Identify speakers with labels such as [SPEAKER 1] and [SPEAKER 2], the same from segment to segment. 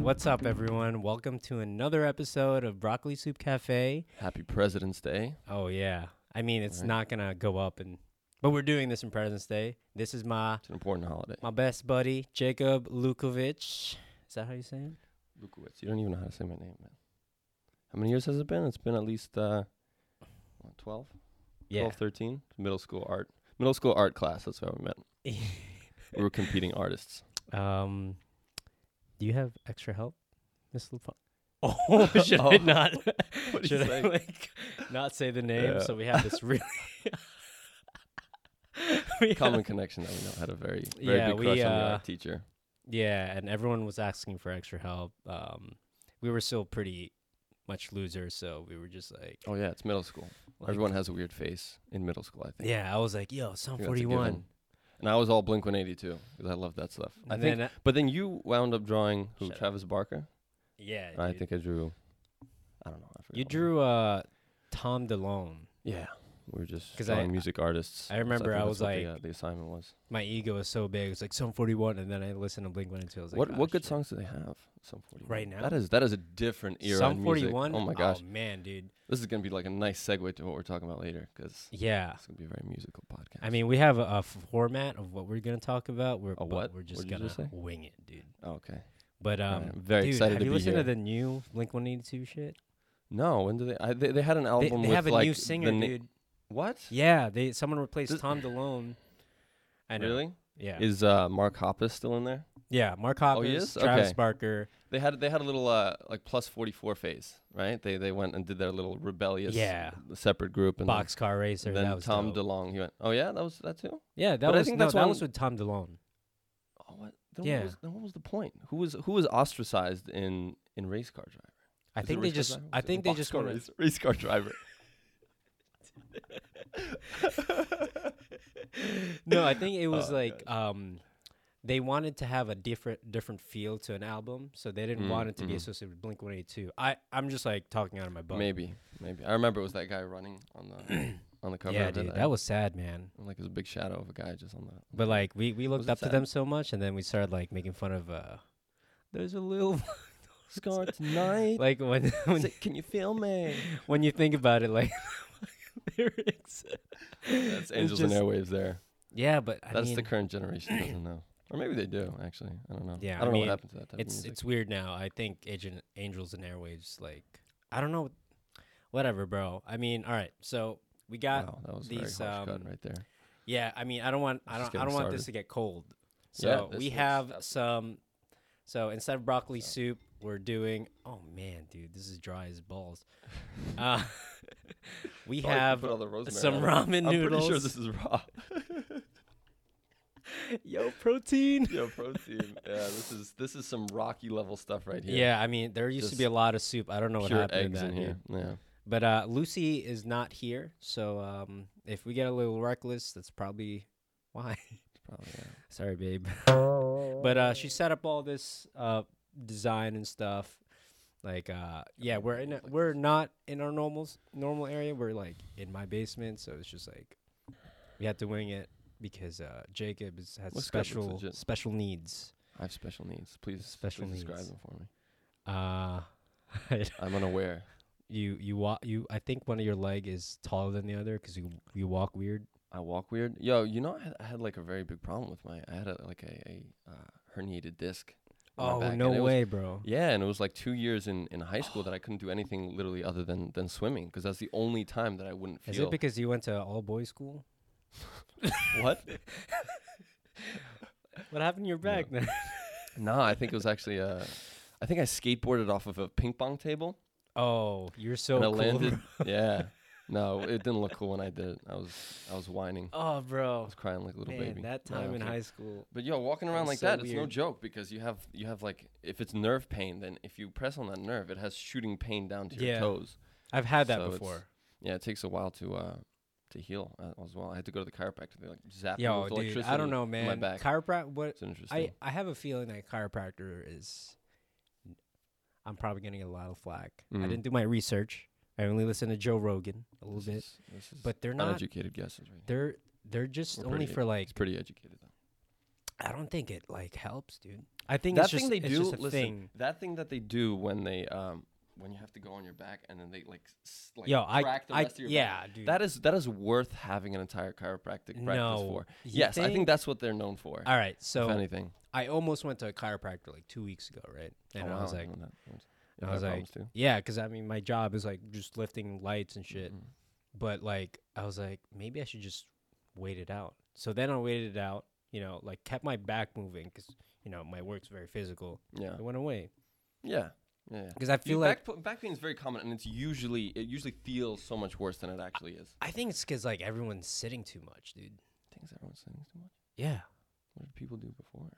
[SPEAKER 1] What's up, everyone? Welcome to another episode of Broccoli Soup Cafe.
[SPEAKER 2] Happy President's Day.
[SPEAKER 1] Oh, yeah. I mean, it's
[SPEAKER 2] Alright.
[SPEAKER 1] not going to go up, and but we're doing this in President's Day. This is my
[SPEAKER 2] It's an important holiday.
[SPEAKER 1] my best buddy, Jacob Lukovic. Is that how you say it?
[SPEAKER 2] Lukowitz. You don't even know how to say my name, man. How many years has it been? It's been at least uh, what, 12?
[SPEAKER 1] Yeah.
[SPEAKER 2] 12, 13? Middle school art. Middle school art class. That's what we met. We were competing artists.
[SPEAKER 1] um, do you have extra help, Miss Lupon? Oh, should I
[SPEAKER 2] Oh.
[SPEAKER 1] not?
[SPEAKER 2] What do you
[SPEAKER 1] should I
[SPEAKER 2] say?
[SPEAKER 1] like not say the name?
[SPEAKER 2] Yeah.
[SPEAKER 1] So we have this really. we have-
[SPEAKER 2] Common connection that we know had a very, very
[SPEAKER 1] Yeah,
[SPEAKER 2] big
[SPEAKER 1] we,
[SPEAKER 2] crush on the
[SPEAKER 1] uh,
[SPEAKER 2] art teacher.
[SPEAKER 1] Yeah, and everyone was asking for extra help. Um, we were still pretty much losers, so we were just like,
[SPEAKER 2] Oh, yeah. It's middle school.
[SPEAKER 1] like-
[SPEAKER 2] Everyone has a weird face in middle school, I think.
[SPEAKER 1] Yeah, I was like, "Yo,
[SPEAKER 2] I
[SPEAKER 1] Psalm
[SPEAKER 2] think that's a
[SPEAKER 1] 41."
[SPEAKER 2] given. And I was all Blink 182 because I love that stuff. I think.
[SPEAKER 1] then, uh,
[SPEAKER 2] but then you wound up drawing who?
[SPEAKER 1] Shut up.
[SPEAKER 2] Travis Barker?
[SPEAKER 1] yeah,
[SPEAKER 2] I
[SPEAKER 1] dude.
[SPEAKER 2] think I drew. I don't know. I forgot
[SPEAKER 1] you
[SPEAKER 2] what I-
[SPEAKER 1] drew uh, Tom DeLonge.
[SPEAKER 2] Yeah, we were just
[SPEAKER 1] 'Cause
[SPEAKER 2] drawing
[SPEAKER 1] I-
[SPEAKER 2] music artists.
[SPEAKER 1] I remember
[SPEAKER 2] think
[SPEAKER 1] I
[SPEAKER 2] that's
[SPEAKER 1] was
[SPEAKER 2] what
[SPEAKER 1] like-
[SPEAKER 2] the, uh, the assignment was.
[SPEAKER 1] My ego is so big. It's like Psalm 41, and then I listened to Blink One and Two. I was like,
[SPEAKER 2] what
[SPEAKER 1] "Ah,
[SPEAKER 2] "Oh, what good
[SPEAKER 1] shit."
[SPEAKER 2] songs do they have? Some forty
[SPEAKER 1] Right
[SPEAKER 2] That
[SPEAKER 1] now?
[SPEAKER 2] is that is a different era.
[SPEAKER 1] Psalm
[SPEAKER 2] in music.
[SPEAKER 1] 41.
[SPEAKER 2] Oh my gosh,
[SPEAKER 1] man, dude.
[SPEAKER 2] this is gonna be like a nice segue to what we're talking about later because
[SPEAKER 1] Yeah,
[SPEAKER 2] it's gonna be a very musical podcast.
[SPEAKER 1] I mean, we have a, a format of what we're gonna talk about. We're
[SPEAKER 2] A
[SPEAKER 1] but
[SPEAKER 2] what?
[SPEAKER 1] we're
[SPEAKER 2] What
[SPEAKER 1] just
[SPEAKER 2] did you
[SPEAKER 1] gonna
[SPEAKER 2] just say?
[SPEAKER 1] wing it, dude.
[SPEAKER 2] oh, okay.
[SPEAKER 1] But um,
[SPEAKER 2] Alright, I'm very
[SPEAKER 1] dude,
[SPEAKER 2] excited
[SPEAKER 1] have
[SPEAKER 2] to
[SPEAKER 1] you
[SPEAKER 2] be
[SPEAKER 1] listened
[SPEAKER 2] here.
[SPEAKER 1] to the new Blink 182 shit?
[SPEAKER 2] No, when do they, I, they? They had an
[SPEAKER 1] They,
[SPEAKER 2] album.
[SPEAKER 1] they
[SPEAKER 2] with
[SPEAKER 1] have a
[SPEAKER 2] like
[SPEAKER 1] new
[SPEAKER 2] the
[SPEAKER 1] singer,
[SPEAKER 2] na-
[SPEAKER 1] dude.
[SPEAKER 2] What?
[SPEAKER 1] Yeah, they someone replaced
[SPEAKER 2] Does-
[SPEAKER 1] Tom DeLonge. I know.
[SPEAKER 2] Really?
[SPEAKER 1] Yeah.
[SPEAKER 2] Is uh, Mark Hoppus still in there?
[SPEAKER 1] yeah, Mark
[SPEAKER 2] Oh, he
[SPEAKER 1] Hoppus,
[SPEAKER 2] is?
[SPEAKER 1] Travis
[SPEAKER 2] Okay.
[SPEAKER 1] Barker.
[SPEAKER 2] They had they had a little uh, like plus forty four phase, right? They they went and did their little rebellious
[SPEAKER 1] Yeah.
[SPEAKER 2] separate group and then-
[SPEAKER 1] Boxcar Racer.
[SPEAKER 2] and then,
[SPEAKER 1] that was
[SPEAKER 2] Tom
[SPEAKER 1] dope.
[SPEAKER 2] DeLonge. He went, oh yeah, that was that too.
[SPEAKER 1] yeah, that
[SPEAKER 2] but I
[SPEAKER 1] was
[SPEAKER 2] think
[SPEAKER 1] no,
[SPEAKER 2] that's
[SPEAKER 1] that
[SPEAKER 2] one-
[SPEAKER 1] was with Tom DeLonge.
[SPEAKER 2] Oh, what? Then
[SPEAKER 1] Yeah.
[SPEAKER 2] What was, then what was the point? Who was who was ostracized in in race car driver?
[SPEAKER 1] I
[SPEAKER 2] Is it
[SPEAKER 1] think they
[SPEAKER 2] race car
[SPEAKER 1] just
[SPEAKER 2] driver?
[SPEAKER 1] I
[SPEAKER 2] Was it
[SPEAKER 1] think they just
[SPEAKER 2] boxcar
[SPEAKER 1] wanna-
[SPEAKER 2] race, race car driver.
[SPEAKER 1] No, I think it was
[SPEAKER 2] Oh,
[SPEAKER 1] like um they wanted to have a different different feel to an album, so they didn't
[SPEAKER 2] Mm,
[SPEAKER 1] want it to be
[SPEAKER 2] mhm.
[SPEAKER 1] associated with Blink 182. I I'm just like talking out of my butt.
[SPEAKER 2] maybe, maybe. I remember it was that guy running on the on the cover.
[SPEAKER 1] Yeah,
[SPEAKER 2] of it.
[SPEAKER 1] dude,
[SPEAKER 2] I-
[SPEAKER 1] that was sad, man.
[SPEAKER 2] and, like it was a big shadow of a guy just on the.
[SPEAKER 1] But like we we looked
[SPEAKER 2] it
[SPEAKER 1] up to
[SPEAKER 2] sad?
[SPEAKER 1] them so much, and then we started like making fun of. uh There's a little
[SPEAKER 2] Scar tonight.
[SPEAKER 1] like when when
[SPEAKER 2] Say, Can you feel me?
[SPEAKER 1] when you think about it, like lyrics.
[SPEAKER 2] That's
[SPEAKER 1] It's
[SPEAKER 2] Angels and
[SPEAKER 1] just-
[SPEAKER 2] Airwaves there.
[SPEAKER 1] Yeah, but I
[SPEAKER 2] That's
[SPEAKER 1] mean,
[SPEAKER 2] the current generation doesn't know, or maybe they do actually. I don't know.
[SPEAKER 1] Yeah,
[SPEAKER 2] I
[SPEAKER 1] I
[SPEAKER 2] don't know
[SPEAKER 1] mean,
[SPEAKER 2] what happened to that. Type
[SPEAKER 1] it's
[SPEAKER 2] of music.
[SPEAKER 1] it's weird now. I think Agent Angels and Airwaves, like I don't know, whatever, bro. I mean, all right, so we got
[SPEAKER 2] wow, that was
[SPEAKER 1] these,
[SPEAKER 2] very harsh
[SPEAKER 1] um,
[SPEAKER 2] cut right there.
[SPEAKER 1] yeah. I mean, I don't want I
[SPEAKER 2] Just
[SPEAKER 1] don't I don't
[SPEAKER 2] getting
[SPEAKER 1] want this
[SPEAKER 2] started.
[SPEAKER 1] to get cold.
[SPEAKER 2] Yeah,
[SPEAKER 1] So
[SPEAKER 2] this
[SPEAKER 1] we
[SPEAKER 2] is-
[SPEAKER 1] have some. So instead of broccoli soup, we're doing. Oh man, dude, this is dry as balls. Uh, we
[SPEAKER 2] Oh, you can
[SPEAKER 1] have
[SPEAKER 2] put all the rosemary
[SPEAKER 1] some
[SPEAKER 2] on it.
[SPEAKER 1] ramen
[SPEAKER 2] I'm pretty sure
[SPEAKER 1] noodles.
[SPEAKER 2] this is raw.
[SPEAKER 1] yo protein.
[SPEAKER 2] Yo, protein. yeah, this is this is some rocky level stuff right here.
[SPEAKER 1] Yeah, I mean, there used to be a
[SPEAKER 2] Just
[SPEAKER 1] lot of soup. I don't know what
[SPEAKER 2] pure
[SPEAKER 1] happened
[SPEAKER 2] eggs
[SPEAKER 1] to that.
[SPEAKER 2] in here. Yeah,
[SPEAKER 1] But uh, Lucy is not here, so um, if we get a little reckless, that's probably why.
[SPEAKER 2] probably. Yeah.
[SPEAKER 1] Sorry, babe. but uh, she set up all this uh, design and stuff. Like, uh, yeah, we're in a, we're not in our normal normal area. We're like in my basement, so it's just like we have to wing it because uh, Jacob is, has
[SPEAKER 2] Looks good, looks
[SPEAKER 1] special
[SPEAKER 2] legit.
[SPEAKER 1] special needs.
[SPEAKER 2] I have special needs. Please,
[SPEAKER 1] Special
[SPEAKER 2] special please describe
[SPEAKER 1] needs.
[SPEAKER 2] them for me.
[SPEAKER 1] Uh,
[SPEAKER 2] I'm unaware.
[SPEAKER 1] you you walk you. I think one of your leg is taller than the other because you you walk weird.
[SPEAKER 2] I walk weird. Yo, you know, I had, I had like a very big problem with my. I had a, like a, a uh, herniated disc. in my
[SPEAKER 1] Oh
[SPEAKER 2] back, and
[SPEAKER 1] no
[SPEAKER 2] it was-
[SPEAKER 1] way, bro!
[SPEAKER 2] yeah, and it was like two years in, in high school that I couldn't do anything literally other than than swimming because that's the only time that I wouldn't feel.
[SPEAKER 1] Is it because you went to all boys school?
[SPEAKER 2] what?
[SPEAKER 1] What happened to your back, man?
[SPEAKER 2] No, I think it was actually uh, I think I skateboarded off of a ping pong table
[SPEAKER 1] Oh, you're so
[SPEAKER 2] and I
[SPEAKER 1] cool.
[SPEAKER 2] landed. yeah. No, it didn't look cool when I did it. I was I was whining. I
[SPEAKER 1] Oh, bro,
[SPEAKER 2] was crying like a little
[SPEAKER 1] man,
[SPEAKER 2] baby.
[SPEAKER 1] that
[SPEAKER 2] No,
[SPEAKER 1] time
[SPEAKER 2] I'm
[SPEAKER 1] in
[SPEAKER 2] kidding.
[SPEAKER 1] high school.
[SPEAKER 2] But yo, walking around
[SPEAKER 1] was
[SPEAKER 2] like
[SPEAKER 1] so
[SPEAKER 2] that, it's no
[SPEAKER 1] weird.
[SPEAKER 2] joke because you have you have like if it's nerve pain, then if you press on that nerve, it has shooting pain down to
[SPEAKER 1] Yeah.
[SPEAKER 2] your toes.
[SPEAKER 1] I've had that
[SPEAKER 2] So it's-
[SPEAKER 1] before.
[SPEAKER 2] Yeah, it takes a while to uh to heal uh, as well. I had to go to the chiropractor. They like zap me
[SPEAKER 1] Yo,
[SPEAKER 2] with
[SPEAKER 1] dude,
[SPEAKER 2] electricity.
[SPEAKER 1] I don't know,
[SPEAKER 2] In my
[SPEAKER 1] man.
[SPEAKER 2] back.
[SPEAKER 1] Chiropractor. What?
[SPEAKER 2] it's interesting.
[SPEAKER 1] I I have a feeling that chiropractor is. I'm probably getting a lot of flack. I
[SPEAKER 2] Mhm.
[SPEAKER 1] didn't do my research. I only listened to Joe Rogan a little
[SPEAKER 2] This
[SPEAKER 1] bit,
[SPEAKER 2] is- this is
[SPEAKER 1] but they're not.
[SPEAKER 2] uneducated guesses. Right? here.
[SPEAKER 1] They're they're just
[SPEAKER 2] We're
[SPEAKER 1] only
[SPEAKER 2] pretty-
[SPEAKER 1] for like
[SPEAKER 2] It's pretty educated though.
[SPEAKER 1] I don't think it like helps, dude. I think
[SPEAKER 2] that
[SPEAKER 1] it's
[SPEAKER 2] thing
[SPEAKER 1] just,
[SPEAKER 2] they
[SPEAKER 1] it's
[SPEAKER 2] do.
[SPEAKER 1] just a
[SPEAKER 2] listen,
[SPEAKER 1] thing.
[SPEAKER 2] that thing that they do when they um when you have to go on your back and then they like s- like
[SPEAKER 1] Yo, I,
[SPEAKER 2] crack the
[SPEAKER 1] I
[SPEAKER 2] rest of your back.
[SPEAKER 1] yeah, dude.
[SPEAKER 2] That is that is worth having an entire chiropractic practice
[SPEAKER 1] No.
[SPEAKER 2] for.
[SPEAKER 1] You
[SPEAKER 2] Yes, I
[SPEAKER 1] think?
[SPEAKER 2] think that's what they're known for.
[SPEAKER 1] All right,
[SPEAKER 2] if
[SPEAKER 1] so
[SPEAKER 2] anything,
[SPEAKER 1] I almost went to a chiropractor like two weeks ago, right? And
[SPEAKER 2] Oh,
[SPEAKER 1] I
[SPEAKER 2] wow,
[SPEAKER 1] was like,
[SPEAKER 2] know that. That's-
[SPEAKER 1] I
[SPEAKER 2] I've
[SPEAKER 1] was
[SPEAKER 2] had
[SPEAKER 1] like,
[SPEAKER 2] problems too.
[SPEAKER 1] yeah, because I mean, my job is like just lifting lights and shit.
[SPEAKER 2] Mhm.
[SPEAKER 1] But like, I was like, maybe I should just wait it out. So then I waited it out, you know, like kept my back moving because you know my work's very physical.
[SPEAKER 2] yeah,
[SPEAKER 1] It went away
[SPEAKER 2] yeah, yeah. yeah.
[SPEAKER 1] because I
[SPEAKER 2] Dude,
[SPEAKER 1] feel like
[SPEAKER 2] back, p- back pain is very common, and it's usually it usually feels so much worse than it actually is.
[SPEAKER 1] I think it's because like everyone's sitting too much, dude.
[SPEAKER 2] Things everyone's saying too much.
[SPEAKER 1] Yeah.
[SPEAKER 2] What did people do before?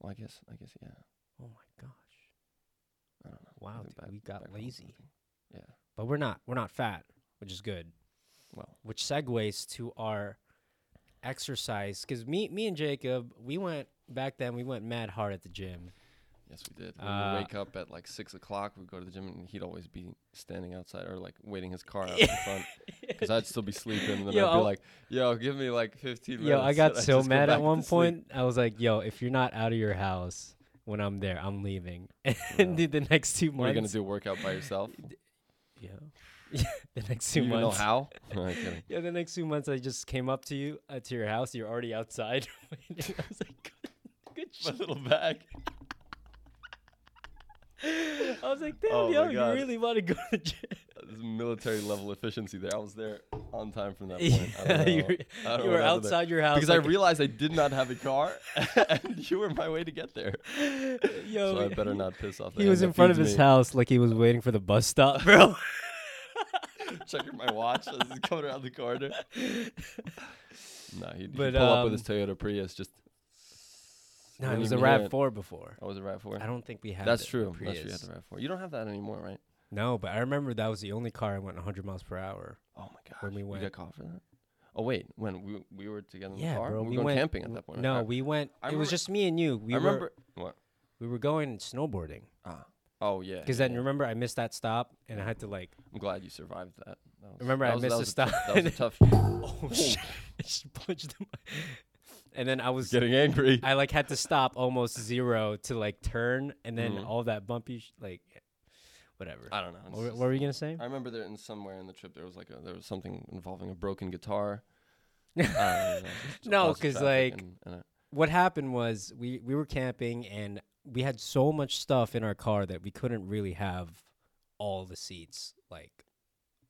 [SPEAKER 2] Well, I guess I guess yeah.
[SPEAKER 1] Oh my gosh.
[SPEAKER 2] I don't know.
[SPEAKER 1] Wow,
[SPEAKER 2] I think
[SPEAKER 1] dude, we got
[SPEAKER 2] problems is a
[SPEAKER 1] lazy.
[SPEAKER 2] thing. Yeah.
[SPEAKER 1] But we're not. We're not fat, which is good.
[SPEAKER 2] Well.
[SPEAKER 1] which segues to our exercise because me, me and Jacob, we went back then. We went mad hard at the gym.
[SPEAKER 2] Yes, we did. We
[SPEAKER 1] Uh,
[SPEAKER 2] would wake up at like six o'clock. We'd go to the gym, and he'd always be standing outside or like waiting his car out the front because I'd still be sleeping. And then
[SPEAKER 1] Yo,
[SPEAKER 2] I'd be
[SPEAKER 1] I'll-
[SPEAKER 2] like, "Yo, give me like 15 minutes."
[SPEAKER 1] Yo, I got
[SPEAKER 2] and I'd
[SPEAKER 1] so
[SPEAKER 2] just go
[SPEAKER 1] mad
[SPEAKER 2] back
[SPEAKER 1] at
[SPEAKER 2] to
[SPEAKER 1] one
[SPEAKER 2] sleep.
[SPEAKER 1] point. I was like, "Yo, if you're not out of your house when I'm there, I'm leaving." And
[SPEAKER 2] Yeah.
[SPEAKER 1] dude, the next two
[SPEAKER 2] What are you gonna
[SPEAKER 1] months,
[SPEAKER 2] do? Workout by yourself?
[SPEAKER 1] yeah, the next two
[SPEAKER 2] you even know
[SPEAKER 1] months.
[SPEAKER 2] how? No, I'm kidding.
[SPEAKER 1] Yeah, the next two months, I just came up to you uh, to your house. You're already outside. waiting. I was like, "Good, good
[SPEAKER 2] My
[SPEAKER 1] shit."
[SPEAKER 2] little bag.
[SPEAKER 1] I was like, "Damn,
[SPEAKER 2] Oh my
[SPEAKER 1] yo, you
[SPEAKER 2] God.
[SPEAKER 1] really want to go to the gym?"
[SPEAKER 2] This is military level efficiency there. I was there on time from that point. I
[SPEAKER 1] Yeah,
[SPEAKER 2] don't know.
[SPEAKER 1] you were-
[SPEAKER 2] I don't know
[SPEAKER 1] you
[SPEAKER 2] what
[SPEAKER 1] were
[SPEAKER 2] happened there.
[SPEAKER 1] outside your house
[SPEAKER 2] because I
[SPEAKER 1] like-
[SPEAKER 2] realized I did not have a car, and you were my way to get there.
[SPEAKER 1] Yo,
[SPEAKER 2] So I
[SPEAKER 1] he-
[SPEAKER 2] better not piss off. the
[SPEAKER 1] Oh, He was
[SPEAKER 2] hand
[SPEAKER 1] in
[SPEAKER 2] that
[SPEAKER 1] front of
[SPEAKER 2] feeds
[SPEAKER 1] his
[SPEAKER 2] me.
[SPEAKER 1] house like he was waiting for the bus stop, bro.
[SPEAKER 2] checking my watch as it's coming around the corner. No, he'd, he'd
[SPEAKER 1] But, um,
[SPEAKER 2] pull up with his Toyota Prius. Just
[SPEAKER 1] no, it
[SPEAKER 2] wouldn't
[SPEAKER 1] was a
[SPEAKER 2] even hear
[SPEAKER 1] Rav Four before.
[SPEAKER 2] Oh, was it Rav Four?
[SPEAKER 1] I don't think we had.
[SPEAKER 2] That's
[SPEAKER 1] the- the
[SPEAKER 2] true. That's true. You had
[SPEAKER 1] Prius.
[SPEAKER 2] the Rav Four. You don't have that anymore, right?
[SPEAKER 1] No, but I remember that was the only car I went 100 miles per hour.
[SPEAKER 2] Oh my god.
[SPEAKER 1] When we
[SPEAKER 2] you
[SPEAKER 1] went-
[SPEAKER 2] got caught for that. Oh wait, when we we were together in
[SPEAKER 1] Yeah,
[SPEAKER 2] the car,
[SPEAKER 1] bro.
[SPEAKER 2] we,
[SPEAKER 1] we
[SPEAKER 2] were going
[SPEAKER 1] went
[SPEAKER 2] camping at that point. right?
[SPEAKER 1] No,
[SPEAKER 2] I-
[SPEAKER 1] we went.
[SPEAKER 2] I
[SPEAKER 1] it was
[SPEAKER 2] remember-
[SPEAKER 1] just me and you. We
[SPEAKER 2] I
[SPEAKER 1] were
[SPEAKER 2] remember. What?
[SPEAKER 1] we were going snowboarding
[SPEAKER 2] Ah. Oh yeah.
[SPEAKER 1] because
[SPEAKER 2] yeah,
[SPEAKER 1] then
[SPEAKER 2] yeah.
[SPEAKER 1] remember I missed that stop and I had to like
[SPEAKER 2] I'm glad you survived that. That was-
[SPEAKER 1] Remember
[SPEAKER 2] that
[SPEAKER 1] I
[SPEAKER 2] was-
[SPEAKER 1] missed a stop
[SPEAKER 2] that was tough- That was a
[SPEAKER 1] and-
[SPEAKER 2] tough.
[SPEAKER 1] oh shit, I just punched him. And then I was
[SPEAKER 2] Getting angry.
[SPEAKER 1] I like had to stop almost zero to like turn, and then
[SPEAKER 2] Mhm.
[SPEAKER 1] all that bumpy sh- like, whatever.
[SPEAKER 2] I don't know. it's
[SPEAKER 1] What, were-
[SPEAKER 2] just-
[SPEAKER 1] what were you gonna say?
[SPEAKER 2] I remember there in somewhere in the trip there was like a, there was something involving a broken guitar. I don't know, just
[SPEAKER 1] No,
[SPEAKER 2] lots of
[SPEAKER 1] 'cause,
[SPEAKER 2] traffic
[SPEAKER 1] like,
[SPEAKER 2] and- and I-
[SPEAKER 1] What happened was we we were camping and we had so much stuff in our car that we couldn't really have all the seats like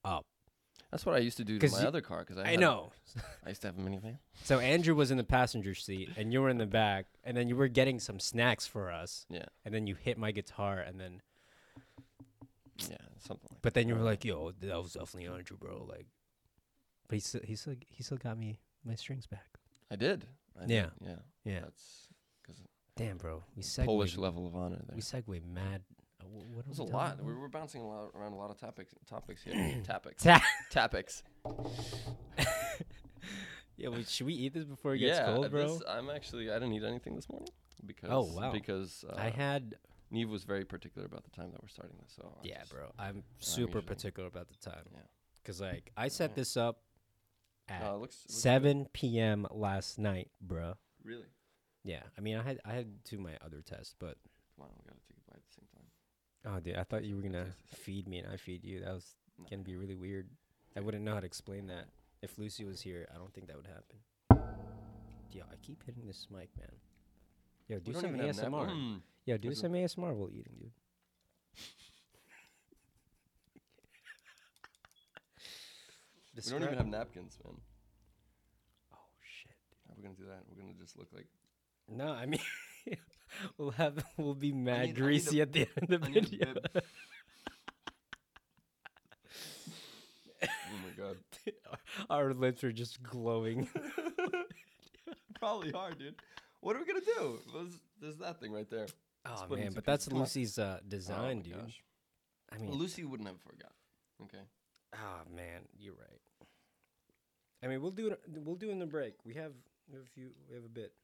[SPEAKER 1] up.
[SPEAKER 2] that's what I used to do to
[SPEAKER 1] 'Cause
[SPEAKER 2] my
[SPEAKER 1] you-
[SPEAKER 2] other car because I,
[SPEAKER 1] I
[SPEAKER 2] had-
[SPEAKER 1] know.
[SPEAKER 2] I used to have a minivan.
[SPEAKER 1] So Andrew was in the passenger seat and you were in the back, and then you were getting some snacks for us.
[SPEAKER 2] Yeah.
[SPEAKER 1] And then you hit my guitar, and then
[SPEAKER 2] Yeah, something like.
[SPEAKER 1] but then you were
[SPEAKER 2] Oh.
[SPEAKER 1] like, "Yo, that was definitely Andrew, bro." Like, but he still he still he still got me my strings back.
[SPEAKER 2] I did. I did,
[SPEAKER 1] Yeah.
[SPEAKER 2] yeah,
[SPEAKER 1] Yeah.
[SPEAKER 2] That's
[SPEAKER 1] Damn, bro. We segue.
[SPEAKER 2] Polish level of honor. There.
[SPEAKER 1] We segue mad. uh, wh- What
[SPEAKER 2] it
[SPEAKER 1] are
[SPEAKER 2] was
[SPEAKER 1] we
[SPEAKER 2] a
[SPEAKER 1] talking
[SPEAKER 2] lot.
[SPEAKER 1] about?
[SPEAKER 2] We were bouncing a lot around a lot of topics. Topics here. topics.
[SPEAKER 1] Ta-
[SPEAKER 2] topics.
[SPEAKER 1] yeah, wait, should we eat this before it gets
[SPEAKER 2] yeah,
[SPEAKER 1] cold, bro? Oh,
[SPEAKER 2] this- I'm actually. I didn't eat anything this morning because.
[SPEAKER 1] wow.
[SPEAKER 2] Because uh,
[SPEAKER 1] I had.
[SPEAKER 2] Neve was very particular about the time that we're starting this. So I
[SPEAKER 1] Yeah,
[SPEAKER 2] just-
[SPEAKER 1] bro. I'm super
[SPEAKER 2] usually-
[SPEAKER 1] particular about the time.
[SPEAKER 2] Yeah.
[SPEAKER 1] Cause like I set
[SPEAKER 2] Yeah. Oh,
[SPEAKER 1] this up at
[SPEAKER 2] No, it uh, looks, it looks good.
[SPEAKER 1] 7 p.m. last night, bro.
[SPEAKER 2] Really.
[SPEAKER 1] Yeah. I mean, I had I had to do my other test, but
[SPEAKER 2] Come on, we gotta take a bite at the same time.
[SPEAKER 1] oh, dude, I thought you were gonna
[SPEAKER 2] Taste
[SPEAKER 1] feed me and I feed you. That was
[SPEAKER 2] No.
[SPEAKER 1] gonna be really weird. I wouldn't know how to explain that. If Lucy was here, I don't think that would happen. Yo, I keep hitting this mic, man. Yo, do
[SPEAKER 2] We don't
[SPEAKER 1] some
[SPEAKER 2] even have nap-
[SPEAKER 1] ASMR.
[SPEAKER 2] Mm.
[SPEAKER 1] Yo, do
[SPEAKER 2] This is-
[SPEAKER 1] some ASMR while eating, dude.
[SPEAKER 2] We don't even have napkins, man.
[SPEAKER 1] oh shit!
[SPEAKER 2] How are we gonna do that? We're gonna just look like.
[SPEAKER 1] No, I mean, we'll have we'll be
[SPEAKER 2] need- I
[SPEAKER 1] mad
[SPEAKER 2] need a-
[SPEAKER 1] greasy at the end of the
[SPEAKER 2] I need a
[SPEAKER 1] video.
[SPEAKER 2] bib. Oh my god.
[SPEAKER 1] Our lips are just glowing.
[SPEAKER 2] Probably hard, dude. What are we gonna do? There's, there's that thing right there.
[SPEAKER 1] Oh
[SPEAKER 2] put in
[SPEAKER 1] man,
[SPEAKER 2] two
[SPEAKER 1] but
[SPEAKER 2] pieces.
[SPEAKER 1] that's
[SPEAKER 2] Come on. Oh,
[SPEAKER 1] Lucy's uh, design,
[SPEAKER 2] my
[SPEAKER 1] dude.
[SPEAKER 2] gosh.
[SPEAKER 1] I
[SPEAKER 2] Well,
[SPEAKER 1] mean,
[SPEAKER 2] Lucy wouldn't have forgot. Okay.
[SPEAKER 1] ah man, you're right. I mean, we'll do it. We'll do it in the break. We have we have a few. We have a bit.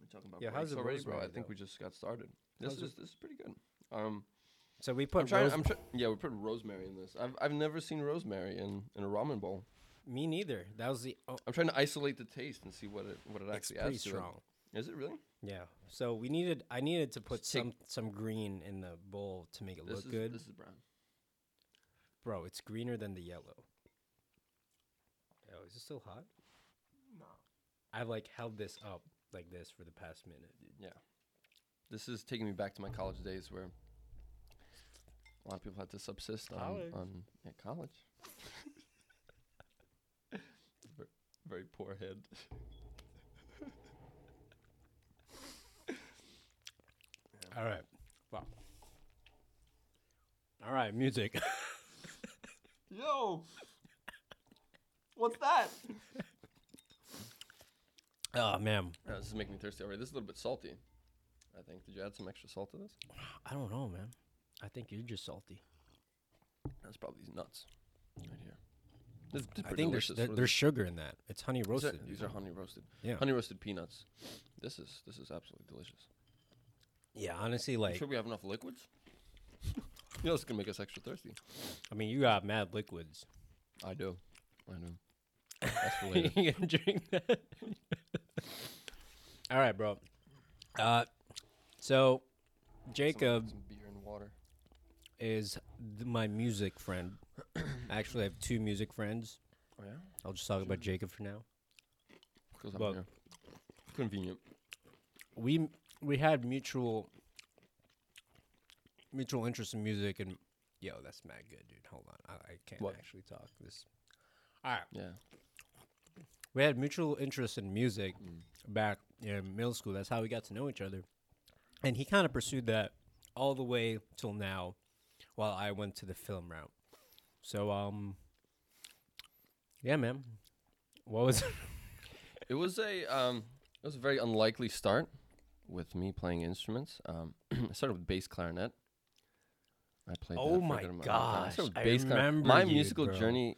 [SPEAKER 2] We're talking about
[SPEAKER 1] Yeah, how's
[SPEAKER 2] breaks
[SPEAKER 1] the
[SPEAKER 2] already, bro. I
[SPEAKER 1] rosemary,
[SPEAKER 2] think
[SPEAKER 1] though?
[SPEAKER 2] we just got started. This
[SPEAKER 1] How's the-
[SPEAKER 2] is this is pretty good. Um,
[SPEAKER 1] So we
[SPEAKER 2] I'm
[SPEAKER 1] put
[SPEAKER 2] trying.
[SPEAKER 1] rose-
[SPEAKER 2] I'm try- yeah, we put rosemary in this. I've I've never seen rosemary in, in a ramen bowl.
[SPEAKER 1] me neither. That was the. Oh,
[SPEAKER 2] I'm trying to isolate the taste and see what it what it
[SPEAKER 1] it's
[SPEAKER 2] actually
[SPEAKER 1] pretty
[SPEAKER 2] adds to it.
[SPEAKER 1] strong.
[SPEAKER 2] Is it really?
[SPEAKER 1] Yeah. So we needed I needed to put
[SPEAKER 2] Just take-
[SPEAKER 1] some some green in the bowl to make it
[SPEAKER 2] This
[SPEAKER 1] look
[SPEAKER 2] is,
[SPEAKER 1] good.
[SPEAKER 2] This is brown.
[SPEAKER 1] Bro, it's greener than the yellow. Oh, is it still hot?
[SPEAKER 2] No.
[SPEAKER 1] I've like held this up like this for the past minute.
[SPEAKER 2] Yeah. This is taking me back to my college days where a lot of people had to subsist on,
[SPEAKER 1] College.
[SPEAKER 2] on yeah, college. Ver- Very poor head.
[SPEAKER 1] All right. Wow. All right, music.
[SPEAKER 2] Yo! What's that?
[SPEAKER 1] oh, man.
[SPEAKER 2] Uh, this is making me thirsty already. This is a little bit salty, I think. Did you add some extra salt to this?
[SPEAKER 1] I don't know, man. I think you're just salty.
[SPEAKER 2] That's probably these nuts right here. This is
[SPEAKER 1] I
[SPEAKER 2] pretty
[SPEAKER 1] think there's
[SPEAKER 2] delicious.
[SPEAKER 1] there-
[SPEAKER 2] What are
[SPEAKER 1] there's sugar in that. It's honey
[SPEAKER 2] these? These are-
[SPEAKER 1] roasted.
[SPEAKER 2] These are honey roasted.
[SPEAKER 1] yeah.
[SPEAKER 2] Honey roasted peanuts. This is this is absolutely delicious.
[SPEAKER 1] Yeah, honestly
[SPEAKER 2] You
[SPEAKER 1] like
[SPEAKER 2] sure we have enough liquids? you know, this is gonna make us extra thirsty.
[SPEAKER 1] I mean, you got mad liquids.
[SPEAKER 2] I do. I do. That's for later.
[SPEAKER 1] you can drink that. All right, bro. Uh, so Jacob
[SPEAKER 2] Some beer and water.
[SPEAKER 1] is th- my music friend. Actually, I have two music friends.
[SPEAKER 2] Oh yeah.
[SPEAKER 1] I'll just talk about Jacob for now.
[SPEAKER 2] Because I'm
[SPEAKER 1] Well-
[SPEAKER 2] here. Convenient.
[SPEAKER 1] We m- we had mutual mutual interest in music, and yo, that's mad good, dude. Hold on, I, I can't
[SPEAKER 2] What?
[SPEAKER 1] actually talk this. All right,
[SPEAKER 2] Yeah.
[SPEAKER 1] we had mutual interest in music
[SPEAKER 2] Mm.
[SPEAKER 1] back in middle school. That's how we got to know each other. And he kind of pursued that all the way till now while I went to the film route. So um yeah, man. What was
[SPEAKER 2] It was a um, it was a very unlikely start with me playing instruments. Um, I started with bass clarinet. I played.
[SPEAKER 1] Oh
[SPEAKER 2] that for a
[SPEAKER 1] my
[SPEAKER 2] good amount of time.
[SPEAKER 1] gosh,
[SPEAKER 2] started with
[SPEAKER 1] I
[SPEAKER 2] bass clarinet.
[SPEAKER 1] remember
[SPEAKER 2] My
[SPEAKER 1] you,
[SPEAKER 2] musical
[SPEAKER 1] bro.
[SPEAKER 2] journey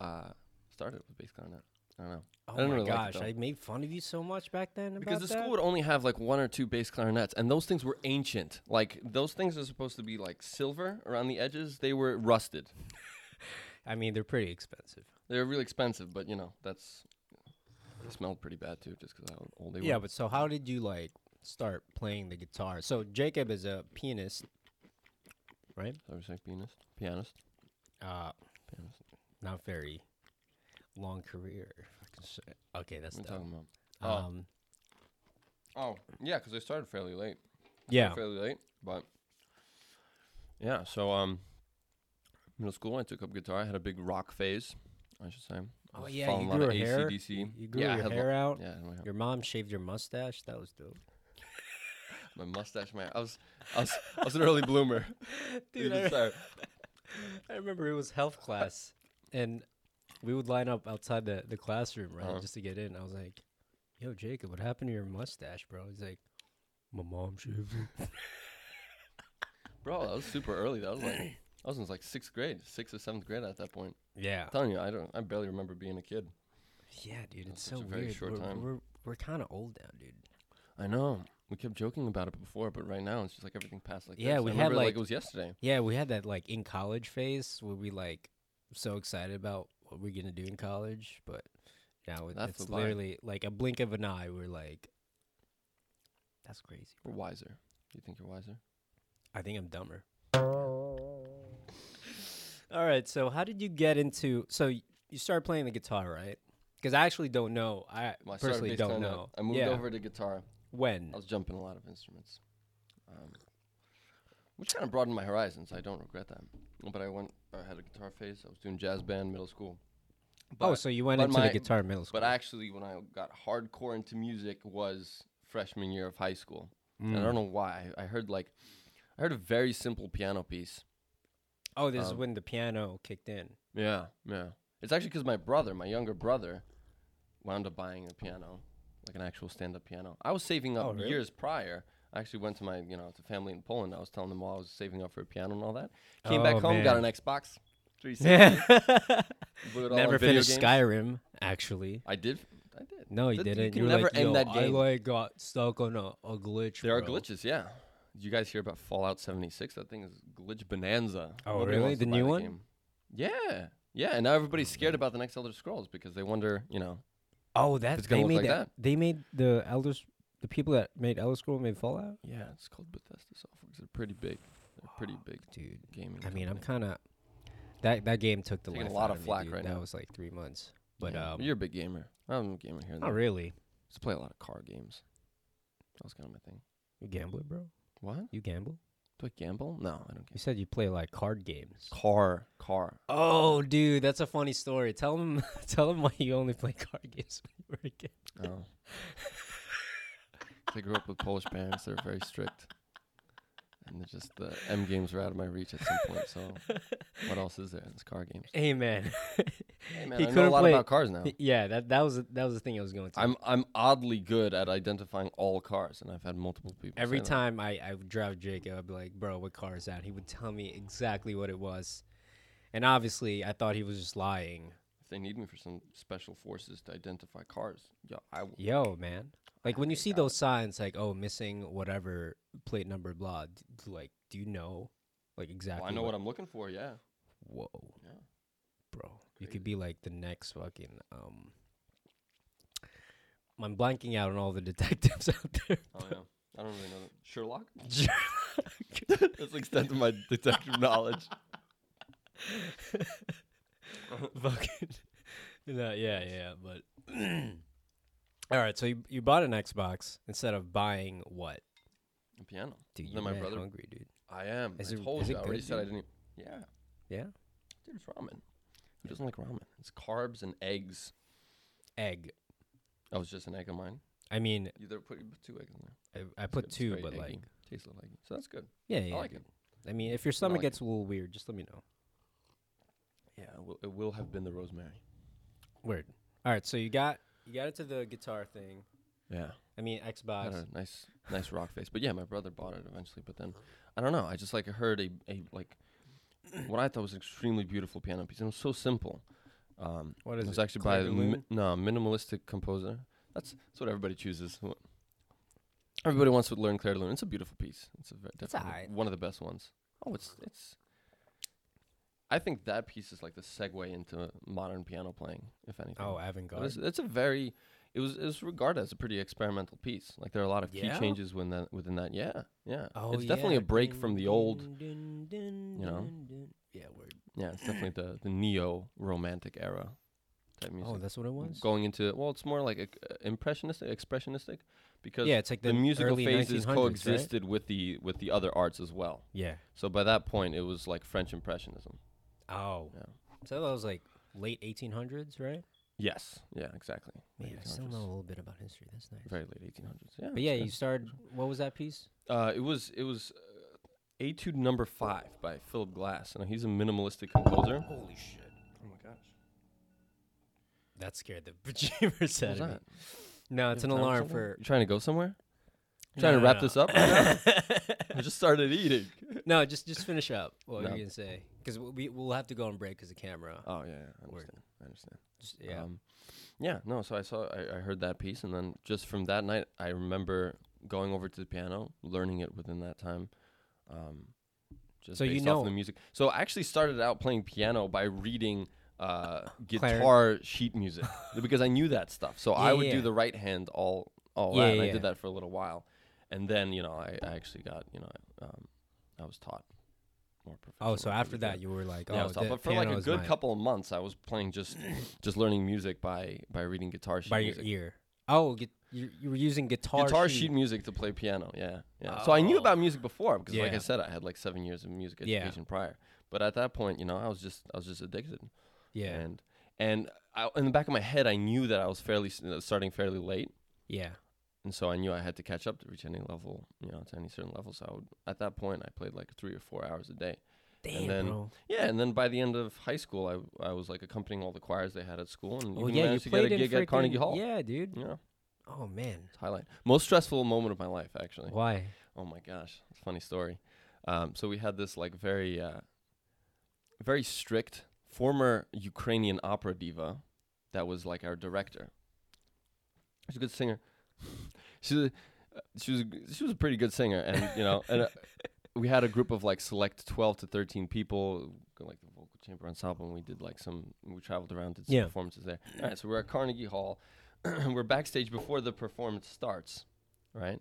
[SPEAKER 2] uh, started with bass clarinet. I don't know.
[SPEAKER 1] Oh
[SPEAKER 2] don't
[SPEAKER 1] my
[SPEAKER 2] really like
[SPEAKER 1] gosh,
[SPEAKER 2] it, though.
[SPEAKER 1] I made fun of you so much back then about
[SPEAKER 2] Because the
[SPEAKER 1] that.
[SPEAKER 2] school would only have like one or two bass clarinets, and those things were ancient. Like those things are supposed to be like silver around the edges. They were rusted.
[SPEAKER 1] I mean, they're pretty expensive.
[SPEAKER 2] They were really expensive, but you know that's they smelled pretty bad too, just because how old they were.
[SPEAKER 1] Yeah, but so how did you like start playing the guitar? So Jacob is a pianist, right?
[SPEAKER 2] So I was like pianist, pianist,
[SPEAKER 1] Uh
[SPEAKER 2] pianist.
[SPEAKER 1] not very long career. if I can say- Okay, that's
[SPEAKER 2] What are you
[SPEAKER 1] dumb.
[SPEAKER 2] talking about? Oh.
[SPEAKER 1] Um
[SPEAKER 2] Oh yeah, because I started fairly late.
[SPEAKER 1] yeah.
[SPEAKER 2] fairly late, but yeah. So um, middle school, I took up guitar. I had a big rock phase, I should say. I
[SPEAKER 1] Oh
[SPEAKER 2] was
[SPEAKER 1] yeah,
[SPEAKER 2] following
[SPEAKER 1] you
[SPEAKER 2] a lot
[SPEAKER 1] grew
[SPEAKER 2] of
[SPEAKER 1] your hair.
[SPEAKER 2] AC/DC.
[SPEAKER 1] You, you grew
[SPEAKER 2] yeah, I
[SPEAKER 1] your
[SPEAKER 2] had lo-
[SPEAKER 1] hair out.
[SPEAKER 2] yeah, I had my hair.
[SPEAKER 1] Your mom shaved your mustache. That was dope.
[SPEAKER 2] my mustache, man. I was, I was, I was an early bloomer.
[SPEAKER 1] Dude,
[SPEAKER 2] Even
[SPEAKER 1] I-
[SPEAKER 2] so,
[SPEAKER 1] I remember it was health class, and we would line up outside the, the classroom, right,
[SPEAKER 2] Uh-huh.
[SPEAKER 1] just to get in. I was like, "Yo, Jacob, what happened to your mustache, bro?" He's like, "My mom shaved it."
[SPEAKER 2] bro, that was super early. That was like, I was in like sixth grade, sixth or seventh grade at that point.
[SPEAKER 1] Yeah,
[SPEAKER 2] I'm telling you, I don't, I barely remember being a kid.
[SPEAKER 1] yeah, dude, it's
[SPEAKER 2] That's
[SPEAKER 1] so
[SPEAKER 2] such a very
[SPEAKER 1] weird.
[SPEAKER 2] short
[SPEAKER 1] we're
[SPEAKER 2] time.
[SPEAKER 1] we're, we're kind of old now, dude.
[SPEAKER 2] I know. We kept joking about it before, but right now it's just like everything passed like
[SPEAKER 1] Yeah,
[SPEAKER 2] this. I
[SPEAKER 1] we had,
[SPEAKER 2] remember it
[SPEAKER 1] like-
[SPEAKER 2] it was yesterday.
[SPEAKER 1] Yeah, we had that like in college phase where we like so excited about what we're gonna do in college, but now it,
[SPEAKER 2] That's
[SPEAKER 1] it's
[SPEAKER 2] the vibe.
[SPEAKER 1] literally like a blink of an eye. We're like, "That's crazy."
[SPEAKER 2] We're wiser. You think you're wiser?
[SPEAKER 1] I think I'm dumber. All right, so how did you get into? So y- you started playing the guitar, right? Because I actually don't know. I
[SPEAKER 2] Well, I started
[SPEAKER 1] personally
[SPEAKER 2] bass
[SPEAKER 1] don't
[SPEAKER 2] clarinet.
[SPEAKER 1] know.
[SPEAKER 2] I moved
[SPEAKER 1] Yeah.
[SPEAKER 2] over to guitar.
[SPEAKER 1] when.
[SPEAKER 2] I was jumping a lot of instruments, um, which kind of broadened my horizons. I don't regret that. But I went, I had a guitar phase. I was doing jazz band middle school.
[SPEAKER 1] oh, so you went
[SPEAKER 2] but
[SPEAKER 1] into
[SPEAKER 2] my-
[SPEAKER 1] the guitar in middle school.
[SPEAKER 2] But actually, when I got hardcore into music was freshman year of high school. And I
[SPEAKER 1] Mm.
[SPEAKER 2] don't know why. I heard like, I heard a very simple piano piece.
[SPEAKER 1] oh, this is
[SPEAKER 2] um,
[SPEAKER 1] when the piano kicked in.
[SPEAKER 2] Yeah, yeah. It's actually because my brother, my younger brother, wound up buying a piano, like an actual stand-up piano. I was saving up
[SPEAKER 1] Oh, really?
[SPEAKER 2] years prior. I actually went to my, you know, to family in Poland. I was telling them all I was saving up for a piano and all that. Came back
[SPEAKER 1] Oh,
[SPEAKER 2] home, got an
[SPEAKER 1] man.
[SPEAKER 2] Xbox 360.
[SPEAKER 1] Never
[SPEAKER 2] blew it all on video
[SPEAKER 1] finished
[SPEAKER 2] games.
[SPEAKER 1] Skyrim, actually.
[SPEAKER 2] I did. I did.
[SPEAKER 1] No, you
[SPEAKER 2] That- you
[SPEAKER 1] didn't.
[SPEAKER 2] can
[SPEAKER 1] You were
[SPEAKER 2] never
[SPEAKER 1] like,
[SPEAKER 2] end
[SPEAKER 1] "Yo,
[SPEAKER 2] that
[SPEAKER 1] I
[SPEAKER 2] game."
[SPEAKER 1] like got stuck on a, a glitch.
[SPEAKER 2] There are
[SPEAKER 1] bro."
[SPEAKER 2] glitches. Yeah. Did you guys hear about Fallout 76? That thing is glitch bonanza.
[SPEAKER 1] Oh,
[SPEAKER 2] Nobody
[SPEAKER 1] really?
[SPEAKER 2] wants to
[SPEAKER 1] The
[SPEAKER 2] buy
[SPEAKER 1] new one?
[SPEAKER 2] game. Yeah. Yeah, and now everybody's scared about the next Elder Scrolls because they wonder, you know,
[SPEAKER 1] Oh, that
[SPEAKER 2] It's gonna
[SPEAKER 1] they
[SPEAKER 2] look
[SPEAKER 1] made
[SPEAKER 2] like
[SPEAKER 1] that. They made the Elder S- the people that made Elder Scroll made Fallout?
[SPEAKER 2] Yeah, it's called Bethesda Softworks. They're pretty big. They're pretty big
[SPEAKER 1] Dude,
[SPEAKER 2] gaming.
[SPEAKER 1] I mean, I'm kind
[SPEAKER 2] company.
[SPEAKER 1] of that that game took the
[SPEAKER 2] Taking a
[SPEAKER 1] life
[SPEAKER 2] lot
[SPEAKER 1] out
[SPEAKER 2] of
[SPEAKER 1] me,
[SPEAKER 2] flack
[SPEAKER 1] dude.
[SPEAKER 2] right
[SPEAKER 1] that
[SPEAKER 2] now.
[SPEAKER 1] was like three months, but
[SPEAKER 2] Yeah,
[SPEAKER 1] um,
[SPEAKER 2] you're a big gamer. I'm a gamer here. and
[SPEAKER 1] not
[SPEAKER 2] there.
[SPEAKER 1] really.
[SPEAKER 2] Just play a lot of car games. That was kind of my thing.
[SPEAKER 1] You gambler, bro?
[SPEAKER 2] What?
[SPEAKER 1] You gamble?
[SPEAKER 2] Do I gamble? No, I don't
[SPEAKER 1] You
[SPEAKER 2] gamble.
[SPEAKER 1] said you play like card games.
[SPEAKER 2] Car, car.
[SPEAKER 1] Oh, dude, that's a funny story. Tell him, tell him why you only play card games when you were a kid.
[SPEAKER 2] Oh. 'Cause I grew up with Polish parents. They're very strict. And they're just the M games were out of my reach at some point. So what else is there? It's car games.
[SPEAKER 1] Hey, man.
[SPEAKER 2] Hey man,
[SPEAKER 1] He
[SPEAKER 2] I know a
[SPEAKER 1] couldn't
[SPEAKER 2] lot
[SPEAKER 1] play-
[SPEAKER 2] about cars now.
[SPEAKER 1] yeah, that that was that was the thing I was going to.
[SPEAKER 2] Oh. I'm I'm oddly good at identifying all cars, and I've had multiple people.
[SPEAKER 1] Every
[SPEAKER 2] say that.
[SPEAKER 1] time I, I would drive Jacob, I'd be like, bro, what car is that? He would tell me exactly what it was. And obviously, I thought he was just lying.
[SPEAKER 2] if they need me for some special forces to identify cars, yeah, I will.
[SPEAKER 1] Yo, man. Like, when you see
[SPEAKER 2] got it.
[SPEAKER 1] those signs, like, oh, missing whatever plate number, blah, d- d- like, do you know? Like, exactly.
[SPEAKER 2] Well, I know what I'm looking for. Yeah,
[SPEAKER 1] Whoa.
[SPEAKER 2] yeah.
[SPEAKER 1] bro. You could be like the next fucking um. I'm blanking out on all the detectives out there.
[SPEAKER 2] Oh yeah. I don't really know that. Sherlock.
[SPEAKER 1] Sherlock.
[SPEAKER 2] That's the extent of my detective knowledge.
[SPEAKER 1] fucking. No, yeah, yeah, but. all right, so you, you bought an Xbox instead of buying what?
[SPEAKER 2] A piano.
[SPEAKER 1] Dude,
[SPEAKER 2] Then
[SPEAKER 1] you're
[SPEAKER 2] my
[SPEAKER 1] mad
[SPEAKER 2] brother-
[SPEAKER 1] hungry, dude.
[SPEAKER 2] I am.
[SPEAKER 1] Is
[SPEAKER 2] I
[SPEAKER 1] it-
[SPEAKER 2] told
[SPEAKER 1] is
[SPEAKER 2] you.
[SPEAKER 1] it
[SPEAKER 2] I already
[SPEAKER 1] good,
[SPEAKER 2] said I
[SPEAKER 1] dude?
[SPEAKER 2] didn't. e-, Yeah,
[SPEAKER 1] Yeah,
[SPEAKER 2] dude, it's ramen. Who doesn't like ramen? It's carbs and eggs.
[SPEAKER 1] egg.
[SPEAKER 2] That was just an egg of mine.
[SPEAKER 1] I mean,
[SPEAKER 2] You there put you put two eggs in there.
[SPEAKER 1] I, I
[SPEAKER 2] It's good.
[SPEAKER 1] put
[SPEAKER 2] It's
[SPEAKER 1] two,
[SPEAKER 2] very
[SPEAKER 1] but
[SPEAKER 2] eggy.
[SPEAKER 1] like,
[SPEAKER 2] tastes a little eggy. So that's good.
[SPEAKER 1] yeah, yeah.
[SPEAKER 2] I like
[SPEAKER 1] dude.
[SPEAKER 2] it.
[SPEAKER 1] I mean, if your stomach
[SPEAKER 2] like it.
[SPEAKER 1] gets a little weird, just let me know.
[SPEAKER 2] Yeah, it will, it will have been the rosemary.
[SPEAKER 1] Weird. All right, so you got you got it to the guitar thing.
[SPEAKER 2] Yeah.
[SPEAKER 1] I mean,
[SPEAKER 2] had
[SPEAKER 1] Xbox.
[SPEAKER 2] a nice nice rock face. But yeah, my brother bought it eventually. But then I don't know. I just like heard a, a like what I thought was an extremely beautiful piano piece. And it was so simple. Um,
[SPEAKER 1] What
[SPEAKER 2] it
[SPEAKER 1] is
[SPEAKER 2] was
[SPEAKER 1] it?
[SPEAKER 2] actually
[SPEAKER 1] Claire
[SPEAKER 2] by a
[SPEAKER 1] de Lune?
[SPEAKER 2] mi- no minimalistic composer. That's that's what everybody chooses. Wha- Everybody wants to learn Claire de Lune. It's a beautiful piece. It's a very,
[SPEAKER 1] It's
[SPEAKER 2] definitely
[SPEAKER 1] alright.
[SPEAKER 2] one of the best ones. Oh, it's it's. I think that piece is like the segue into modern piano playing, if anything.
[SPEAKER 1] Oh, avant
[SPEAKER 2] But It's,
[SPEAKER 1] garde.
[SPEAKER 2] it's a very it was it was regarded as a pretty experimental piece. Like there are a lot of key
[SPEAKER 1] Yeah?
[SPEAKER 2] changes within that within that. Yeah. Yeah.
[SPEAKER 1] Oh,
[SPEAKER 2] it's definitely a break from the old you know?
[SPEAKER 1] Yeah, word.
[SPEAKER 2] yeah, it's definitely the, the neo romantic era type music.
[SPEAKER 1] Oh, that's what it was.
[SPEAKER 2] Going into well, it's more like uh, impressionistic, expressionistic, because
[SPEAKER 1] Yeah, it's like the,
[SPEAKER 2] the, musical
[SPEAKER 1] early
[SPEAKER 2] phases
[SPEAKER 1] 1900s, right?
[SPEAKER 2] coexisted with the with the other arts as well.
[SPEAKER 1] Yeah.
[SPEAKER 2] So by that point, it was like French impressionism.
[SPEAKER 1] Oh.
[SPEAKER 2] Yeah.
[SPEAKER 1] So that was like late 1800s, right?
[SPEAKER 2] Yes, yeah, exactly.
[SPEAKER 1] Yeah,
[SPEAKER 2] Late
[SPEAKER 1] I still
[SPEAKER 2] 1800s.
[SPEAKER 1] know a little bit about history. That's nice.
[SPEAKER 2] Very late 1800s. Yeah,
[SPEAKER 1] But yeah,
[SPEAKER 2] it's
[SPEAKER 1] you started. What was that piece?
[SPEAKER 2] Uh, it was it was uh, Etude Number Five by Philip Glass, and he's a minimalistic composer.
[SPEAKER 1] Holy shit!
[SPEAKER 2] Oh my gosh,
[SPEAKER 1] That scared the bejeebers out
[SPEAKER 2] what's
[SPEAKER 1] of me.
[SPEAKER 2] that?
[SPEAKER 1] No, it's an alarm for.
[SPEAKER 2] You trying to go somewhere?
[SPEAKER 1] No,
[SPEAKER 2] trying
[SPEAKER 1] no,
[SPEAKER 2] to wrap
[SPEAKER 1] no.
[SPEAKER 2] this up? I just started eating.
[SPEAKER 1] No, just just finish up. What
[SPEAKER 2] No.
[SPEAKER 1] were you gonna say? Because we we'll have to go on break because the camera.
[SPEAKER 2] Oh yeah, yeah I
[SPEAKER 1] Word.
[SPEAKER 2] understand. I understand.
[SPEAKER 1] Just, yeah.
[SPEAKER 2] Um, yeah. No. So I saw, I, I heard that piece, and then just from that night, I remember going over to the piano, learning it within that time. Um, just
[SPEAKER 1] So you
[SPEAKER 2] based off
[SPEAKER 1] know-
[SPEAKER 2] of the music. So I actually started out playing piano by reading uh,
[SPEAKER 1] Claire-
[SPEAKER 2] guitar sheet music because I knew that stuff. So I
[SPEAKER 1] Yeah,
[SPEAKER 2] would
[SPEAKER 1] yeah.
[SPEAKER 2] do the right hand all all
[SPEAKER 1] Yeah,
[SPEAKER 2] that, and
[SPEAKER 1] yeah.
[SPEAKER 2] I did that for a little while, and then you know I, I actually got you know um, I was taught more.
[SPEAKER 1] oh,
[SPEAKER 2] professional
[SPEAKER 1] so
[SPEAKER 2] how to
[SPEAKER 1] after
[SPEAKER 2] do
[SPEAKER 1] that, you were like, oh,
[SPEAKER 2] yeah, I was taught,
[SPEAKER 1] the
[SPEAKER 2] but for like
[SPEAKER 1] piano
[SPEAKER 2] a
[SPEAKER 1] is
[SPEAKER 2] good
[SPEAKER 1] my-
[SPEAKER 2] couple of months, I was playing just just learning music by by reading guitar sheet
[SPEAKER 1] by
[SPEAKER 2] music.
[SPEAKER 1] your ear. Oh, get, you you were using guitar.
[SPEAKER 2] guitar sheet. music to play piano. Yeah, yeah. So I knew
[SPEAKER 1] Oh.
[SPEAKER 2] about music before because, like
[SPEAKER 1] Yeah.
[SPEAKER 2] I said, I had like seven years of music
[SPEAKER 1] Yeah.
[SPEAKER 2] education prior. But at that point, you know, I was just I was just addicted.
[SPEAKER 1] Yeah,
[SPEAKER 2] and and I, in the back of my head, I knew that I was fairly s- uh, starting fairly late,
[SPEAKER 1] yeah.
[SPEAKER 2] and so I knew I had to catch up to reach any level, you know, to any certain level. So I would, at that point, I played like three or four hours a day.
[SPEAKER 1] Damn,
[SPEAKER 2] then-
[SPEAKER 1] bro.
[SPEAKER 2] Yeah, and then by the end of high school, I I was like accompanying all the choirs they had at school, and
[SPEAKER 1] Oh
[SPEAKER 2] even
[SPEAKER 1] yeah, you
[SPEAKER 2] managed to get a
[SPEAKER 1] played in
[SPEAKER 2] gig at Carnegie
[SPEAKER 1] freaking-
[SPEAKER 2] Hall.
[SPEAKER 1] Yeah, dude.
[SPEAKER 2] Yeah,
[SPEAKER 1] Oh man,
[SPEAKER 2] it's highlight. Most stressful moment of my life, actually.
[SPEAKER 1] why?
[SPEAKER 2] Oh my gosh, it's a funny story. Um, so we had this like very, uh, very strict former Ukrainian opera diva that was like our director. She's a good singer. she was, uh, she was, a g- she was a pretty good singer, and you know, and uh, we had a group of like select twelve to thirteen people, go, like the vocal chamber ensemble, and we did like some. We traveled around, did some
[SPEAKER 1] Yeah.
[SPEAKER 2] performances there. All right, so we're at Carnegie Hall. we're backstage before the performance starts. right?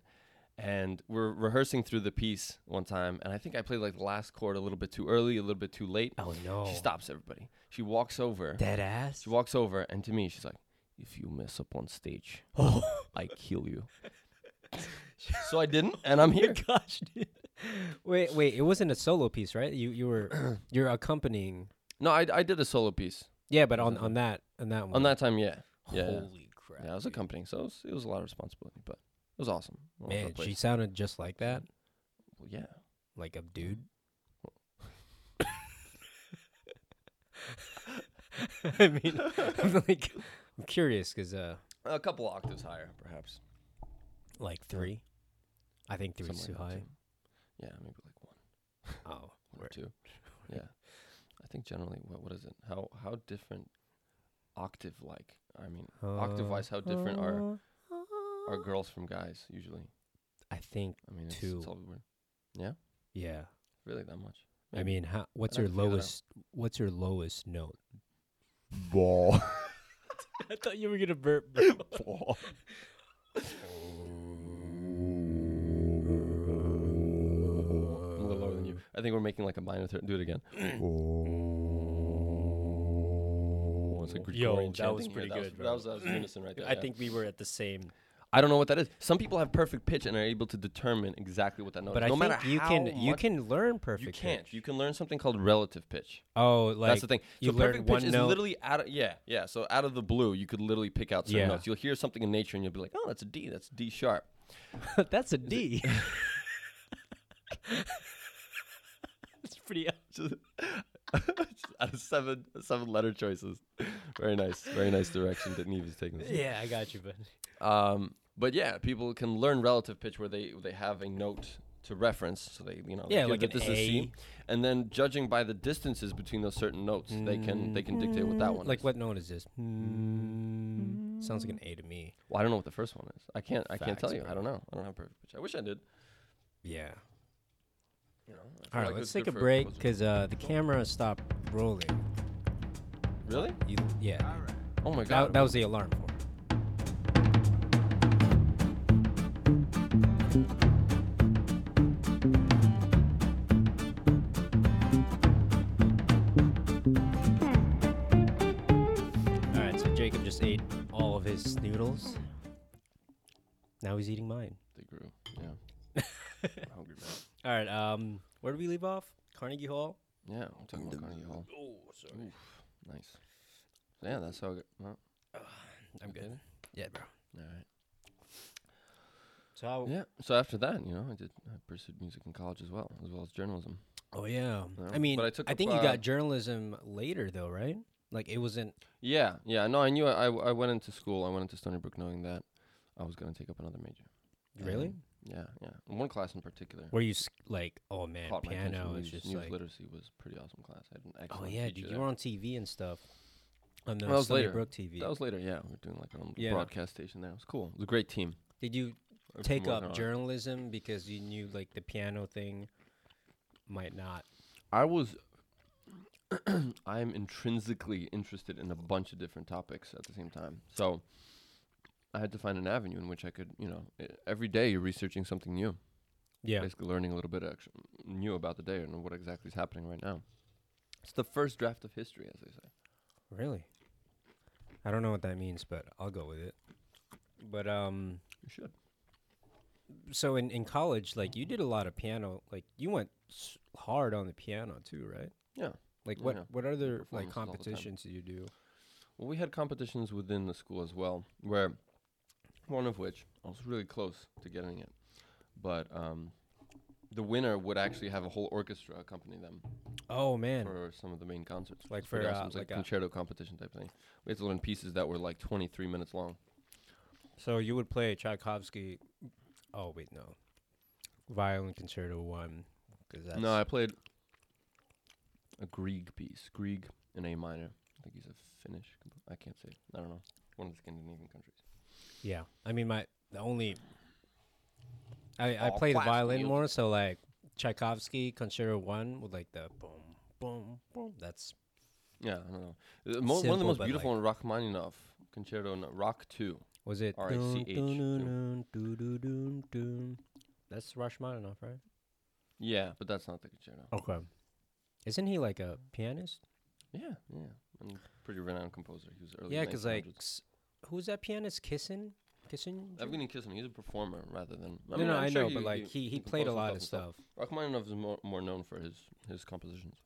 [SPEAKER 2] And we're rehearsing through the piece one time, and I think I played like the last chord a little bit too early, a little bit too late.
[SPEAKER 1] Oh no.
[SPEAKER 2] She stops everybody. She walks over.
[SPEAKER 1] Dead ass.
[SPEAKER 2] She walks over, and to me, she's like, "If you mess up on stage,
[SPEAKER 1] Oh
[SPEAKER 2] I kill you." so I didn't, and I'm here.
[SPEAKER 1] gosh, dude. Wait, wait. It wasn't a solo piece, right? You you were you're accompanying.
[SPEAKER 2] No, I, I did a solo piece
[SPEAKER 1] Yeah, but on on that on that one.
[SPEAKER 2] on that time. Yeah, yeah, yeah.
[SPEAKER 1] Holy crap.
[SPEAKER 2] yeah. I was
[SPEAKER 1] dude.
[SPEAKER 2] accompanying, so it was, it was a lot of responsibility, but it was awesome. I loved
[SPEAKER 1] Man,
[SPEAKER 2] that place.
[SPEAKER 1] she sounded just like that,
[SPEAKER 2] Well, yeah.
[SPEAKER 1] like a dude. I mean, I'm like, I'm curious because, uh,
[SPEAKER 2] A couple octaves higher, perhaps.
[SPEAKER 1] like three, I think three's too
[SPEAKER 2] Something like
[SPEAKER 1] high.
[SPEAKER 2] that, too. Yeah, maybe like one
[SPEAKER 1] Oh,
[SPEAKER 2] or two. Yeah, I think generally, what what is it? How how different octave like? I mean,
[SPEAKER 1] Oh.
[SPEAKER 2] octave wise, how different are
[SPEAKER 1] Uh,
[SPEAKER 2] are girls from guys usually?
[SPEAKER 1] I think,
[SPEAKER 2] I mean, it's,
[SPEAKER 1] Two.
[SPEAKER 2] it's all weird.
[SPEAKER 1] yeah.
[SPEAKER 2] really that much.
[SPEAKER 1] I mean, how, what's
[SPEAKER 2] I'd
[SPEAKER 1] your
[SPEAKER 2] have to figure that out.
[SPEAKER 1] lowest? What's your lowest note?
[SPEAKER 2] ball,
[SPEAKER 1] I thought you were gonna burp.
[SPEAKER 2] ball. I'm a little lower than you.
[SPEAKER 1] Uh,
[SPEAKER 2] I think we're making like a minor third. Do it again. It's like
[SPEAKER 1] Yo,
[SPEAKER 2] Gregorian
[SPEAKER 1] that was
[SPEAKER 2] chanting here.
[SPEAKER 1] pretty
[SPEAKER 2] that
[SPEAKER 1] good,
[SPEAKER 2] Was, that was that was unison right there.
[SPEAKER 1] I
[SPEAKER 2] yeah.
[SPEAKER 1] think we were at the same.
[SPEAKER 2] I don't know what that is. Some people have perfect pitch and are able to determine exactly what that note
[SPEAKER 1] But
[SPEAKER 2] is.
[SPEAKER 1] I
[SPEAKER 2] no
[SPEAKER 1] think
[SPEAKER 2] matter
[SPEAKER 1] you
[SPEAKER 2] how
[SPEAKER 1] can you
[SPEAKER 2] much-
[SPEAKER 1] can learn perfect.
[SPEAKER 2] you
[SPEAKER 1] pitch.
[SPEAKER 2] can't. You can learn something called relative pitch.
[SPEAKER 1] Oh, like
[SPEAKER 2] That's the thing.
[SPEAKER 1] you
[SPEAKER 2] so
[SPEAKER 1] learn
[SPEAKER 2] perfect
[SPEAKER 1] one
[SPEAKER 2] pitch
[SPEAKER 1] note-
[SPEAKER 2] is literally out of yeah yeah. So out of the blue, you could literally pick out certain
[SPEAKER 1] Yeah.
[SPEAKER 2] notes. You'll hear something in nature and you'll be like, oh, that's a D. That's D sharp.
[SPEAKER 1] That's a D. That's pretty.
[SPEAKER 2] Just- out of seven seven letter choices. Very nice. Very nice direction that Neve is taking. us in.
[SPEAKER 1] Yeah, I got you, but
[SPEAKER 2] Um, but yeah, people can learn relative pitch where they they have a note to reference, so they you know they
[SPEAKER 1] Yeah,
[SPEAKER 2] hear
[SPEAKER 1] like
[SPEAKER 2] that
[SPEAKER 1] an
[SPEAKER 2] this is C, and then judging by the distances between those certain notes, they can they can dictate what that one.
[SPEAKER 1] like
[SPEAKER 2] is.
[SPEAKER 1] what note is this? Mm, sounds like an A to me.
[SPEAKER 2] Well, I don't know what the first one is. I can't I can't tell
[SPEAKER 1] Facts,
[SPEAKER 2] you. I don't know. I don't have perfect pitch. I wish I did.
[SPEAKER 1] Yeah.
[SPEAKER 2] You know, I feel
[SPEAKER 1] All right,
[SPEAKER 2] like
[SPEAKER 1] let's
[SPEAKER 2] that's good
[SPEAKER 1] take a
[SPEAKER 2] for
[SPEAKER 1] break
[SPEAKER 2] composer.
[SPEAKER 1] because uh, the camera stopped rolling.
[SPEAKER 2] Really?
[SPEAKER 1] You, yeah,
[SPEAKER 2] Oh my
[SPEAKER 1] that,
[SPEAKER 2] god.
[SPEAKER 1] that was the alarm for. it. All right, so Jacob just ate all of his noodles. Now he's eating mine.
[SPEAKER 2] they grew. Yeah. I'm hungry, man.
[SPEAKER 1] All right, um, where do we leave off? Carnegie Hall.
[SPEAKER 2] Yeah, I'm talking about Carnegie Hall.
[SPEAKER 1] Oh, sorry.
[SPEAKER 2] Nice. Yeah, that's how. I got- well,
[SPEAKER 1] I'm good.
[SPEAKER 2] okay.
[SPEAKER 1] Yeah, bro.
[SPEAKER 2] All right.
[SPEAKER 1] So, how,
[SPEAKER 2] Yeah. So after that, you know, I did I pursued music in college as well, as well as journalism.
[SPEAKER 1] oh yeah.
[SPEAKER 2] No,
[SPEAKER 1] I mean,
[SPEAKER 2] but
[SPEAKER 1] I,
[SPEAKER 2] I took up,
[SPEAKER 1] think you
[SPEAKER 2] uh,
[SPEAKER 1] got journalism later, though, right? Like it wasn't.
[SPEAKER 2] Yeah, yeah. No, I knew I, I went into school. I went into Stony Brook knowing that I was gonna take up another major.
[SPEAKER 1] Really?
[SPEAKER 2] Um, yeah, yeah. And one class in particular
[SPEAKER 1] Were you s- like, oh man,
[SPEAKER 2] caught my attention.
[SPEAKER 1] piano is
[SPEAKER 2] News,
[SPEAKER 1] just
[SPEAKER 2] news
[SPEAKER 1] like,
[SPEAKER 2] literacy was a pretty awesome class. I had an
[SPEAKER 1] oh
[SPEAKER 2] excellent
[SPEAKER 1] yeah,
[SPEAKER 2] teacher
[SPEAKER 1] dude, you
[SPEAKER 2] there.
[SPEAKER 1] were on TV and stuff. On the
[SPEAKER 2] That was
[SPEAKER 1] Sunny
[SPEAKER 2] later.
[SPEAKER 1] Brook TV.
[SPEAKER 2] That was later. Yeah, we were doing like our own little
[SPEAKER 1] Yeah.
[SPEAKER 2] broadcast station there. It was cool. It was a great team.
[SPEAKER 1] Did you
[SPEAKER 2] I
[SPEAKER 1] take
[SPEAKER 2] promoted
[SPEAKER 1] up
[SPEAKER 2] a lot.
[SPEAKER 1] journalism because you knew like the piano thing might not?
[SPEAKER 2] I was. I'm intrinsically interested in a bunch of different topics at the same time. So I had to find an avenue in which I could, you know, e- every day you're researching something new.
[SPEAKER 1] Yeah.
[SPEAKER 2] basically learning a little bit extra, new about the day and what exactly is happening right now. It's the first draft of history, as they say.
[SPEAKER 1] Really? I don't know what that means, but I'll go with it. But um,
[SPEAKER 2] You should.
[SPEAKER 1] so in in college, like you did a lot of piano. Like you went s- hard on the piano too, right?
[SPEAKER 2] Yeah.
[SPEAKER 1] Like
[SPEAKER 2] Yeah,
[SPEAKER 1] what
[SPEAKER 2] yeah.
[SPEAKER 1] what other like
[SPEAKER 2] Performances all the time.
[SPEAKER 1] competitions did you do?
[SPEAKER 2] Well, we had competitions within the school as well, where one of which I was really close to getting it, but um, the winner would actually have a whole orchestra accompany them
[SPEAKER 1] Oh man,
[SPEAKER 2] for some of the main concerts.
[SPEAKER 1] Like
[SPEAKER 2] It's pretty
[SPEAKER 1] for,
[SPEAKER 2] awesome.
[SPEAKER 1] uh,
[SPEAKER 2] It's like
[SPEAKER 1] like a-
[SPEAKER 2] concerto competition type thing. We had to learn pieces that were like 23 minutes long.
[SPEAKER 1] So you would play Tchaikovsky. Oh wait, no, violin concerto one. Cause that's
[SPEAKER 2] no, I played a Grieg piece, Grieg in A minor. I think he's a Finnish. compo- I can't say. I don't know. One of the Scandinavian countries.
[SPEAKER 1] yeah. I mean, my the only I I
[SPEAKER 2] All
[SPEAKER 1] play the
[SPEAKER 2] classical
[SPEAKER 1] violin
[SPEAKER 2] music.
[SPEAKER 1] more, so like Tchaikovsky concerto one with like the boom boom boom. That's
[SPEAKER 2] Yeah, I don't know. Uh, mo- one of the
[SPEAKER 1] Simple,
[SPEAKER 2] most
[SPEAKER 1] but
[SPEAKER 2] beautiful one, Rachmaninoff Concerto no- Rock Two.
[SPEAKER 1] Was it?
[SPEAKER 2] RICH, too.
[SPEAKER 1] That's Rachmaninoff, right?
[SPEAKER 2] Yeah, but that's not the concerto.
[SPEAKER 1] Okay. Isn't he like a pianist?
[SPEAKER 2] Yeah, yeah. And pretty renowned composer. Oh, He was early.
[SPEAKER 1] Yeah, 'cause like,
[SPEAKER 2] 1900s.
[SPEAKER 1] s- who's that pianist? Kissing, kissing.
[SPEAKER 2] Evgeny Kissin, he's a performer rather than.
[SPEAKER 1] no, no,
[SPEAKER 2] I'm
[SPEAKER 1] I
[SPEAKER 2] sure
[SPEAKER 1] know, but like he, he played a
[SPEAKER 2] composed
[SPEAKER 1] lot of
[SPEAKER 2] himself
[SPEAKER 1] stuff.
[SPEAKER 2] and Rachmaninoff is more, more known for his his compositions.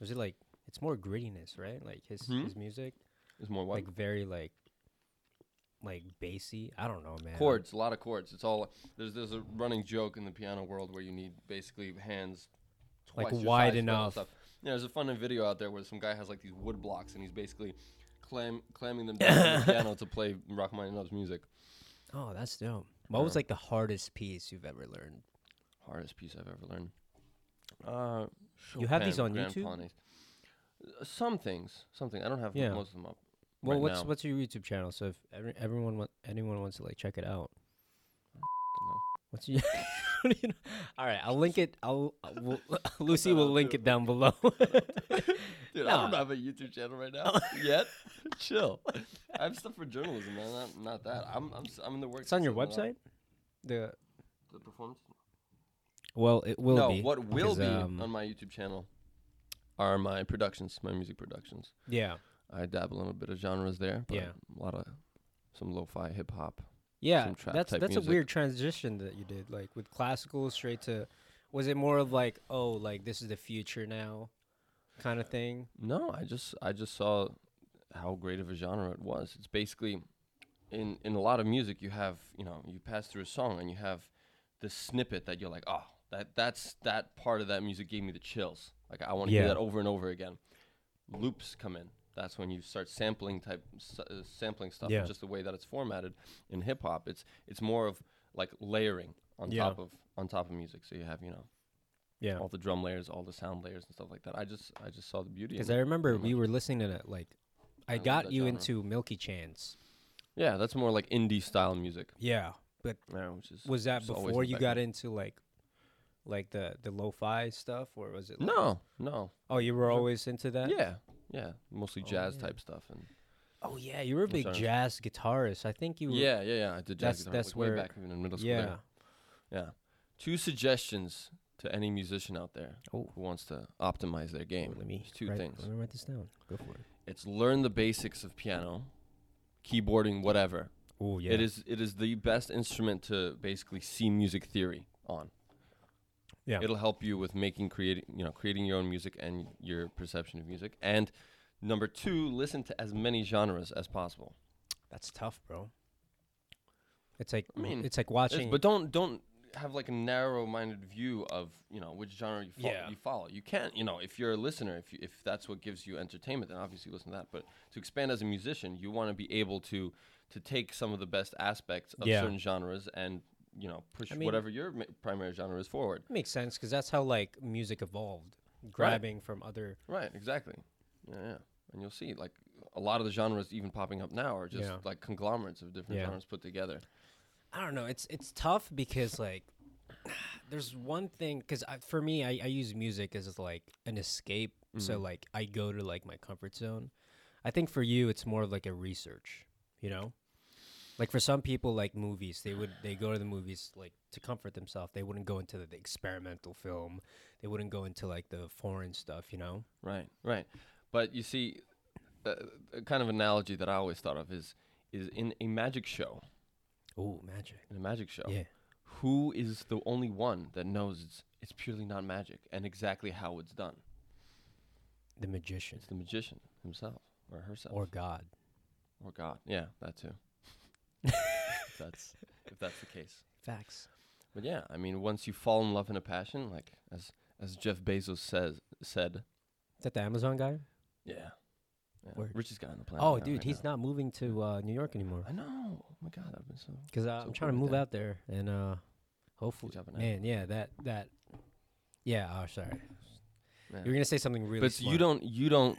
[SPEAKER 1] Was it like it's more grittiness, right? Like his
[SPEAKER 2] Hmm?
[SPEAKER 1] his music,
[SPEAKER 2] It's more what
[SPEAKER 1] like very like like bassy. I don't know, man.
[SPEAKER 2] chords, a lot of chords. It's all there's there's a running joke in the piano world where you need basically hands
[SPEAKER 1] Like
[SPEAKER 2] twice your
[SPEAKER 1] wide
[SPEAKER 2] size for all
[SPEAKER 1] enough.
[SPEAKER 2] Stuff. Yeah, there's a fun video out there where some guy has like these wood blocks and he's basically clam clamming them down on the piano to play Rachmaninoff's music.
[SPEAKER 1] Oh, that's dope. What was
[SPEAKER 2] Yeah.
[SPEAKER 1] like the hardest piece you've ever learned?
[SPEAKER 2] Hardest piece I've ever learned. Uh,
[SPEAKER 1] You have these
[SPEAKER 2] Chopin,
[SPEAKER 1] on
[SPEAKER 2] Grand
[SPEAKER 1] YouTube?
[SPEAKER 2] Polonaise. Uh, Some things, something. I don't have m-
[SPEAKER 1] Yeah.
[SPEAKER 2] most of them up.
[SPEAKER 1] Well,
[SPEAKER 2] right
[SPEAKER 1] what's
[SPEAKER 2] now.
[SPEAKER 1] what's your YouTube channel? So if every, everyone wa- anyone wants to like check it out,
[SPEAKER 2] No.
[SPEAKER 1] what's your? what do you know? All right, I'll link it. I'll, i will Lucy will
[SPEAKER 2] out
[SPEAKER 1] link
[SPEAKER 2] too.
[SPEAKER 1] it down below.
[SPEAKER 2] Dude, I
[SPEAKER 1] Nah.
[SPEAKER 2] don't have a YouTube channel right now yet. Chill. I have stuff for journalism, man. Not, not that. I'm, I'm, s- I'm in the works.
[SPEAKER 1] it's on
[SPEAKER 2] of
[SPEAKER 1] your
[SPEAKER 2] something
[SPEAKER 1] website.
[SPEAKER 2] else.
[SPEAKER 1] The
[SPEAKER 2] The performance.
[SPEAKER 1] well, it will
[SPEAKER 2] no,
[SPEAKER 1] be.
[SPEAKER 2] what will
[SPEAKER 1] because,
[SPEAKER 2] be
[SPEAKER 1] um,
[SPEAKER 2] on my YouTube channel are my productions, my music productions.
[SPEAKER 1] Yeah,
[SPEAKER 2] I dabble in a bit of genres there. But
[SPEAKER 1] Yeah.
[SPEAKER 2] A lot of some lo-fi hip hop.
[SPEAKER 1] yeah.
[SPEAKER 2] some trap
[SPEAKER 1] That's
[SPEAKER 2] type
[SPEAKER 1] that's a
[SPEAKER 2] music.
[SPEAKER 1] weird transition that you did, like with classical straight to. Was it more of like, oh, like this is the future now, kind of thing?
[SPEAKER 2] No, I just I just saw how great of a genre it was. It's basically in in a lot of music you have you know you pass through a song and you have this snippet that you're like oh that that's that part of that music gave me the chills. Like I want to
[SPEAKER 1] Yeah.
[SPEAKER 2] hear that over and over again. Loops come in. That's when you start sampling type s- uh, sampling stuff.
[SPEAKER 1] Yeah.
[SPEAKER 2] Just the way that it's formatted in hip hop, it's it's more of like layering on
[SPEAKER 1] Yeah.
[SPEAKER 2] top of on top of music. So you have you know
[SPEAKER 1] Yeah.
[SPEAKER 2] all the drum layers, all the sound layers and stuff like that. I just I just saw the beauty. in
[SPEAKER 1] Because
[SPEAKER 2] it.
[SPEAKER 1] I remember
[SPEAKER 2] pretty
[SPEAKER 1] we were listening to that, like, I,
[SPEAKER 2] I love
[SPEAKER 1] got
[SPEAKER 2] that
[SPEAKER 1] you
[SPEAKER 2] genre.
[SPEAKER 1] into Milky Chance.
[SPEAKER 2] Yeah, that's more like indie style music.
[SPEAKER 1] Yeah, but
[SPEAKER 2] Yeah, which is
[SPEAKER 1] was that
[SPEAKER 2] it's always
[SPEAKER 1] before
[SPEAKER 2] in the
[SPEAKER 1] you got into like, like the the lo-fi stuff, or was it? like-
[SPEAKER 2] no, no,
[SPEAKER 1] Oh, you were
[SPEAKER 2] No.
[SPEAKER 1] always into that.
[SPEAKER 2] yeah, yeah, mostly
[SPEAKER 1] Oh,
[SPEAKER 2] jazz
[SPEAKER 1] yeah.
[SPEAKER 2] type stuff and
[SPEAKER 1] Oh yeah, you were a
[SPEAKER 2] Which
[SPEAKER 1] big
[SPEAKER 2] genres?
[SPEAKER 1] jazz guitarist. I think you. Were,
[SPEAKER 2] yeah, yeah, yeah. I did jazz
[SPEAKER 1] That's-
[SPEAKER 2] guitar
[SPEAKER 1] that's
[SPEAKER 2] like, way
[SPEAKER 1] where-
[SPEAKER 2] back even in middle school.
[SPEAKER 1] Yeah.
[SPEAKER 2] there. yeah. Two suggestions to any musician out there
[SPEAKER 1] Oh.
[SPEAKER 2] who wants to optimize their game.
[SPEAKER 1] Let me
[SPEAKER 2] There's two
[SPEAKER 1] write-
[SPEAKER 2] things.
[SPEAKER 1] Let me write this down. Go for it.
[SPEAKER 2] It's learn the basics of piano, keyboarding, whatever.
[SPEAKER 1] Oh yeah.
[SPEAKER 2] It is it is the best instrument to basically see music theory on.
[SPEAKER 1] Yeah.
[SPEAKER 2] It'll help you with making creating you know creating your own music and your perception of music. And number two, listen to as many genres as possible.
[SPEAKER 1] That's tough, bro. It's like
[SPEAKER 2] I mean,
[SPEAKER 1] it's like
[SPEAKER 2] It's-
[SPEAKER 1] watching.
[SPEAKER 2] but don't don't have like a narrow-minded view of you know which genre you, fo-
[SPEAKER 1] Yeah.
[SPEAKER 2] you follow. You can't you know if you're a listener if you, if that's what gives you entertainment then obviously listen to that. But to expand as a musician, you want to be able to to take some of the best aspects of
[SPEAKER 1] Yeah.
[SPEAKER 2] certain genres and you know push
[SPEAKER 1] mean-
[SPEAKER 2] whatever your ma- primary genre is forward.
[SPEAKER 1] makes sense because that's how like music evolved, grabbing from other.
[SPEAKER 2] Right, exactly. Yeah, yeah. And you'll see like a lot of the genres even popping up now are just
[SPEAKER 1] Yeah.
[SPEAKER 2] like conglomerates of different
[SPEAKER 1] Yeah.
[SPEAKER 2] genres put together.
[SPEAKER 1] I don't know. It's it's tough because like there's one thing because for me I, I use music as like an escape.
[SPEAKER 2] Mm-hmm.
[SPEAKER 1] So like I go to like my comfort zone. I think for you it's more of like a research. You know, like for some people like movies they would they go to the movies like to comfort themselves. They wouldn't go into the, the experimental film. They wouldn't go into like the foreign stuff. You know.
[SPEAKER 2] Right, right. But you see, uh, a kind of analogy that I always thought of is is in a magic show.
[SPEAKER 1] Oh, magic.
[SPEAKER 2] In a magic show,
[SPEAKER 1] Yeah.
[SPEAKER 2] who is the only one that knows it's, it's purely not magic and exactly how it's done?
[SPEAKER 1] The magician
[SPEAKER 2] It's the magician himself or herself
[SPEAKER 1] or God.
[SPEAKER 2] or God. Yeah, that too. if that's if that's the case.
[SPEAKER 1] Facts.
[SPEAKER 2] But yeah, I mean, once you fall in love in a passion, like as as Jeff Bezos says said,
[SPEAKER 1] Is that the Amazon guy?
[SPEAKER 2] yeah, yeah,
[SPEAKER 1] Word.
[SPEAKER 2] richest guy on the planet.
[SPEAKER 1] Oh,
[SPEAKER 2] now,
[SPEAKER 1] dude,
[SPEAKER 2] right
[SPEAKER 1] he's
[SPEAKER 2] now.
[SPEAKER 1] not moving to uh, New York anymore.
[SPEAKER 2] I know. Oh my god, I've been so.
[SPEAKER 1] Because uh,
[SPEAKER 2] So
[SPEAKER 1] I'm trying to
[SPEAKER 2] cool
[SPEAKER 1] move
[SPEAKER 2] with that.
[SPEAKER 1] out there and uh, hopefully,
[SPEAKER 2] job on that.
[SPEAKER 1] man, yeah, that that, yeah. Oh, sorry,
[SPEAKER 2] Yeah.
[SPEAKER 1] you were gonna say something really.
[SPEAKER 2] but you
[SPEAKER 1] smart.
[SPEAKER 2] don't you don't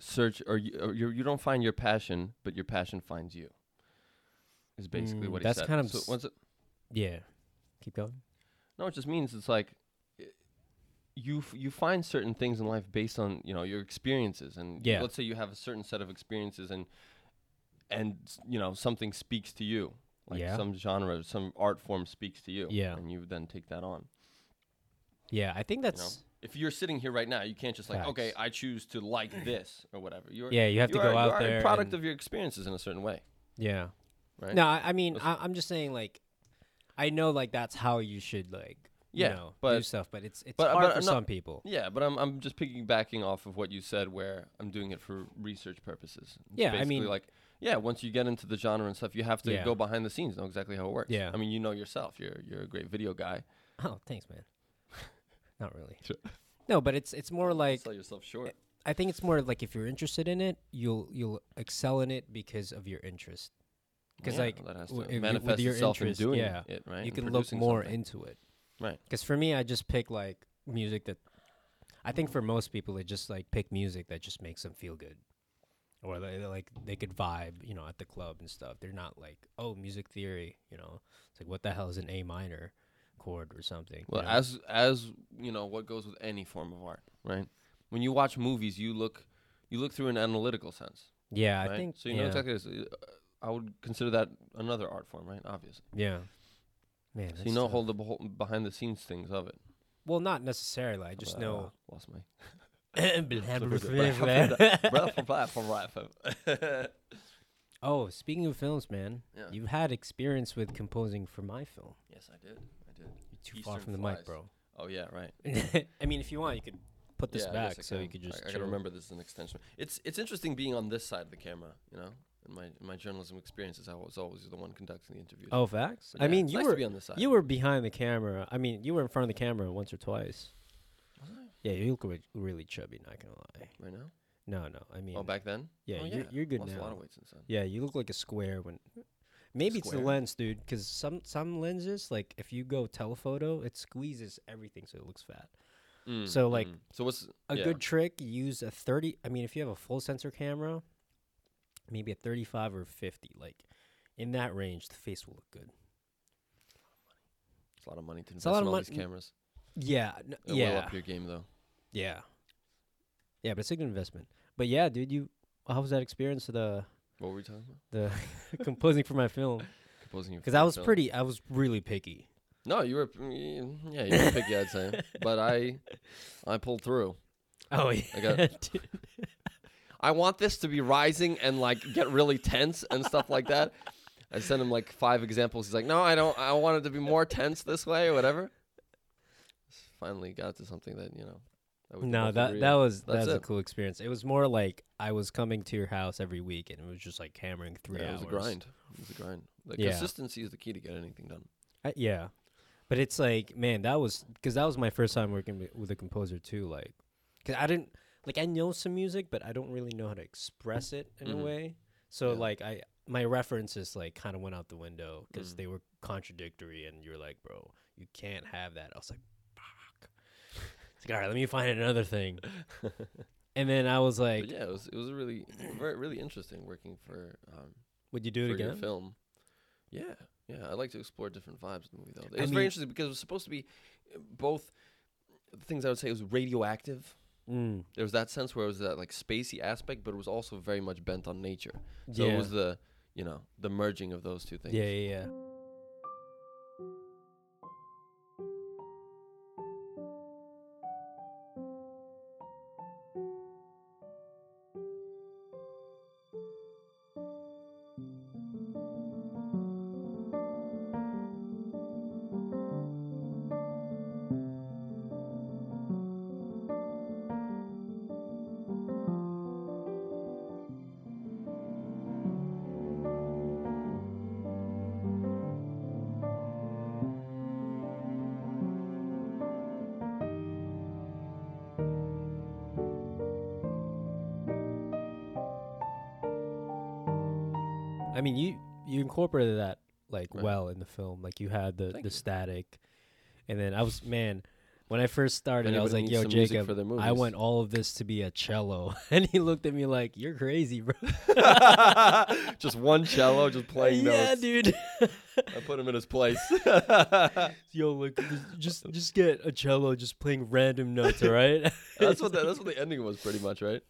[SPEAKER 2] search or you or you're, you don't find your passion, but your passion finds you. Is basically
[SPEAKER 1] Mm,
[SPEAKER 2] what he
[SPEAKER 1] that's
[SPEAKER 2] said.
[SPEAKER 1] kind of
[SPEAKER 2] so
[SPEAKER 1] s-
[SPEAKER 2] once it,
[SPEAKER 1] Yeah, keep going.
[SPEAKER 2] no, it just means it's like i- you f- you find certain things in life based on you know your experiences and
[SPEAKER 1] Yeah.
[SPEAKER 2] let's say you have a certain set of experiences and and you know something speaks to you like
[SPEAKER 1] Yeah.
[SPEAKER 2] some genre some art form speaks to you
[SPEAKER 1] Yeah.
[SPEAKER 2] and you then take that on
[SPEAKER 1] Yeah, I think that's.
[SPEAKER 2] if you're sitting here right now you can't just like okay
[SPEAKER 1] Facts.
[SPEAKER 2] i choose to like this or whatever you're
[SPEAKER 1] Yeah, you have to
[SPEAKER 2] you
[SPEAKER 1] go
[SPEAKER 2] are- you
[SPEAKER 1] out
[SPEAKER 2] are
[SPEAKER 1] there.
[SPEAKER 2] a product
[SPEAKER 1] and-
[SPEAKER 2] of your experiences in a certain way
[SPEAKER 1] yeah.
[SPEAKER 2] right
[SPEAKER 1] No, I, I mean,
[SPEAKER 2] That's-
[SPEAKER 1] I, I'm just saying, like, I know, like, that's how you should, like,
[SPEAKER 2] Yeah,
[SPEAKER 1] you know, do
[SPEAKER 2] but-
[SPEAKER 1] stuff, but it's it's
[SPEAKER 2] but-
[SPEAKER 1] hard
[SPEAKER 2] but
[SPEAKER 1] for
[SPEAKER 2] I'm not-
[SPEAKER 1] some people.
[SPEAKER 2] yeah but i'm, I'm just piggybacking off of what you said where i'm doing it for research purposes It's
[SPEAKER 1] Yeah, I
[SPEAKER 2] basically
[SPEAKER 1] mean-
[SPEAKER 2] like yeah once you get into the genre and stuff you have to
[SPEAKER 1] Yeah.
[SPEAKER 2] go behind the scenes know exactly how it works
[SPEAKER 1] Yeah.
[SPEAKER 2] i mean you know yourself you're you're a great video guy
[SPEAKER 1] Oh, thanks, man. Not really.
[SPEAKER 2] Sure.
[SPEAKER 1] No, but it's it's more like
[SPEAKER 2] sell yourself short
[SPEAKER 1] I think it's more like if you're interested in it, you'll you'll excel in it because of your interest. 'Cause,
[SPEAKER 2] Yeah,
[SPEAKER 1] like,
[SPEAKER 2] that has
[SPEAKER 1] w- if
[SPEAKER 2] to
[SPEAKER 1] you-
[SPEAKER 2] manifest
[SPEAKER 1] with your
[SPEAKER 2] itself
[SPEAKER 1] interest,
[SPEAKER 2] in doing
[SPEAKER 1] yeah,
[SPEAKER 2] it, right?
[SPEAKER 1] you
[SPEAKER 2] And
[SPEAKER 1] can look
[SPEAKER 2] producing
[SPEAKER 1] more
[SPEAKER 2] something.
[SPEAKER 1] into it.
[SPEAKER 2] Right.
[SPEAKER 1] Because for me, I just pick like music that I think for most people they just like pick music that just makes them feel good, or they, they, like they could vibe, you know, at the club and stuff. They're not like oh music theory, you know. It's like what the hell is an A minor chord or something? you
[SPEAKER 2] Well,
[SPEAKER 1] know?
[SPEAKER 2] as as you know, what goes with any form of art, right? When you watch movies, you look you look through an analytical sense.
[SPEAKER 1] yeah,
[SPEAKER 2] right?
[SPEAKER 1] I think
[SPEAKER 2] so. You know
[SPEAKER 1] yeah,
[SPEAKER 2] exactly. This. uh, I would consider that another art form, right? Obviously.
[SPEAKER 1] Yeah, man.
[SPEAKER 2] So
[SPEAKER 1] that's
[SPEAKER 2] you know,
[SPEAKER 1] tough.
[SPEAKER 2] hold the behol- behind the scenes things of it.
[SPEAKER 1] well, not necessarily. I just
[SPEAKER 2] Uh,
[SPEAKER 1] know.
[SPEAKER 2] Lost my. uh, Breath
[SPEAKER 1] oh,
[SPEAKER 2] from platform, right? fam.
[SPEAKER 1] speaking of films, man,
[SPEAKER 2] Yeah.
[SPEAKER 1] you've had experience with composing for my film.
[SPEAKER 2] Yes, I did. I did.
[SPEAKER 1] You're too far
[SPEAKER 2] Eastern
[SPEAKER 1] from the
[SPEAKER 2] Flies.
[SPEAKER 1] mic, bro.
[SPEAKER 2] Oh yeah, right.
[SPEAKER 1] I mean, if you want, you could put this
[SPEAKER 2] Yeah, I guess
[SPEAKER 1] back
[SPEAKER 2] I
[SPEAKER 1] so you
[SPEAKER 2] can.
[SPEAKER 1] could just.
[SPEAKER 2] I, I
[SPEAKER 1] chill.
[SPEAKER 2] gotta remember this is an extension. It's it's interesting being on this side of the camera, you know. In my in my journalism experiences, I was always the one conducting the interviews.
[SPEAKER 1] Oh, facts.
[SPEAKER 2] But
[SPEAKER 1] I
[SPEAKER 2] yeah,
[SPEAKER 1] mean,
[SPEAKER 2] it's
[SPEAKER 1] you
[SPEAKER 2] nice to
[SPEAKER 1] were
[SPEAKER 2] be on this side.
[SPEAKER 1] you were behind the camera. I mean, you were in front of the camera once or twice.
[SPEAKER 2] Was I?
[SPEAKER 1] Yeah, you look re- really chubby. Not gonna lie.
[SPEAKER 2] right now.
[SPEAKER 1] No, no. I mean,
[SPEAKER 2] Oh, back then.
[SPEAKER 1] yeah,
[SPEAKER 2] oh,
[SPEAKER 1] you're, you're good
[SPEAKER 2] Lost
[SPEAKER 1] now.
[SPEAKER 2] a lot of weight since then.
[SPEAKER 1] Yeah, you look like a square when. Maybe it's the
[SPEAKER 2] Square?
[SPEAKER 1] lens, dude. Because some some lenses, like if you go telephoto, it squeezes everything, so it looks fat.
[SPEAKER 2] Mm,
[SPEAKER 1] So, like,
[SPEAKER 2] mm. so what's
[SPEAKER 1] A
[SPEAKER 2] yeah.
[SPEAKER 1] good trick: use a thirty. I mean, if you have a full sensor camera, maybe a thirty-five or fifty. Like in that range, the face will look good.
[SPEAKER 2] It's a lot of money to invest
[SPEAKER 1] It's a lot
[SPEAKER 2] in
[SPEAKER 1] of
[SPEAKER 2] all
[SPEAKER 1] mon-
[SPEAKER 2] these cameras.
[SPEAKER 1] Yeah, n-
[SPEAKER 2] It'll
[SPEAKER 1] yeah,
[SPEAKER 2] well up your game though.
[SPEAKER 1] yeah, yeah. But it's a good investment. But yeah, dude, you. How was that experience? of The
[SPEAKER 2] What were we talking about?
[SPEAKER 1] the composing for my film
[SPEAKER 2] Composing your
[SPEAKER 1] because I
[SPEAKER 2] first
[SPEAKER 1] was
[SPEAKER 2] film.
[SPEAKER 1] pretty. I was really picky.
[SPEAKER 2] No, you were. mm, Yeah, you were picky, I'd say. But I, I pulled through.
[SPEAKER 1] Oh yeah,
[SPEAKER 2] I got-
[SPEAKER 1] dude.
[SPEAKER 2] I want this to be rising and like get really tense and stuff like that. I sent him like five examples. He's like, no, I don't. I want it to be more tense this way or whatever. Finally got to something that you know. That we can
[SPEAKER 1] no,
[SPEAKER 2] both
[SPEAKER 1] that
[SPEAKER 2] agree
[SPEAKER 1] that
[SPEAKER 2] on.
[SPEAKER 1] was that
[SPEAKER 2] That's
[SPEAKER 1] was a
[SPEAKER 2] it.
[SPEAKER 1] cool experience. It was more like I was coming to your house every week, and it was just like hammering three
[SPEAKER 2] Yeah, it
[SPEAKER 1] hours.
[SPEAKER 2] was a grind. It was a grind. Like
[SPEAKER 1] Yeah.
[SPEAKER 2] consistency is the key to get anything done.
[SPEAKER 1] I, yeah, but it's like, man, that was because that was my first time working wi- with a composer too. Like, because I didn't like I know some music, but I don't really know how to express it in
[SPEAKER 2] Mhm.
[SPEAKER 1] a way. So
[SPEAKER 2] Yeah.
[SPEAKER 1] like I my references like kind of went out the window because
[SPEAKER 2] Mm.
[SPEAKER 1] they were contradictory, and you're like, bro, you can't have that. I was like, fuck. it's like all right, let me find another thing. and then I was like,
[SPEAKER 2] But yeah, it was it was a really very, really interesting working for um
[SPEAKER 1] would you do it
[SPEAKER 2] for your
[SPEAKER 1] again?
[SPEAKER 2] film. Yeah, yeah. I like to explore different vibes in the movie though. It was
[SPEAKER 1] I mean-
[SPEAKER 2] very interesting because it was supposed to be uh, both the things I would say it was radioactive.
[SPEAKER 1] Mm.
[SPEAKER 2] There was that sense where it was that like spacey aspect, but it was also very much bent on nature. So
[SPEAKER 1] yeah.
[SPEAKER 2] it was the you know the merging of those two things.
[SPEAKER 1] yeah, yeah, yeah. I mean, you you incorporated that like
[SPEAKER 2] Right.
[SPEAKER 1] well in the film. Like you had the
[SPEAKER 2] Thank
[SPEAKER 1] the
[SPEAKER 2] you.
[SPEAKER 1] static, and then I was man. When I first started, I
[SPEAKER 2] anybody
[SPEAKER 1] was like,
[SPEAKER 2] needs
[SPEAKER 1] "Yo,
[SPEAKER 2] some music
[SPEAKER 1] Jacob,
[SPEAKER 2] for their
[SPEAKER 1] I
[SPEAKER 2] movies."
[SPEAKER 1] want all of this to be a cello," and he looked at me like, "You're crazy, bro."
[SPEAKER 2] just one cello, just playing
[SPEAKER 1] yeah,
[SPEAKER 2] notes.
[SPEAKER 1] dude.
[SPEAKER 2] I put him in his place.
[SPEAKER 1] Yo, look, just- just just get a cello, just playing random notes, all right?
[SPEAKER 2] that's what the, that's what the ending was pretty much, right?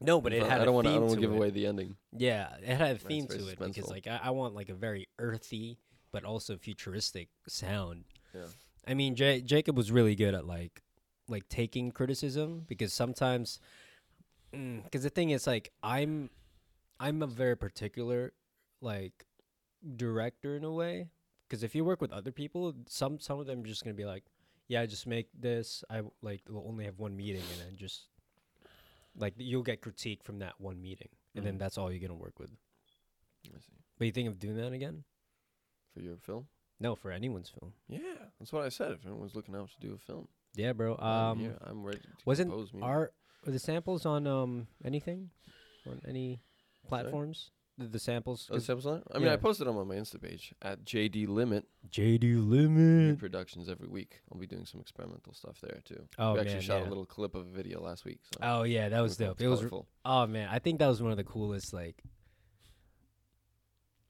[SPEAKER 1] No, but it
[SPEAKER 2] Well,
[SPEAKER 1] had.
[SPEAKER 2] I don't
[SPEAKER 1] want to.
[SPEAKER 2] wanna- I don't want to give away the ending.
[SPEAKER 1] Yeah, it had a
[SPEAKER 2] it's
[SPEAKER 1] theme
[SPEAKER 2] very
[SPEAKER 1] to it because
[SPEAKER 2] suspenseful.
[SPEAKER 1] like I, I want like a very earthy but also futuristic sound.
[SPEAKER 2] Yeah.
[SPEAKER 1] I mean, Ja Jacob was really good at like like taking criticism because sometimes because the thing is like I'm I'm a very particular like director in a way because if you work with other people, some some of them are just gonna be like, yeah, just make this. I w- like will only have one meeting and then just like you'll get critique from that one meeting and then
[SPEAKER 2] Mhm.
[SPEAKER 1] that's all you're gonna work with.
[SPEAKER 2] I see.
[SPEAKER 1] But you think of doing that again?
[SPEAKER 2] For your film?
[SPEAKER 1] No, for anyone's film.
[SPEAKER 2] Yeah, that's what I said. If anyone's looking out to do a film,
[SPEAKER 1] Yeah, bro.
[SPEAKER 2] I'm
[SPEAKER 1] Um,
[SPEAKER 2] here. I'm ready to
[SPEAKER 1] wasn't
[SPEAKER 2] compose music.
[SPEAKER 1] are were the samples on um anything on any platforms? The, the samples.
[SPEAKER 2] Oh, this episode? I mean,
[SPEAKER 1] yeah.
[SPEAKER 2] I posted them on my Insta page at JD Limit
[SPEAKER 1] JD
[SPEAKER 2] new
[SPEAKER 1] Limit.
[SPEAKER 2] Productions every week. I'll be doing some experimental stuff there too.
[SPEAKER 1] Oh
[SPEAKER 2] we
[SPEAKER 1] man,
[SPEAKER 2] actually shot
[SPEAKER 1] yeah.
[SPEAKER 2] a little clip of a video last week. So
[SPEAKER 1] Oh yeah, that was
[SPEAKER 2] it's-
[SPEAKER 1] dope.
[SPEAKER 2] it's
[SPEAKER 1] It was.
[SPEAKER 2] colorful.
[SPEAKER 1] Oh man, I think that was one of the coolest like.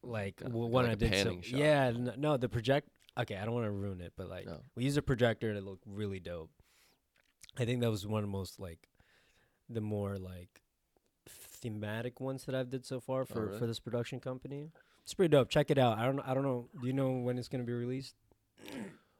[SPEAKER 1] Like
[SPEAKER 2] Kinda
[SPEAKER 1] w-
[SPEAKER 2] Uh, like
[SPEAKER 1] when
[SPEAKER 2] a
[SPEAKER 1] I did so,
[SPEAKER 2] panning shot.
[SPEAKER 1] yeah, n- no, the project. Okay, I don't want to ruin it, but like
[SPEAKER 2] No.
[SPEAKER 1] we used a projector and it looked really dope. I think that was one of the most like the more like thematic ones that I've did so far for
[SPEAKER 2] really?
[SPEAKER 1] for this production company. It's pretty dope. Check it out. I don't I don't know. Do you know when it's gonna be released?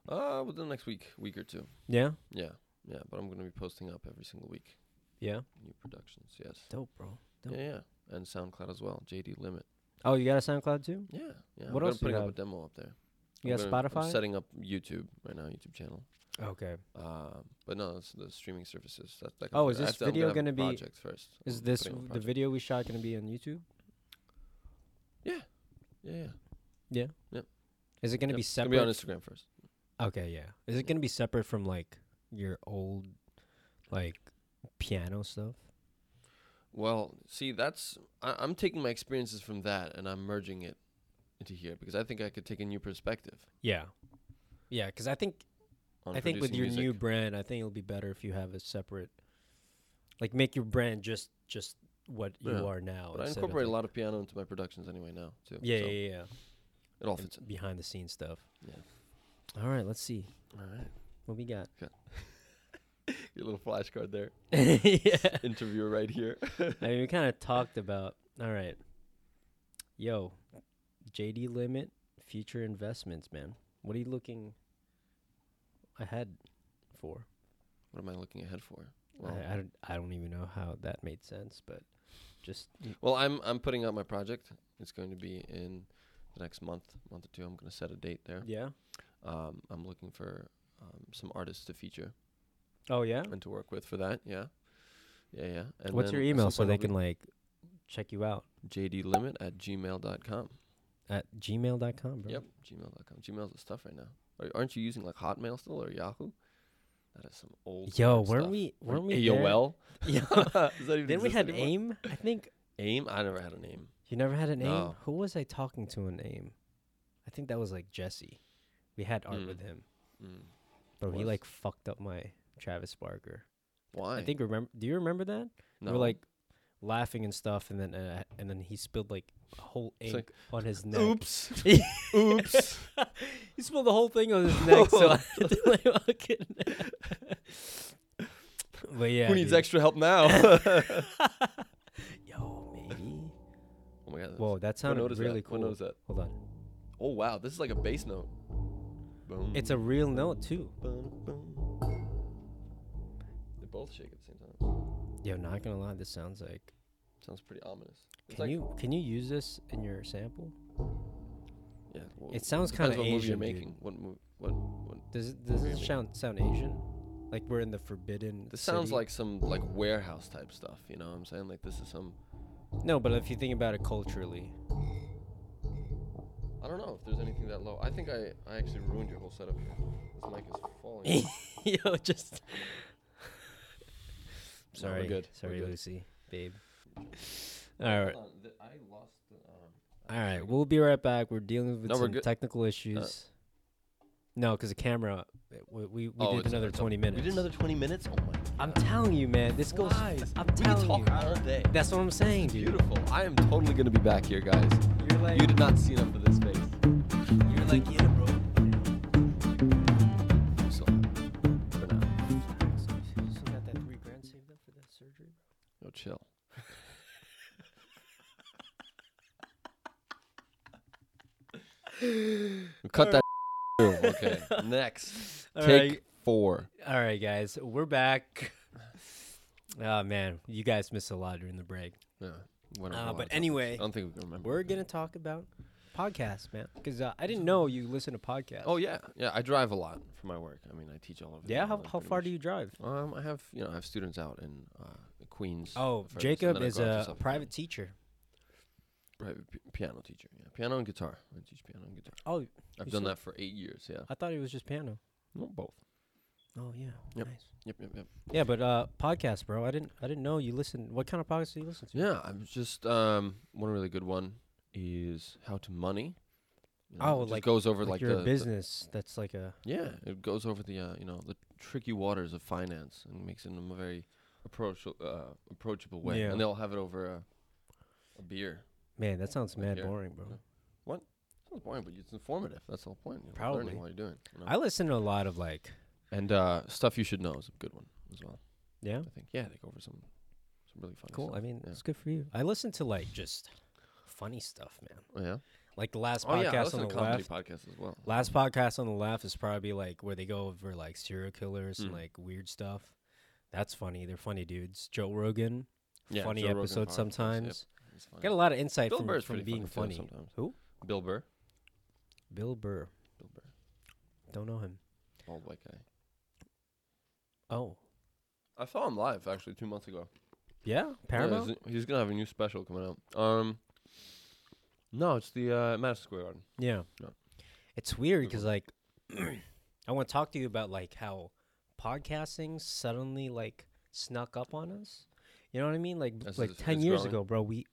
[SPEAKER 2] Uh, within the next week, week or two.
[SPEAKER 1] Yeah,
[SPEAKER 2] Yeah, yeah. But I'm going to be posting up every single week.
[SPEAKER 1] yeah.
[SPEAKER 2] New productions, yes.
[SPEAKER 1] Dope, bro. Dope.
[SPEAKER 2] Yeah, yeah. And SoundCloud as well. JD Limit.
[SPEAKER 1] Oh, you got a SoundCloud too?
[SPEAKER 2] Yeah, yeah.
[SPEAKER 1] What
[SPEAKER 2] I'm
[SPEAKER 1] else do you
[SPEAKER 2] Putting up
[SPEAKER 1] have?
[SPEAKER 2] a demo up there.
[SPEAKER 1] You
[SPEAKER 2] I'm
[SPEAKER 1] got
[SPEAKER 2] gonna- I'm
[SPEAKER 1] Spotify?
[SPEAKER 2] setting up YouTube right now, YouTube channel.
[SPEAKER 1] okay.
[SPEAKER 2] Um, but no, it's the streaming services. That, that
[SPEAKER 1] Oh,
[SPEAKER 2] comes
[SPEAKER 1] is
[SPEAKER 2] later. I
[SPEAKER 1] this
[SPEAKER 2] have to- I'm
[SPEAKER 1] video
[SPEAKER 2] gonna have a
[SPEAKER 1] gonna be-
[SPEAKER 2] project first?
[SPEAKER 1] Is
[SPEAKER 2] I'm
[SPEAKER 1] this
[SPEAKER 2] putting up a
[SPEAKER 1] the
[SPEAKER 2] project.
[SPEAKER 1] video we shot gonna be on YouTube?
[SPEAKER 2] Yeah, yeah.
[SPEAKER 1] Is it gonna
[SPEAKER 2] Yep.
[SPEAKER 1] be
[SPEAKER 2] It's gonna
[SPEAKER 1] separate?
[SPEAKER 2] be on Instagram first.
[SPEAKER 1] Okay, yeah. Is it
[SPEAKER 2] Yeah.
[SPEAKER 1] gonna be separate from like your old like piano stuff?
[SPEAKER 2] Well, see, that's I, I'm taking my experiences from that and I'm merging it into here because I think I could take a new perspective.
[SPEAKER 1] Yeah. Yeah, because I think
[SPEAKER 2] On
[SPEAKER 1] I think with
[SPEAKER 2] producing
[SPEAKER 1] your
[SPEAKER 2] music.
[SPEAKER 1] new brand, I think it'll be better if you have a separate, like, make your brand just just what you
[SPEAKER 2] Yeah.
[SPEAKER 1] are now.
[SPEAKER 2] but I
[SPEAKER 1] instead of,
[SPEAKER 2] incorporate a
[SPEAKER 1] like-
[SPEAKER 2] lot of piano into my productions anyway now too.
[SPEAKER 1] Yeah,
[SPEAKER 2] so
[SPEAKER 1] yeah, yeah, yeah.
[SPEAKER 2] It all
[SPEAKER 1] And
[SPEAKER 2] fits in.
[SPEAKER 1] behind the scenes stuff.
[SPEAKER 2] Yeah.
[SPEAKER 1] All right, let's see
[SPEAKER 2] All right,
[SPEAKER 1] what we got.
[SPEAKER 2] your little flashcard there.
[SPEAKER 1] yeah.
[SPEAKER 2] Interviewer right here.
[SPEAKER 1] I mean, we kind of talked about. All right. Yo, JD Limit, future investments, man. What are you looking ahead for?
[SPEAKER 2] What am I looking ahead for? Well,
[SPEAKER 1] I, I, don't, I don't even know how that made sense, but just
[SPEAKER 2] Well, I'm I'm putting out my project. It's going to be in the next month, month or two. I'm going to set a date there.
[SPEAKER 1] yeah.
[SPEAKER 2] Um, I'm looking for um, some artists to feature
[SPEAKER 1] Oh yeah.
[SPEAKER 2] and to work with for that. Yeah, yeah, yeah. And
[SPEAKER 1] What's
[SPEAKER 2] then
[SPEAKER 1] your
[SPEAKER 2] at
[SPEAKER 1] email so
[SPEAKER 2] some point
[SPEAKER 1] they
[SPEAKER 2] I'll be-
[SPEAKER 1] can like check you out
[SPEAKER 2] jdlimit at gmail.com.
[SPEAKER 1] at gmail.com, bro?
[SPEAKER 2] Yep, gmail.com. Gmail's the stuff right now. Are, aren't you using like Hotmail still or Yahoo? That is some old.
[SPEAKER 1] Yo,
[SPEAKER 2] weird
[SPEAKER 1] weren't
[SPEAKER 2] stuff.
[SPEAKER 1] we?
[SPEAKER 2] Or
[SPEAKER 1] Weren't we? there?
[SPEAKER 2] AOL?
[SPEAKER 1] Yo,
[SPEAKER 2] Does that even
[SPEAKER 1] then we
[SPEAKER 2] exist
[SPEAKER 1] had
[SPEAKER 2] anymore?
[SPEAKER 1] AIM. I think
[SPEAKER 2] AIM? I never had an AIM.
[SPEAKER 1] you never had an AIM.
[SPEAKER 2] No.
[SPEAKER 1] Who was I talking to in AIM? I think that was like Jesse. We had art
[SPEAKER 2] Mm.
[SPEAKER 1] with him,
[SPEAKER 2] Mm.
[SPEAKER 1] but he
[SPEAKER 2] Was?
[SPEAKER 1] like fucked up my Travis Barker.
[SPEAKER 2] Why?
[SPEAKER 1] I think remember. Do you remember that? We
[SPEAKER 2] no.
[SPEAKER 1] were like laughing and stuff, and then uh, and then he spilled like a whole
[SPEAKER 2] It's
[SPEAKER 1] ink
[SPEAKER 2] like,
[SPEAKER 1] on his neck.
[SPEAKER 2] oops, oops.
[SPEAKER 1] He spilled the whole thing on his neck, so I had to, like, fucking- But yeah,
[SPEAKER 2] Who needs
[SPEAKER 1] dude.
[SPEAKER 2] extra help now?
[SPEAKER 1] Yo, maybe.
[SPEAKER 2] Oh my god. that's-
[SPEAKER 1] Whoa, that
[SPEAKER 2] what note
[SPEAKER 1] sounded
[SPEAKER 2] is
[SPEAKER 1] really
[SPEAKER 2] that?
[SPEAKER 1] cool.
[SPEAKER 2] What note is that?
[SPEAKER 1] Hold on,
[SPEAKER 2] Oh wow, this is like a bass note. Boom.
[SPEAKER 1] it's a real note too.
[SPEAKER 2] boom, boom. They both shake at the same time.
[SPEAKER 1] Yo, not gonna lie, this sounds like.
[SPEAKER 2] Sounds pretty ominous. It's
[SPEAKER 1] Can
[SPEAKER 2] like-
[SPEAKER 1] you can you use this in your sample?
[SPEAKER 2] Yeah. Well,
[SPEAKER 1] It sounds
[SPEAKER 2] depends
[SPEAKER 1] kind of
[SPEAKER 2] what movie you're
[SPEAKER 1] Asian. dude.
[SPEAKER 2] making. What movie? What? What?
[SPEAKER 1] Does it, does
[SPEAKER 2] What do
[SPEAKER 1] it
[SPEAKER 2] you
[SPEAKER 1] sound sound Asian? Like we're in the forbidden.
[SPEAKER 2] This sounds
[SPEAKER 1] city?
[SPEAKER 2] like some like warehouse type stuff. You know what I'm saying? Like this is some.
[SPEAKER 1] no, but if you think about it culturally,
[SPEAKER 2] I don't know if there's anything that low. I think I I actually ruined your whole setup here. This mic is falling.
[SPEAKER 1] yo, just
[SPEAKER 2] we're
[SPEAKER 1] sorry,
[SPEAKER 2] good. We're
[SPEAKER 1] sorry,
[SPEAKER 2] good.
[SPEAKER 1] Lucy, babe. All right,
[SPEAKER 2] Hold on, th- I lost Uh, the. Um,
[SPEAKER 1] all right, we'll be right back. We're dealing with
[SPEAKER 2] No, we're
[SPEAKER 1] some
[SPEAKER 2] good. Uh,
[SPEAKER 1] technical issues. No, because the camera, uh, we we, we
[SPEAKER 2] Oh,
[SPEAKER 1] did
[SPEAKER 2] it's-
[SPEAKER 1] another
[SPEAKER 2] it's up.
[SPEAKER 1] twenty minutes.
[SPEAKER 2] We did another 20 minutes. Oh my.
[SPEAKER 1] I'm telling you, man, this goes.
[SPEAKER 2] Guys,
[SPEAKER 1] I'm
[SPEAKER 2] we could
[SPEAKER 1] telling
[SPEAKER 2] talk
[SPEAKER 1] you,
[SPEAKER 2] all day.
[SPEAKER 1] that's what I'm saying, dude.
[SPEAKER 2] Beautiful. I am totally gonna be back here, guys.
[SPEAKER 1] You're like,
[SPEAKER 2] You did not see enough of this face.
[SPEAKER 1] you're like, yeah, bro.
[SPEAKER 2] So, for now,
[SPEAKER 1] You still got that three grand saved up for that surgery?
[SPEAKER 2] yo, chill. Cut that. okay. Next.
[SPEAKER 1] All
[SPEAKER 2] Take
[SPEAKER 1] right.
[SPEAKER 2] four.
[SPEAKER 1] All right, guys, we're back. Oh man, you guys missed a lot during the break.
[SPEAKER 2] Yeah.
[SPEAKER 1] Uh, but anyway,
[SPEAKER 2] I don't think we can remember.
[SPEAKER 1] we're gonna talk about podcasts, man, because uh, I didn't know you listen to podcasts.
[SPEAKER 2] Oh yeah, yeah. I drive a lot for my work. I mean, I teach all over.
[SPEAKER 1] yeah. How, how far do you drive?
[SPEAKER 2] you? Um, I have you know I have students out in uh, Queens.
[SPEAKER 1] Oh,
[SPEAKER 2] first, and
[SPEAKER 1] Jacob
[SPEAKER 2] then I
[SPEAKER 1] is
[SPEAKER 2] go out to
[SPEAKER 1] a
[SPEAKER 2] Suffolk.
[SPEAKER 1] private teacher.
[SPEAKER 2] private p- piano teacher. Yeah, piano and guitar. I teach piano and guitar.
[SPEAKER 1] Oh,
[SPEAKER 2] I've
[SPEAKER 1] You
[SPEAKER 2] done
[SPEAKER 1] said-
[SPEAKER 2] that for eight years. Yeah.
[SPEAKER 1] I thought it was just piano.
[SPEAKER 2] No, both.
[SPEAKER 1] Oh yeah,
[SPEAKER 2] Yep.
[SPEAKER 1] nice.
[SPEAKER 2] Yep, yep, yep.
[SPEAKER 1] Yeah, but uh, podcasts, bro. I didn't I didn't know you listen. What kind of podcasts do you listen to?
[SPEAKER 2] Yeah, I'm just um one really good one is how to money. You
[SPEAKER 1] Oh,
[SPEAKER 2] it just
[SPEAKER 1] like-
[SPEAKER 2] goes over
[SPEAKER 1] like
[SPEAKER 2] like,
[SPEAKER 1] your
[SPEAKER 2] the, the-
[SPEAKER 1] business. that's like a
[SPEAKER 2] Yeah, it goes over the uh, you know the tricky waters of finance and makes it in a very approach uh, approachable way.
[SPEAKER 1] Yeah.
[SPEAKER 2] And they'll have it over a, a beer.
[SPEAKER 1] man. That sounds
[SPEAKER 2] Like
[SPEAKER 1] mad
[SPEAKER 2] here.
[SPEAKER 1] boring, bro.
[SPEAKER 2] Yeah. That's the point, but it's informative. That's the whole point. You're
[SPEAKER 1] Probably.
[SPEAKER 2] learning while you're doing. it, you know?
[SPEAKER 1] I listen to a lot of like
[SPEAKER 2] and uh, stuff you should know is a good one as well.
[SPEAKER 1] yeah.
[SPEAKER 2] I think. Yeah, they go over some some really funny.
[SPEAKER 1] Cool.
[SPEAKER 2] Stuff.
[SPEAKER 1] I mean,
[SPEAKER 2] yeah.
[SPEAKER 1] it's good for you. I listen to like just funny stuff, man.
[SPEAKER 2] Oh, yeah.
[SPEAKER 1] Like the last
[SPEAKER 2] oh
[SPEAKER 1] podcast
[SPEAKER 2] yeah, I listen
[SPEAKER 1] on
[SPEAKER 2] to
[SPEAKER 1] the
[SPEAKER 2] comedy
[SPEAKER 1] left.
[SPEAKER 2] podcasts as well.
[SPEAKER 1] Last podcast on the left is probably like where they go over like serial killers
[SPEAKER 2] Mm.
[SPEAKER 1] and like weird stuff. That's funny. They're funny dudes. Joe Rogan,
[SPEAKER 2] Yeah,
[SPEAKER 1] funny
[SPEAKER 2] Joe Rogan
[SPEAKER 1] episodes
[SPEAKER 2] podcasts, yep.
[SPEAKER 1] sometimes.
[SPEAKER 2] It's funny.
[SPEAKER 1] Got a lot of insight
[SPEAKER 2] Bill
[SPEAKER 1] from,
[SPEAKER 2] Burr's
[SPEAKER 1] from
[SPEAKER 2] pretty
[SPEAKER 1] being
[SPEAKER 2] funny,
[SPEAKER 1] funny.
[SPEAKER 2] too, sometimes.
[SPEAKER 1] Who?
[SPEAKER 2] Bill Burr.
[SPEAKER 1] Bill Burr.
[SPEAKER 2] Bill Burr,
[SPEAKER 1] Don't know him.
[SPEAKER 2] old white guy.
[SPEAKER 1] Oh,
[SPEAKER 2] I saw him live actually two months ago.
[SPEAKER 1] yeah, Paramount.
[SPEAKER 2] Yeah, he's, he's gonna have a new special coming out. Um, no, it's the uh, Madison Square Garden.
[SPEAKER 1] Yeah.
[SPEAKER 2] No.
[SPEAKER 1] It's weird
[SPEAKER 2] Good
[SPEAKER 1] because like I want to talk to you about like how podcasting suddenly like snuck up on us. You know what I mean? Like
[SPEAKER 2] As
[SPEAKER 1] like
[SPEAKER 2] it's-
[SPEAKER 1] 10
[SPEAKER 2] it's
[SPEAKER 1] years
[SPEAKER 2] growing.
[SPEAKER 1] ago, bro, we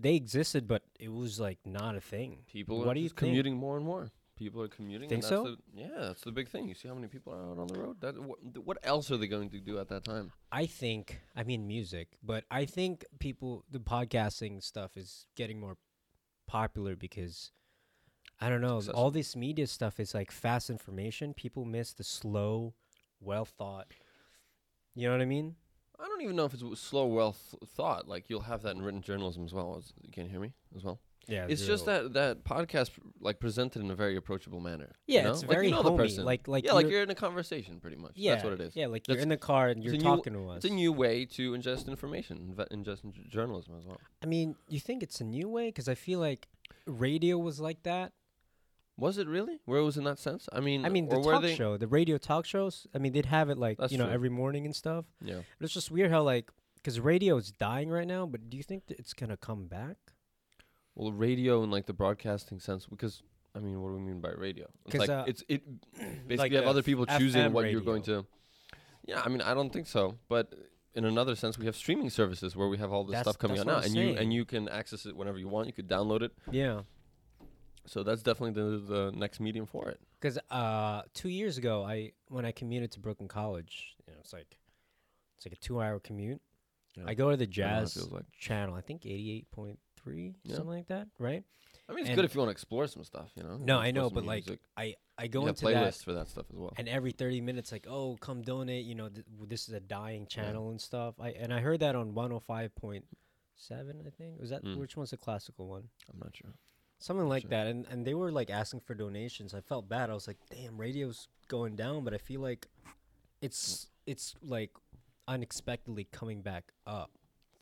[SPEAKER 1] they existed but it was like not a thing.
[SPEAKER 2] People
[SPEAKER 1] What
[SPEAKER 2] are
[SPEAKER 1] do you
[SPEAKER 2] just
[SPEAKER 1] think?
[SPEAKER 2] commuting more and more. People are commuting.
[SPEAKER 1] Think
[SPEAKER 2] and
[SPEAKER 1] so?
[SPEAKER 2] That's the, yeah, that's the big thing. You see how many people are out on the road. That what, what else are they going to do at that time?
[SPEAKER 1] I think I mean music, but I think people the podcasting stuff is getting more popular because I don't know, all
[SPEAKER 2] accessible.
[SPEAKER 1] this media stuff is like fast information. People miss the slow, well thought. You know what I mean?
[SPEAKER 2] I don't even know if it's w- slow, well th- thought. Like you'll have that in written journalism as well. As, can you hear me as well?
[SPEAKER 1] Yeah,
[SPEAKER 2] It's just that that podcast like presented in a very approachable manner. you
[SPEAKER 1] Yeah,
[SPEAKER 2] know?
[SPEAKER 1] it's
[SPEAKER 2] Like, you
[SPEAKER 1] very
[SPEAKER 2] know the
[SPEAKER 1] homey.
[SPEAKER 2] person.
[SPEAKER 1] Like like
[SPEAKER 2] yeah, like
[SPEAKER 1] you're-
[SPEAKER 2] you're in a conversation pretty much.
[SPEAKER 1] yeah,
[SPEAKER 2] that's what it is.
[SPEAKER 1] Yeah, like you're
[SPEAKER 2] That's-
[SPEAKER 1] in the car and you're
[SPEAKER 2] a new-
[SPEAKER 1] talking to us.
[SPEAKER 2] It's a new way to ingest information, inve- ingest j- journalism as well.
[SPEAKER 1] I mean, you think it's a new way because I feel like radio was like that.
[SPEAKER 2] Was it really? Where it was in that sense? I mean,
[SPEAKER 1] I mean, the
[SPEAKER 2] or were
[SPEAKER 1] talk
[SPEAKER 2] they-
[SPEAKER 1] show, the radio talk shows. I mean, they'd have it like
[SPEAKER 2] That's
[SPEAKER 1] you know
[SPEAKER 2] true.
[SPEAKER 1] every morning and stuff.
[SPEAKER 2] Yeah,
[SPEAKER 1] But it's just weird how like because radio is dying right now. But do you think that it's gonna come back?
[SPEAKER 2] well, radio in like the broadcasting sense, because I mean, what do we mean by radio? It's
[SPEAKER 1] 'Cause,
[SPEAKER 2] like
[SPEAKER 1] uh,
[SPEAKER 2] it's it basically
[SPEAKER 1] Like
[SPEAKER 2] have
[SPEAKER 1] the
[SPEAKER 2] other people choosing
[SPEAKER 1] FM
[SPEAKER 2] what you're going
[SPEAKER 1] radio.
[SPEAKER 2] to. Yeah, I mean, I don't think so, but in another sense, we have streaming services where we have all this
[SPEAKER 1] That's-
[SPEAKER 2] stuff coming
[SPEAKER 1] that's
[SPEAKER 2] out
[SPEAKER 1] what
[SPEAKER 2] now,
[SPEAKER 1] I'm
[SPEAKER 2] and you
[SPEAKER 1] saying.
[SPEAKER 2] and you can access it whenever you want. You could download it,
[SPEAKER 1] Yeah.
[SPEAKER 2] so that's definitely the the next medium for it.
[SPEAKER 1] Because uh, two years ago, I when I commuted to Brooklyn College, you know, it's like it's like a two-hour commute.
[SPEAKER 2] Yeah.
[SPEAKER 1] I go to the
[SPEAKER 2] I don't know, it
[SPEAKER 1] jazz
[SPEAKER 2] feels like.
[SPEAKER 1] channel, I think eighty-eight point three,
[SPEAKER 2] Yeah.
[SPEAKER 1] something like that, right?
[SPEAKER 2] I mean, it's
[SPEAKER 1] And-
[SPEAKER 2] good if you want to explore some stuff, you know. you
[SPEAKER 1] No,
[SPEAKER 2] wanna
[SPEAKER 1] I
[SPEAKER 2] explore
[SPEAKER 1] know,
[SPEAKER 2] some
[SPEAKER 1] but
[SPEAKER 2] new
[SPEAKER 1] like
[SPEAKER 2] music.
[SPEAKER 1] I I
[SPEAKER 2] You
[SPEAKER 1] go
[SPEAKER 2] have
[SPEAKER 1] into
[SPEAKER 2] playlists
[SPEAKER 1] that,
[SPEAKER 2] for that stuff as well.
[SPEAKER 1] and every thirty minutes, like, oh, come donate, you know, th- w- this is a dying channel and stuff. I and I heard that on one hundred five point seven, I think. Was that
[SPEAKER 2] Mm.
[SPEAKER 1] which one's the classical one?
[SPEAKER 2] I'm not sure.
[SPEAKER 1] Something like
[SPEAKER 2] Sure.
[SPEAKER 1] that. And and they were like asking for donations. I felt bad. I was like, damn, radio's going down, but I feel like it's it's like unexpectedly coming back up.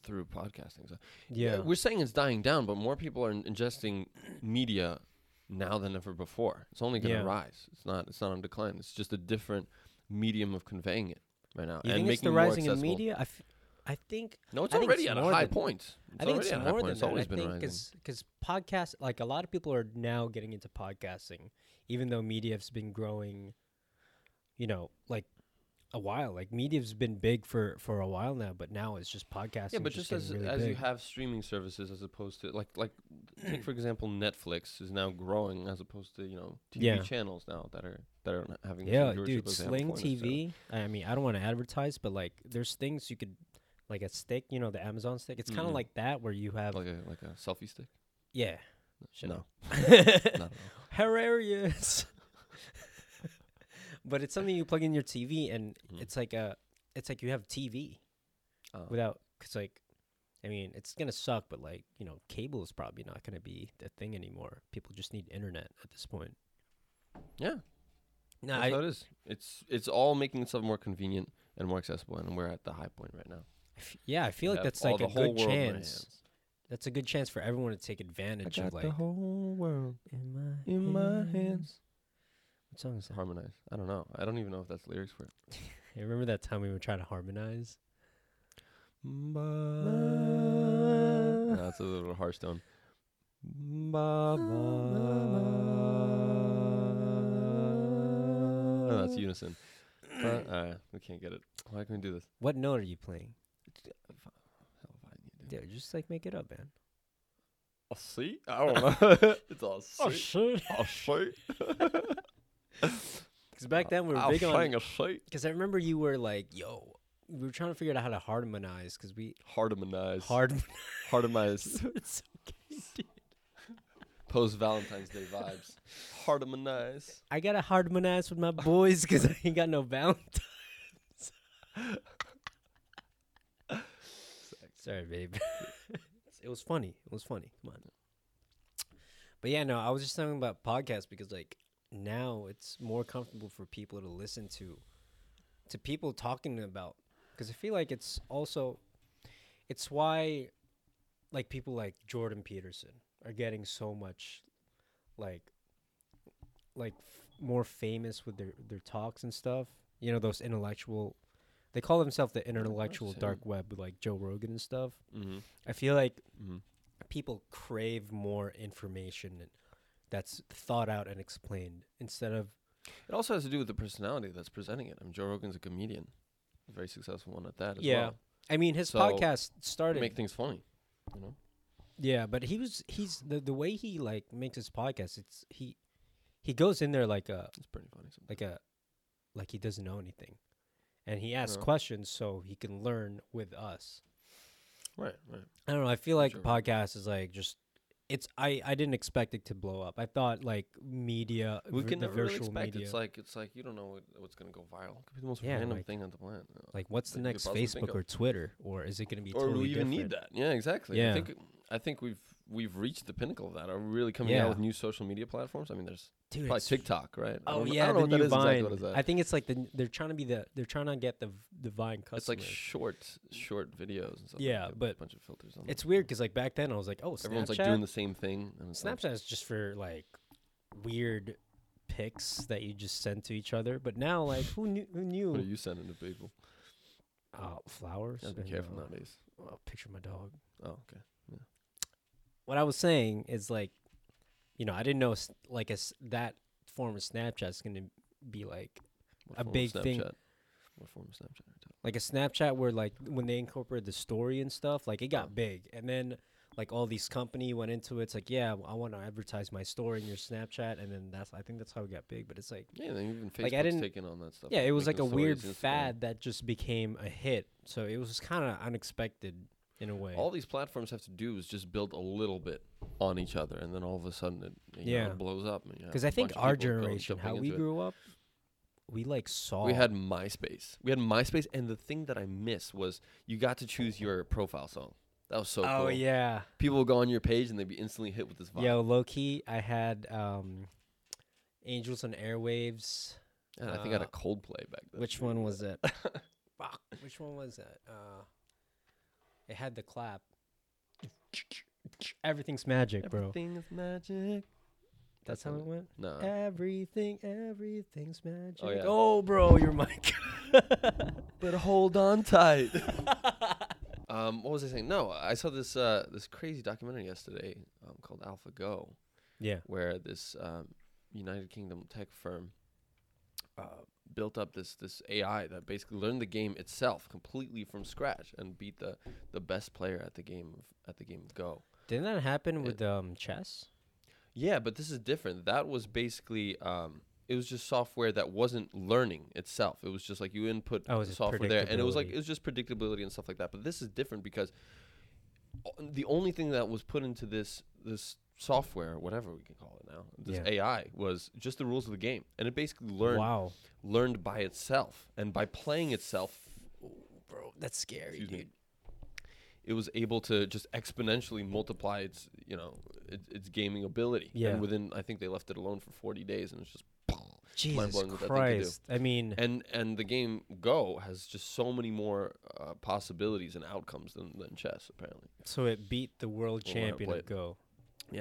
[SPEAKER 2] Through podcasting, so we're saying it's dying down, but more people are in- ingesting media now than ever before. It's only going to
[SPEAKER 1] Yeah.
[SPEAKER 2] rise. It's not. It's not on decline. It's just a different medium of conveying it right now,
[SPEAKER 1] You
[SPEAKER 2] and
[SPEAKER 1] think
[SPEAKER 2] making
[SPEAKER 1] it's the
[SPEAKER 2] it
[SPEAKER 1] rising
[SPEAKER 2] more
[SPEAKER 1] in
[SPEAKER 2] accessible.
[SPEAKER 1] media? I, f- I think
[SPEAKER 2] No, it's
[SPEAKER 1] I think
[SPEAKER 2] already
[SPEAKER 1] it's
[SPEAKER 2] at a
[SPEAKER 1] more
[SPEAKER 2] high
[SPEAKER 1] than-
[SPEAKER 2] point. It's
[SPEAKER 1] I think
[SPEAKER 2] already
[SPEAKER 1] it's
[SPEAKER 2] at a high
[SPEAKER 1] more
[SPEAKER 2] point.
[SPEAKER 1] than
[SPEAKER 2] It's
[SPEAKER 1] that.
[SPEAKER 2] always
[SPEAKER 1] I
[SPEAKER 2] been
[SPEAKER 1] think
[SPEAKER 2] rising.
[SPEAKER 1] because podcasts, like a lot of people are now getting into podcasting, even though media's been growing, you know, like a while. Like media's been big for for a while now, but now it's just podcasting.
[SPEAKER 2] Yeah, but just, as
[SPEAKER 1] getting really
[SPEAKER 2] as you
[SPEAKER 1] big.
[SPEAKER 2] have streaming services, as opposed to like like take for example Netflix is now growing as opposed to you know TV
[SPEAKER 1] Yeah.
[SPEAKER 2] channels now that are that are not having the same
[SPEAKER 1] yeah,
[SPEAKER 2] viewership
[SPEAKER 1] dude,
[SPEAKER 2] as they had
[SPEAKER 1] Sling
[SPEAKER 2] before necessarily.
[SPEAKER 1] TV. I mean, I don't want to advertise, but like, there's things you could. Like a stick, you know, the Amazon stick. It's kind of
[SPEAKER 2] Mhm.
[SPEAKER 1] like that, where you have,
[SPEAKER 2] like a like a selfie stick.
[SPEAKER 1] yeah, Shut
[SPEAKER 2] No,
[SPEAKER 1] up.
[SPEAKER 2] not at all.
[SPEAKER 1] Hilarious. but it's something you plug in your TV, and
[SPEAKER 2] Mhm.
[SPEAKER 1] it's like a, it's like you have TV
[SPEAKER 2] Oh.
[SPEAKER 1] without. Cause like, I mean, it's gonna suck, but like you know, cable is probably not gonna be the thing anymore. People just need internet at this point.
[SPEAKER 2] Yeah,
[SPEAKER 1] No,
[SPEAKER 2] that's how
[SPEAKER 1] I,
[SPEAKER 2] it is. It's it's all making itself more convenient and more accessible, and we're at the high point right now.
[SPEAKER 1] I f- yeah, I feel
[SPEAKER 2] We
[SPEAKER 1] like
[SPEAKER 2] have
[SPEAKER 1] that's
[SPEAKER 2] all
[SPEAKER 1] like
[SPEAKER 2] the
[SPEAKER 1] a
[SPEAKER 2] whole
[SPEAKER 1] good
[SPEAKER 2] world in our
[SPEAKER 1] chance.
[SPEAKER 2] hands.
[SPEAKER 1] That's a good chance for everyone to take advantage of like Mm.
[SPEAKER 2] whole world
[SPEAKER 1] in my
[SPEAKER 2] in my
[SPEAKER 1] hands.
[SPEAKER 2] hands.
[SPEAKER 1] What song is that?
[SPEAKER 2] Harmonize. I don't know. I don't even know if that's lyrics for it.
[SPEAKER 1] Hey, remember that time we were trying to harmonize?
[SPEAKER 2] No, Ah, that's a little Hearthstone. No,
[SPEAKER 1] Ah.
[SPEAKER 2] that's unison. But uh, we can't get it. Why can we do this?
[SPEAKER 1] What note are you playing?
[SPEAKER 2] uh, Hell if I knew, dude.
[SPEAKER 1] Dude, just like make it up, man.
[SPEAKER 2] A C? I don't know. it's all
[SPEAKER 1] Oh
[SPEAKER 2] C.
[SPEAKER 1] shit!
[SPEAKER 2] A C.
[SPEAKER 1] Because back then we were
[SPEAKER 2] I'm
[SPEAKER 1] big on.
[SPEAKER 2] saying a C.
[SPEAKER 1] Because I remember you were like, "Yo," we were trying to figure out how to harmonize because we
[SPEAKER 2] Hardemonize.
[SPEAKER 1] hard.
[SPEAKER 2] Hardemonize.
[SPEAKER 1] it's okay, dude.
[SPEAKER 2] Post Valentine's Day vibes. Hardemonize.
[SPEAKER 1] I gotta harmonize with my boys because I ain't got no Valentine's. Sorry, babe. it was funny. It was funny. Come on. But yeah, no, I was just talking about podcasts because like now it's more comfortable for people to listen to to people talking about because I feel like it's also it's why like people like Jordan Peterson are getting so much like like f- more famous with their their talks and stuff. You know those intellectual. They call themselves the intellectual
[SPEAKER 2] him.
[SPEAKER 1] dark web with like Joe Rogan and stuff.
[SPEAKER 2] Mm-hmm.
[SPEAKER 1] I feel like
[SPEAKER 2] Mhm.
[SPEAKER 1] people crave more information and that's thought out and explained instead of
[SPEAKER 2] It also has to do with the personality that's presenting it. I mean, Joe Rogan's a comedian, a very successful one at that as
[SPEAKER 1] Yeah.
[SPEAKER 2] well.
[SPEAKER 1] I mean his
[SPEAKER 2] So,
[SPEAKER 1] podcast
[SPEAKER 2] To
[SPEAKER 1] started
[SPEAKER 2] make things funny, you know.
[SPEAKER 1] Yeah, but he was he's the the way he like makes his podcast it's he he goes in there like a
[SPEAKER 2] It's pretty funny. sometimes.
[SPEAKER 1] like a like he doesn't know anything. And he asks
[SPEAKER 2] Yeah.
[SPEAKER 1] questions so he can learn with us.
[SPEAKER 2] right, right.
[SPEAKER 1] I don't know. I feel like a
[SPEAKER 2] Sure.
[SPEAKER 1] podcast is like just it's I I didn't expect it to blow up. I thought like media
[SPEAKER 2] We
[SPEAKER 1] vir-
[SPEAKER 2] can
[SPEAKER 1] the
[SPEAKER 2] never really
[SPEAKER 1] virtual
[SPEAKER 2] expect.
[SPEAKER 1] media
[SPEAKER 2] It's like it's like you don't know what, what's gonna go viral. It could be the most
[SPEAKER 1] Yeah,
[SPEAKER 2] random
[SPEAKER 1] like-
[SPEAKER 2] thing on the planet. you know.
[SPEAKER 1] Like, what's the
[SPEAKER 2] that you could
[SPEAKER 1] next
[SPEAKER 2] possibly think
[SPEAKER 1] Facebook
[SPEAKER 2] of.
[SPEAKER 1] or Twitter, or is it going to be
[SPEAKER 2] or
[SPEAKER 1] totally
[SPEAKER 2] do we even
[SPEAKER 1] different?
[SPEAKER 2] need that? Yeah, exactly.
[SPEAKER 1] Yeah.
[SPEAKER 2] I think I think we've we've reached the pinnacle of that. Are we really coming
[SPEAKER 1] Yeah.
[SPEAKER 2] out with new social media platforms? I mean, there's
[SPEAKER 1] Dude,
[SPEAKER 2] probably
[SPEAKER 1] it's-
[SPEAKER 2] TikTok, right? I
[SPEAKER 1] Oh
[SPEAKER 2] don't,
[SPEAKER 1] yeah,
[SPEAKER 2] I don't know
[SPEAKER 1] the
[SPEAKER 2] what that
[SPEAKER 1] new
[SPEAKER 2] is
[SPEAKER 1] Vine.
[SPEAKER 2] exactly. What is that?
[SPEAKER 1] I think it's like the they're trying to be the they're trying to get the the Vine customers.
[SPEAKER 2] it's like short short videos and stuff. like
[SPEAKER 1] Yeah,
[SPEAKER 2] that with
[SPEAKER 1] but
[SPEAKER 2] a bunch of filters. On them.
[SPEAKER 1] it's weird because like back then I was like, oh, Snapchat.
[SPEAKER 2] everyone's like doing the same thing. And it's like,
[SPEAKER 1] Snapchat's just for like weird pics that you just send to each other. But now, like, who knew? Who
[SPEAKER 2] What are
[SPEAKER 1] knew?
[SPEAKER 2] you sending to people?
[SPEAKER 1] Uh, flowers.
[SPEAKER 2] Gotta be
[SPEAKER 1] and,
[SPEAKER 2] careful
[SPEAKER 1] uh,
[SPEAKER 2] nowadays.
[SPEAKER 1] well, picture my dog.
[SPEAKER 2] Oh, okay.
[SPEAKER 1] what I was saying is like, you know, I didn't know s- like a s that form of Snapchat's going to be like
[SPEAKER 2] What
[SPEAKER 1] A
[SPEAKER 2] form of
[SPEAKER 1] big thing-
[SPEAKER 2] Snapchat? What form of Snapchat? Are you talking-
[SPEAKER 1] like a Snapchat where like when they incorporated the story and stuff, like it got
[SPEAKER 2] Oh.
[SPEAKER 1] big, and then like all these company went into it. It's like, yeah, I want to advertise my story in your Snapchat, and then that's I think that's how it got big. But it's like,
[SPEAKER 2] Yeah, then even Facebook's
[SPEAKER 1] Like, I didn't-
[SPEAKER 2] taking on that stuff.
[SPEAKER 1] yeah, it was like
[SPEAKER 2] making
[SPEAKER 1] a weird
[SPEAKER 2] stories, Instagram.
[SPEAKER 1] fad that just became a hit. So it was kind of unexpected in a way.
[SPEAKER 2] All these platforms have to do is just build a little bit on each other, and then all of a sudden it you know,
[SPEAKER 1] Yeah.
[SPEAKER 2] it blows up. and you have
[SPEAKER 1] Because
[SPEAKER 2] a
[SPEAKER 1] I think
[SPEAKER 2] bunch of
[SPEAKER 1] our
[SPEAKER 2] people go
[SPEAKER 1] generation,
[SPEAKER 2] jumping
[SPEAKER 1] how we
[SPEAKER 2] into it.
[SPEAKER 1] grew up, we like saw
[SPEAKER 2] We had MySpace. We had MySpace, and the thing that I miss was you got to choose your profile song. That was so
[SPEAKER 1] oh
[SPEAKER 2] cool.
[SPEAKER 1] yeah.
[SPEAKER 2] People would go on your page and they'd be instantly hit with this vibe.
[SPEAKER 1] Yo, low key, I had um, Angels and Airwaves.
[SPEAKER 2] And I think I had a
[SPEAKER 1] uh,
[SPEAKER 2] Coldplay back then.
[SPEAKER 1] Which one was it? Fuck, Which one was that? Uh, it had the clap. Everything's magic, bro.
[SPEAKER 2] Everything is magic.
[SPEAKER 1] That's how it went.
[SPEAKER 2] No.
[SPEAKER 1] Everything, everything's magic. Oh,
[SPEAKER 2] yeah.
[SPEAKER 1] bro, your mic.
[SPEAKER 2] but hold on tight. um, what was I saying? No, I saw this uh, this crazy documentary yesterday um, called AlphaGo,
[SPEAKER 1] yeah.
[SPEAKER 2] where this um, United Kingdom tech firm uh, built up this this AI that basically learned the game itself completely from scratch and beat the the best player at the game of, at the game of Go.
[SPEAKER 1] Didn't that happen with um chess?
[SPEAKER 2] Yeah, but this is different. That was basically um, it was just software that wasn't learning itself. It was just like you input
[SPEAKER 1] Oh, it was
[SPEAKER 2] the
[SPEAKER 1] just
[SPEAKER 2] software there, and it was like
[SPEAKER 1] predictability.
[SPEAKER 2] it was just predictability and stuff like that. But this is different because o- the only thing that was put into this this software, whatever we can call it now, this
[SPEAKER 1] Yeah.
[SPEAKER 2] AI was just the rules of the game, and it basically learned
[SPEAKER 1] Wow,
[SPEAKER 2] learned by itself and by playing itself.
[SPEAKER 1] bro, that's scary,
[SPEAKER 2] Excuse me.
[SPEAKER 1] dude.
[SPEAKER 2] it was able to just exponentially multiply its you know its, its gaming ability.
[SPEAKER 1] Yeah.
[SPEAKER 2] And within I think they left it alone for 40 days and it's just
[SPEAKER 1] Jesus
[SPEAKER 2] blowing what that thing could do.
[SPEAKER 1] Christ. I mean,
[SPEAKER 2] and and the game Go has just so many more uh, possibilities and outcomes than, than chess apparently.
[SPEAKER 1] so it beat the world
[SPEAKER 2] Well, when I
[SPEAKER 1] champion of
[SPEAKER 2] played-
[SPEAKER 1] Go.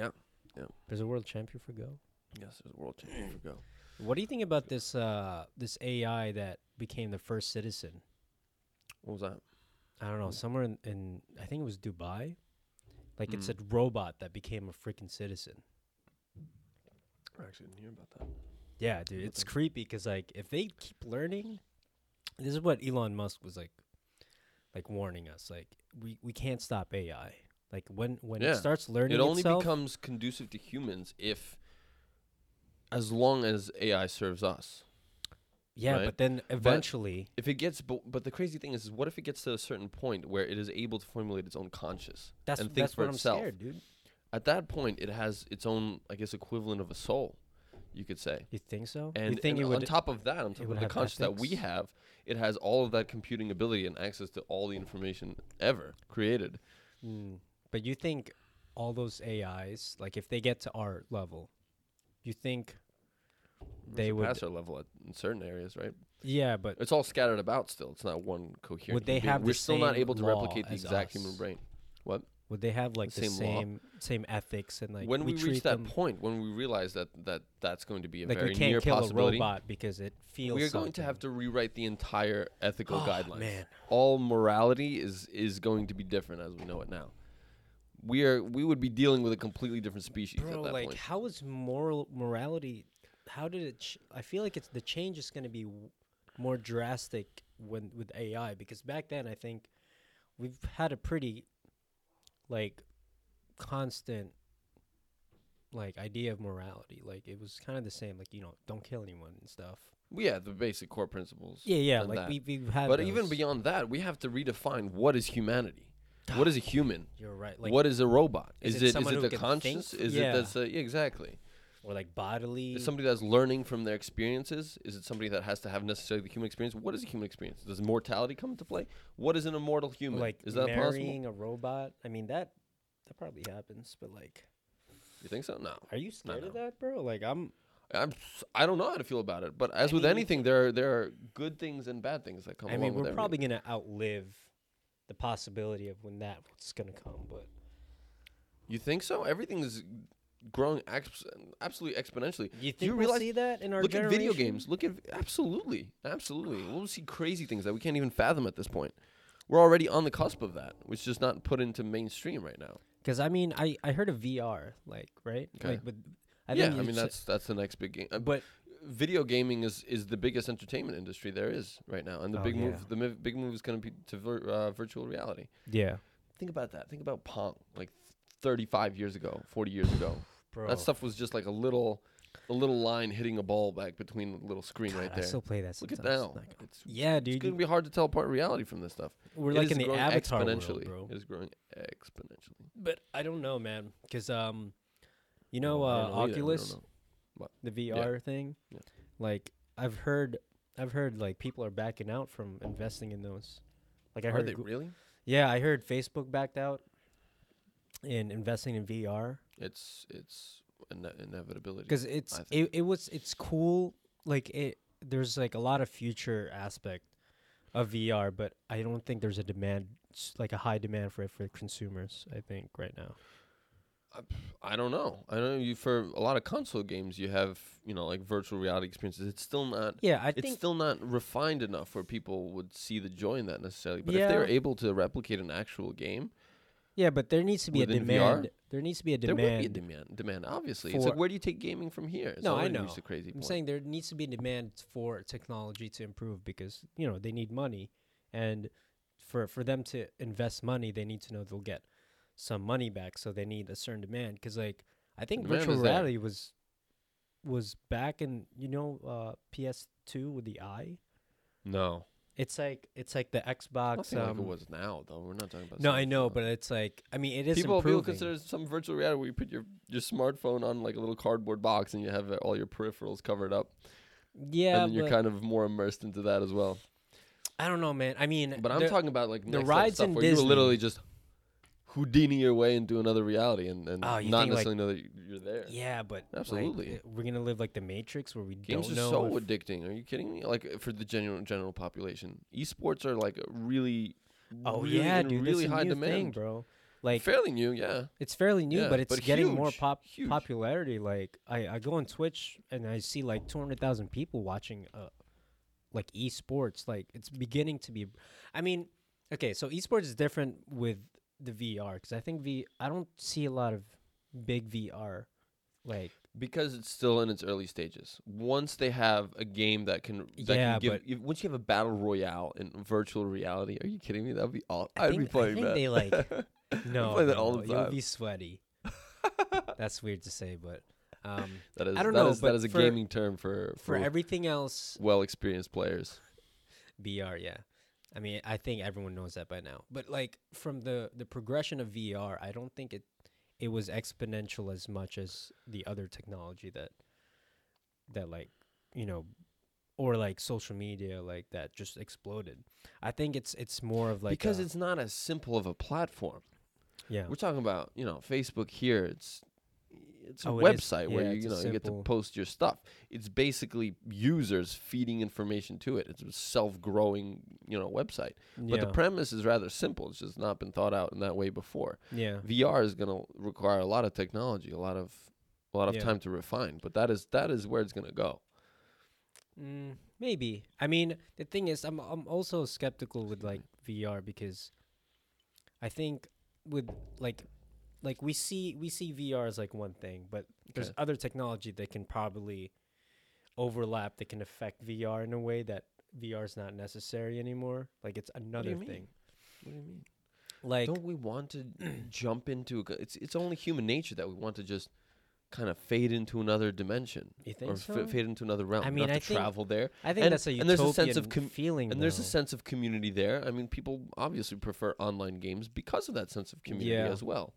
[SPEAKER 2] Yeah.
[SPEAKER 1] There's a world champion for Go.
[SPEAKER 2] Yes, there's a world champion for Go.
[SPEAKER 1] What do you think about this uh, this AI that became the first citizen?
[SPEAKER 2] What was that?
[SPEAKER 1] I don't know,
[SPEAKER 2] Mm.
[SPEAKER 1] somewhere in, in I think it was Dubai. Like
[SPEAKER 2] Hmm.
[SPEAKER 1] it's a robot that became a freaking citizen.
[SPEAKER 2] I actually didn't hear about that.
[SPEAKER 1] Yeah, dude, it's
[SPEAKER 2] Okay.
[SPEAKER 1] creepy because like if they keep learning, this is what Elon Musk was like, like warning us, like we we can't stop AI. Like when when
[SPEAKER 2] Yeah.
[SPEAKER 1] it starts learning
[SPEAKER 2] it only
[SPEAKER 1] itself,
[SPEAKER 2] becomes conducive to humans if as long as AI serves us.
[SPEAKER 1] yeah,
[SPEAKER 2] right?
[SPEAKER 1] but then eventually,
[SPEAKER 2] If it gets but, but the crazy thing is, is what if it gets to a certain point where it is able to formulate its own conscious?
[SPEAKER 1] that's
[SPEAKER 2] and think
[SPEAKER 1] that's
[SPEAKER 2] for
[SPEAKER 1] what I'm
[SPEAKER 2] itself.
[SPEAKER 1] scared, dude.
[SPEAKER 2] At that point it has its own I guess equivalent of a soul, you could say.
[SPEAKER 1] You think so?
[SPEAKER 2] And,
[SPEAKER 1] you think
[SPEAKER 2] and
[SPEAKER 1] it would?
[SPEAKER 2] on top of that, on top
[SPEAKER 1] would
[SPEAKER 2] of the
[SPEAKER 1] have
[SPEAKER 2] conscious that we
[SPEAKER 1] ethics?
[SPEAKER 2] have, it has all of that computing ability and access to all the information ever created.
[SPEAKER 1] Mm, but you think all those AIs, like if they get to our level, you think? They would-
[SPEAKER 2] pass our level at, in certain areas, right?
[SPEAKER 1] Yeah, but
[SPEAKER 2] It's all scattered about still. It's not one coherent.
[SPEAKER 1] Would they
[SPEAKER 2] human being.
[SPEAKER 1] have the
[SPEAKER 2] We're still not
[SPEAKER 1] same
[SPEAKER 2] able to
[SPEAKER 1] law
[SPEAKER 2] replicate the
[SPEAKER 1] as
[SPEAKER 2] exact human
[SPEAKER 1] us?
[SPEAKER 2] brain.
[SPEAKER 1] would they have like the
[SPEAKER 2] Same
[SPEAKER 1] same
[SPEAKER 2] law.
[SPEAKER 1] same, ethics and like
[SPEAKER 2] when
[SPEAKER 1] we,
[SPEAKER 2] we,
[SPEAKER 1] treat
[SPEAKER 2] reach that
[SPEAKER 1] them
[SPEAKER 2] point, when we realize that that that's going to be a
[SPEAKER 1] like
[SPEAKER 2] very
[SPEAKER 1] we
[SPEAKER 2] near
[SPEAKER 1] can't kill a
[SPEAKER 2] possibility,
[SPEAKER 1] robot because it feels
[SPEAKER 2] we are going to
[SPEAKER 1] something.
[SPEAKER 2] have to rewrite the entire ethical
[SPEAKER 1] Oh,
[SPEAKER 2] guidelines.
[SPEAKER 1] man.
[SPEAKER 2] All morality is is going to be different as we know it now. We are we would be dealing with a completely different species
[SPEAKER 1] bro
[SPEAKER 2] at that
[SPEAKER 1] like
[SPEAKER 2] point.
[SPEAKER 1] how is moral morality how did it ch- i feel like it's the change is going to be w- more drastic when with ai because back then i think we've had a pretty like constant like idea of morality like it was kind of the same like you know don't kill anyone and stuff
[SPEAKER 2] Yeah, the basic core principles.
[SPEAKER 1] yeah yeah
[SPEAKER 2] and
[SPEAKER 1] like
[SPEAKER 2] that.
[SPEAKER 1] we, we've had
[SPEAKER 2] but even
[SPEAKER 1] those.
[SPEAKER 2] beyond that, we have to redefine what is humanity. What is a human?
[SPEAKER 1] you're right like
[SPEAKER 2] what is a robot?
[SPEAKER 1] is
[SPEAKER 2] Is,
[SPEAKER 1] it
[SPEAKER 2] it is
[SPEAKER 1] someone
[SPEAKER 2] it
[SPEAKER 1] who
[SPEAKER 2] the
[SPEAKER 1] can
[SPEAKER 2] conscience?
[SPEAKER 1] think?
[SPEAKER 2] Is
[SPEAKER 1] Yeah.
[SPEAKER 2] it that's a, yeah, exactly?
[SPEAKER 1] or like bodily
[SPEAKER 2] Is somebody that's learning from their experiences? Is it somebody that has to have necessarily the human experience? What is a human experience? Does mortality come into play? What is an immortal human?
[SPEAKER 1] like
[SPEAKER 2] is that possible?
[SPEAKER 1] marrying a robot i mean that that probably happens but like
[SPEAKER 2] You think so? No,
[SPEAKER 1] Are you scared of
[SPEAKER 2] no.
[SPEAKER 1] that, bro? Like I'm.
[SPEAKER 2] I'm s- I don't know how to feel about it. But as
[SPEAKER 1] I
[SPEAKER 2] with
[SPEAKER 1] mean-
[SPEAKER 2] anything, there are, there are good things and bad things that come
[SPEAKER 1] I
[SPEAKER 2] along
[SPEAKER 1] mean,
[SPEAKER 2] with
[SPEAKER 1] we're
[SPEAKER 2] everything.
[SPEAKER 1] probably gonna outlive the possibility of when that's gonna come. But
[SPEAKER 2] You think so? Everything is growing abs- absolutely exponentially.
[SPEAKER 1] you think
[SPEAKER 2] Do you
[SPEAKER 1] we'll
[SPEAKER 2] realize?
[SPEAKER 1] see that in our
[SPEAKER 2] Look at video
[SPEAKER 1] generation?
[SPEAKER 2] games. Look at absolutely, absolutely. We'll see crazy things that we can't even fathom at this point. We're already on the cusp of that, which is just not put into mainstream right now.
[SPEAKER 1] Because I mean, I I heard of VR, like right,
[SPEAKER 2] Okay.
[SPEAKER 1] like but I
[SPEAKER 2] yeah,
[SPEAKER 1] think
[SPEAKER 2] I
[SPEAKER 1] you
[SPEAKER 2] mean
[SPEAKER 1] said-
[SPEAKER 2] that's that's the next big game. Uh,
[SPEAKER 1] but
[SPEAKER 2] video gaming is is the biggest entertainment industry there is right now, and the
[SPEAKER 1] Oh,
[SPEAKER 2] big
[SPEAKER 1] yeah.
[SPEAKER 2] move the mi- big move is going to be to vir- uh, virtual reality.
[SPEAKER 1] yeah,
[SPEAKER 2] Think about that. Think about Pong, like thirty five years ago, forty years ago.
[SPEAKER 1] bro.
[SPEAKER 2] That stuff was just like a little a little line hitting a ball back between a little screen
[SPEAKER 1] God,
[SPEAKER 2] right there.
[SPEAKER 1] I still play that.
[SPEAKER 2] Look at
[SPEAKER 1] sometimes.
[SPEAKER 2] now.
[SPEAKER 1] Like,
[SPEAKER 2] It's,
[SPEAKER 1] yeah,
[SPEAKER 2] it's
[SPEAKER 1] dude.
[SPEAKER 2] going to be hard to tell apart reality from this stuff.
[SPEAKER 1] we're
[SPEAKER 2] It
[SPEAKER 1] like
[SPEAKER 2] is
[SPEAKER 1] in the
[SPEAKER 2] growing
[SPEAKER 1] avatar
[SPEAKER 2] exponentially.
[SPEAKER 1] world, bro.
[SPEAKER 2] It is growing exponentially.
[SPEAKER 1] But I don't know, man. Because um, you know,
[SPEAKER 2] I
[SPEAKER 1] uh,
[SPEAKER 2] don't know either. We don't
[SPEAKER 1] Oculus.
[SPEAKER 2] know.
[SPEAKER 1] the VR thing.
[SPEAKER 2] Yeah.
[SPEAKER 1] Like I've heard, I've heard like people are backing out from investing in those. Like I
[SPEAKER 2] Are
[SPEAKER 1] heard,
[SPEAKER 2] they
[SPEAKER 1] Goo-
[SPEAKER 2] really?
[SPEAKER 1] yeah, I heard Facebook backed out in investing in VR
[SPEAKER 2] It's it's ine- inevitability.
[SPEAKER 1] because it's
[SPEAKER 2] I think-
[SPEAKER 1] it, it was it's cool. Like it, there's like a lot of future aspect of VR, but I don't think there's a demand s- like a high demand for it for consumers. I think right now.
[SPEAKER 2] I don't know. I don't know you for a lot of console games you have, you know, like virtual reality experiences. It's still not
[SPEAKER 1] Yeah, I
[SPEAKER 2] it's
[SPEAKER 1] think
[SPEAKER 2] still not refined enough where people would see the joy in that necessarily. But if they were
[SPEAKER 1] Yeah.
[SPEAKER 2] able to replicate an actual game,
[SPEAKER 1] yeah, but there needs to be a
[SPEAKER 2] within VR,
[SPEAKER 1] demand. There needs to be a
[SPEAKER 2] there would be a
[SPEAKER 1] demand.
[SPEAKER 2] demand demand, obviously. It's like
[SPEAKER 1] for-
[SPEAKER 2] where do you take gaming from here? It's
[SPEAKER 1] No, I
[SPEAKER 2] already
[SPEAKER 1] know.
[SPEAKER 2] reached a crazy
[SPEAKER 1] I'm
[SPEAKER 2] point.
[SPEAKER 1] saying there needs to be demand for technology to improve because you know they need money, and for for them to invest money, they need to know they'll get some money back. So they need a certain demand because like I think
[SPEAKER 2] Demand
[SPEAKER 1] virtual
[SPEAKER 2] is there.
[SPEAKER 1] reality was was back in you know uh, PS2 with the eye.
[SPEAKER 2] no.
[SPEAKER 1] It's like it's like the Xbox.
[SPEAKER 2] Nothing like
[SPEAKER 1] Um,
[SPEAKER 2] it was now though. We're not talking about
[SPEAKER 1] no, I
[SPEAKER 2] smartphone.
[SPEAKER 1] know, but it's like I mean it is
[SPEAKER 2] people people
[SPEAKER 1] improving.
[SPEAKER 2] consider some virtual reality where you put your, your smartphone on like a little cardboard box and you have uh, all your peripherals covered up.
[SPEAKER 1] yeah,
[SPEAKER 2] and then you're
[SPEAKER 1] but
[SPEAKER 2] kind of more immersed into that as well.
[SPEAKER 1] I don't know, man. I mean,
[SPEAKER 2] But I'm
[SPEAKER 1] there-
[SPEAKER 2] talking about like
[SPEAKER 1] the
[SPEAKER 2] next level
[SPEAKER 1] rides
[SPEAKER 2] stuff
[SPEAKER 1] in
[SPEAKER 2] where you were literally just Houdini your way into another reality and, and
[SPEAKER 1] Oh, you
[SPEAKER 2] not
[SPEAKER 1] think, like-
[SPEAKER 2] necessarily know that y- you're there.
[SPEAKER 1] Yeah, but like,
[SPEAKER 2] Absolutely.
[SPEAKER 1] uh, we're gonna live like the Matrix where we
[SPEAKER 2] Games
[SPEAKER 1] don't
[SPEAKER 2] are
[SPEAKER 1] know.
[SPEAKER 2] so
[SPEAKER 1] if-
[SPEAKER 2] addicting. Are you kidding me? Like uh, for the general general population, esports are like really,
[SPEAKER 1] oh
[SPEAKER 2] really,
[SPEAKER 1] yeah,
[SPEAKER 2] in
[SPEAKER 1] dude,
[SPEAKER 2] really
[SPEAKER 1] that's a
[SPEAKER 2] high
[SPEAKER 1] new
[SPEAKER 2] demand,
[SPEAKER 1] thing, bro. Like
[SPEAKER 2] fairly new. Yeah,
[SPEAKER 1] it's fairly new,
[SPEAKER 2] yeah,
[SPEAKER 1] but it's
[SPEAKER 2] but
[SPEAKER 1] getting more
[SPEAKER 2] huge,
[SPEAKER 1] pop
[SPEAKER 2] huge.
[SPEAKER 1] popularity. Like I, I go on Twitch and I see like two hundred thousand people watching, uh, like esports. Like it's beginning to be. I mean, okay, so esports is different with the VR because I think V. I don't see a lot of big VR, like.
[SPEAKER 2] because it's still in its early stages. Once they have a game that can, that
[SPEAKER 1] Yeah,
[SPEAKER 2] can give,
[SPEAKER 1] but-
[SPEAKER 2] if- once you have a battle royale in virtual reality, are you kidding me? That'd be all.
[SPEAKER 1] I
[SPEAKER 2] I'd be
[SPEAKER 1] think- I
[SPEAKER 2] playing
[SPEAKER 1] think
[SPEAKER 2] that.
[SPEAKER 1] they, like, No,
[SPEAKER 2] play that
[SPEAKER 1] no,
[SPEAKER 2] all the
[SPEAKER 1] you'll
[SPEAKER 2] time.
[SPEAKER 1] be sweaty. That's weird to say, but um,
[SPEAKER 2] that is,
[SPEAKER 1] I don't
[SPEAKER 2] that
[SPEAKER 1] know,
[SPEAKER 2] is-
[SPEAKER 1] but
[SPEAKER 2] that is a
[SPEAKER 1] for-
[SPEAKER 2] gaming term for
[SPEAKER 1] for
[SPEAKER 2] for,
[SPEAKER 1] everything else,
[SPEAKER 2] well experienced players.
[SPEAKER 1] VR, yeah. I mean, I think everyone knows that by now. But like from the the progression of VR, I don't think it it was exponential as much as the other technology that that like you know or like social media like that just exploded. I think it's it's more of like
[SPEAKER 2] because
[SPEAKER 1] a-
[SPEAKER 2] it's not as simple of a platform.
[SPEAKER 1] yeah
[SPEAKER 2] We're talking about you know Facebook here. It's it's a
[SPEAKER 1] Oh, it is-
[SPEAKER 2] website where
[SPEAKER 1] yeah,
[SPEAKER 2] you
[SPEAKER 1] it's
[SPEAKER 2] you
[SPEAKER 1] a
[SPEAKER 2] know you get to
[SPEAKER 1] simple-
[SPEAKER 2] post your stuff. It's basically users feeding information to it. It's a self growing you know website. But the
[SPEAKER 1] yeah,
[SPEAKER 2] premise is rather simple. It's just not been thought out in that way before.
[SPEAKER 1] yeah.
[SPEAKER 2] VR is going to require a lot of technology, a lot of a lot of
[SPEAKER 1] Yeah.
[SPEAKER 2] time to refine, but that is that is where it's going to go.
[SPEAKER 1] Mm, maybe. I mean, the thing is, I'm I'm also skeptical with like VR because I think with like like we see we see VR as like one thing, but there's
[SPEAKER 2] Okay.
[SPEAKER 1] other technology that can probably overlap that can affect VR in a way that VR is not necessary anymore. Like it's another
[SPEAKER 2] mean?
[SPEAKER 1] thing.
[SPEAKER 2] What do you mean?
[SPEAKER 1] Like
[SPEAKER 2] Don't we want to jump into a g it's it's only human nature that we want to just kind of fade into another dimension
[SPEAKER 1] you think
[SPEAKER 2] or
[SPEAKER 1] so?
[SPEAKER 2] fa- fade into another realm.
[SPEAKER 1] I
[SPEAKER 2] You don't
[SPEAKER 1] mean,
[SPEAKER 2] have
[SPEAKER 1] I
[SPEAKER 2] to
[SPEAKER 1] think-
[SPEAKER 2] travel there.
[SPEAKER 1] I think
[SPEAKER 2] and-
[SPEAKER 1] that's a utopian
[SPEAKER 2] and there's a sense of com-
[SPEAKER 1] feeling.
[SPEAKER 2] And there's a
[SPEAKER 1] though.
[SPEAKER 2] sense of community there. I mean, people obviously prefer online games because of that sense of community
[SPEAKER 1] Yeah.
[SPEAKER 2] as well.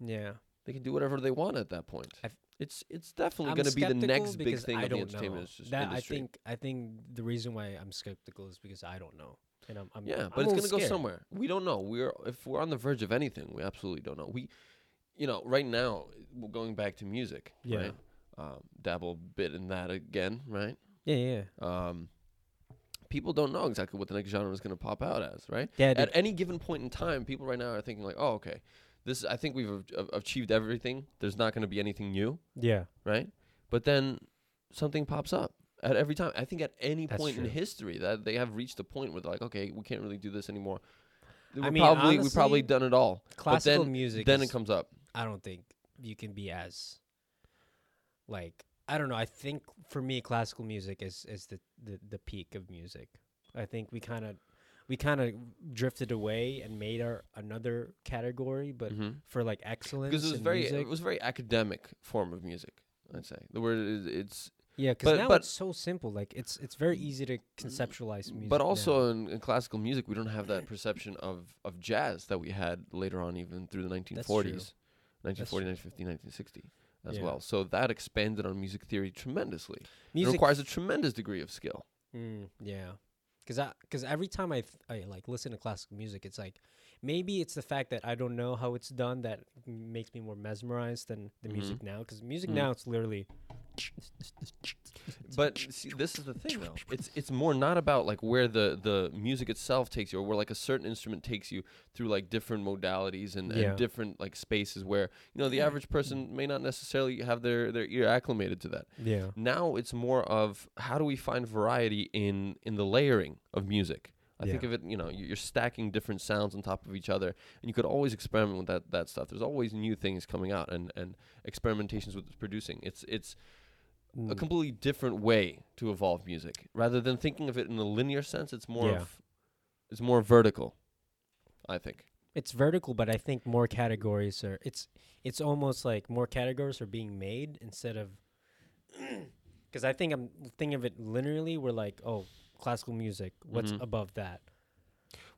[SPEAKER 1] yeah.
[SPEAKER 2] They can do whatever they want at that point.
[SPEAKER 1] I've-
[SPEAKER 2] it's it's definitely
[SPEAKER 1] I'm
[SPEAKER 2] going to be the
[SPEAKER 1] skeptical
[SPEAKER 2] next big
[SPEAKER 1] because
[SPEAKER 2] thing
[SPEAKER 1] I
[SPEAKER 2] of the
[SPEAKER 1] don't
[SPEAKER 2] entertainment
[SPEAKER 1] know.
[SPEAKER 2] indus-
[SPEAKER 1] That
[SPEAKER 2] industry.
[SPEAKER 1] I think I think the reason why I'm skeptical is because I don't know, and I'm, I'm
[SPEAKER 2] yeah,
[SPEAKER 1] I'm
[SPEAKER 2] but
[SPEAKER 1] a
[SPEAKER 2] it's
[SPEAKER 1] little
[SPEAKER 2] going to go
[SPEAKER 1] scared.
[SPEAKER 2] somewhere. We don't know. We're if we're on the verge of anything, we absolutely don't know. We, you know, right now we're going back to music.
[SPEAKER 1] Yeah.
[SPEAKER 2] Right? Um, dabble a bit in that again, right?
[SPEAKER 1] Yeah, yeah,
[SPEAKER 2] Um, people don't know exactly what the next genre is going to pop out as, right?
[SPEAKER 1] yeah.
[SPEAKER 2] At any given point in time, people right now are thinking like, "Oh, okay, this. I think we've a- achieved everything. There's not going to be anything new."
[SPEAKER 1] yeah,
[SPEAKER 2] right? But then something pops up at every time. I think at any
[SPEAKER 1] That's
[SPEAKER 2] point in
[SPEAKER 1] true.
[SPEAKER 2] history that they have reached a point where they're like, okay, we can't really do this anymore. We're
[SPEAKER 1] mean,
[SPEAKER 2] probably we probably
[SPEAKER 1] honestly,
[SPEAKER 2] done it all.
[SPEAKER 1] Classical
[SPEAKER 2] then-
[SPEAKER 1] music.
[SPEAKER 2] then
[SPEAKER 1] is-
[SPEAKER 2] it comes up.
[SPEAKER 1] I don't think you can be as like I don't know. I think for me, classical music is is the the, the peak of music. I think we kind of we kind of drifted away and made our another category, but
[SPEAKER 2] Mhm.
[SPEAKER 1] for like excellence
[SPEAKER 2] Because it was
[SPEAKER 1] in
[SPEAKER 2] very
[SPEAKER 1] music,
[SPEAKER 2] it was very academic form of music. I'd say the word is it's,
[SPEAKER 1] Yeah, because
[SPEAKER 2] But-
[SPEAKER 1] now
[SPEAKER 2] but- Mm.
[SPEAKER 1] it's so simple. Like it's it's very easy to conceptualize music.
[SPEAKER 2] but
[SPEAKER 1] now.
[SPEAKER 2] also in, in classical music we don't have that perception of of jazz that we had later on even through the 1940s, 1940, 1950, 1960 as
[SPEAKER 1] Yeah.
[SPEAKER 2] well. So that expanded on music theory tremendously.
[SPEAKER 1] music.
[SPEAKER 2] It requires a tremendous degree of skill.
[SPEAKER 1] mm, yeah, because I because every time I, th- I like listen to classical music, it's like maybe it's the fact that I don't know how it's done that m- makes me more mesmerized than the music now. Because music
[SPEAKER 2] Mhm.
[SPEAKER 1] now it's literally
[SPEAKER 2] But see, this is the thing, though. It's it's more not about like where the the music itself takes you, or where like a certain instrument takes you through like different modalities and,
[SPEAKER 1] Yeah.
[SPEAKER 2] and different like spaces where you know the average person may not necessarily have their their ear acclimated to that.
[SPEAKER 1] yeah
[SPEAKER 2] Now it's more of how do we find variety in in the layering of music. I
[SPEAKER 1] Yeah.
[SPEAKER 2] think of it, you know, you- you're stacking different sounds on top of each other, and you could always experiment with that that stuff. There's always new things coming out and and experimentations with producing. It's it's a
[SPEAKER 1] Mm.
[SPEAKER 2] completely different way to evolve music. Rather than thinking of it in a linear sense, it's more
[SPEAKER 1] Yeah.
[SPEAKER 2] of it's more vertical, I think.
[SPEAKER 1] it's vertical, but I think more categories are it's it's almost like more categories are being made instead of because I think I'm thinking of it linearly. We're like, oh, classical music. What's
[SPEAKER 2] Mhm.
[SPEAKER 1] above that?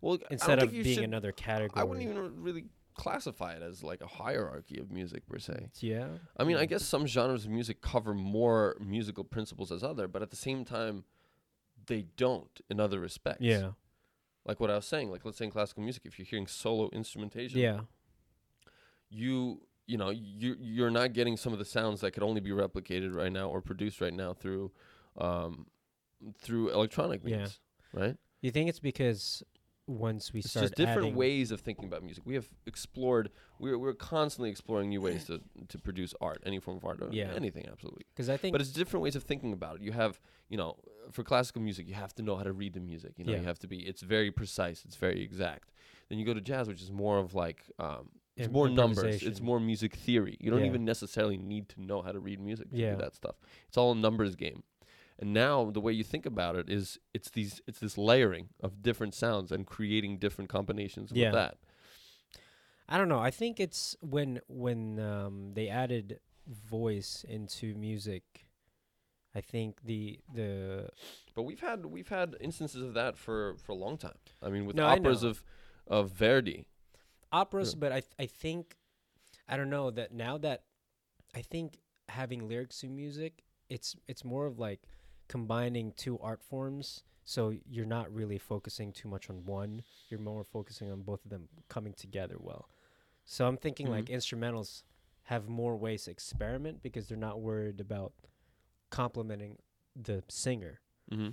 [SPEAKER 2] Well,
[SPEAKER 1] Instead of
[SPEAKER 2] you
[SPEAKER 1] being
[SPEAKER 2] should-
[SPEAKER 1] another category.
[SPEAKER 2] I wouldn't even really classify it as like a hierarchy of music per se.
[SPEAKER 1] Yeah.
[SPEAKER 2] I mean, I
[SPEAKER 1] Yeah.
[SPEAKER 2] guess some genres of music cover more musical principles as other, but at the same time they don't in other respects.
[SPEAKER 1] Yeah.
[SPEAKER 2] Like what I was saying, like let's say in classical music if you're hearing solo instrumentation,
[SPEAKER 1] Yeah.
[SPEAKER 2] you you know you you're not getting some of the sounds that could only be replicated right now or produced right now through um through electronic
[SPEAKER 1] Yeah.
[SPEAKER 2] means right
[SPEAKER 1] You think it's because once we
[SPEAKER 2] it's
[SPEAKER 1] start
[SPEAKER 2] just different
[SPEAKER 1] adding-
[SPEAKER 2] ways of thinking about music we have explored we're, we're constantly exploring new ways to to produce art any form of art or
[SPEAKER 1] Yeah.
[SPEAKER 2] anything absolutely
[SPEAKER 1] Because I think
[SPEAKER 2] but it's different ways of thinking about it. You have, you know, for classical music, you have to know how to read the music. You know,
[SPEAKER 1] Yeah.
[SPEAKER 2] you have to be. It's very precise. It's very exact. Then you go to jazz, which is more of like, um, it's
[SPEAKER 1] im-
[SPEAKER 2] more numbers. It's
[SPEAKER 1] improvisation.
[SPEAKER 2] more music theory. You don't
[SPEAKER 1] Yeah.
[SPEAKER 2] even necessarily need to know how to read music to
[SPEAKER 1] Yeah.
[SPEAKER 2] do that stuff. It's all a numbers game. And now the way you think about it is, it's these, it's this layering of different sounds and creating different combinations
[SPEAKER 1] Yeah.
[SPEAKER 2] with that.
[SPEAKER 1] I don't know. I think it's when when um, they added voice into music. I think the the
[SPEAKER 2] But we've had we've had instances of that for for a long time. I mean, with
[SPEAKER 1] No, I
[SPEAKER 2] operas
[SPEAKER 1] know.
[SPEAKER 2] of of Verdi.
[SPEAKER 1] operas,
[SPEAKER 2] Yeah.
[SPEAKER 1] but I th- I think I don't know that now that I think having lyrics to music, it's it's more of like combining two art forms. So you're not really focusing too much on one. You're more focusing on both of them coming together well. So I'm thinking like instrumentals have more ways to experiment because they're not worried about complementing the singer.
[SPEAKER 2] Mm-hmm.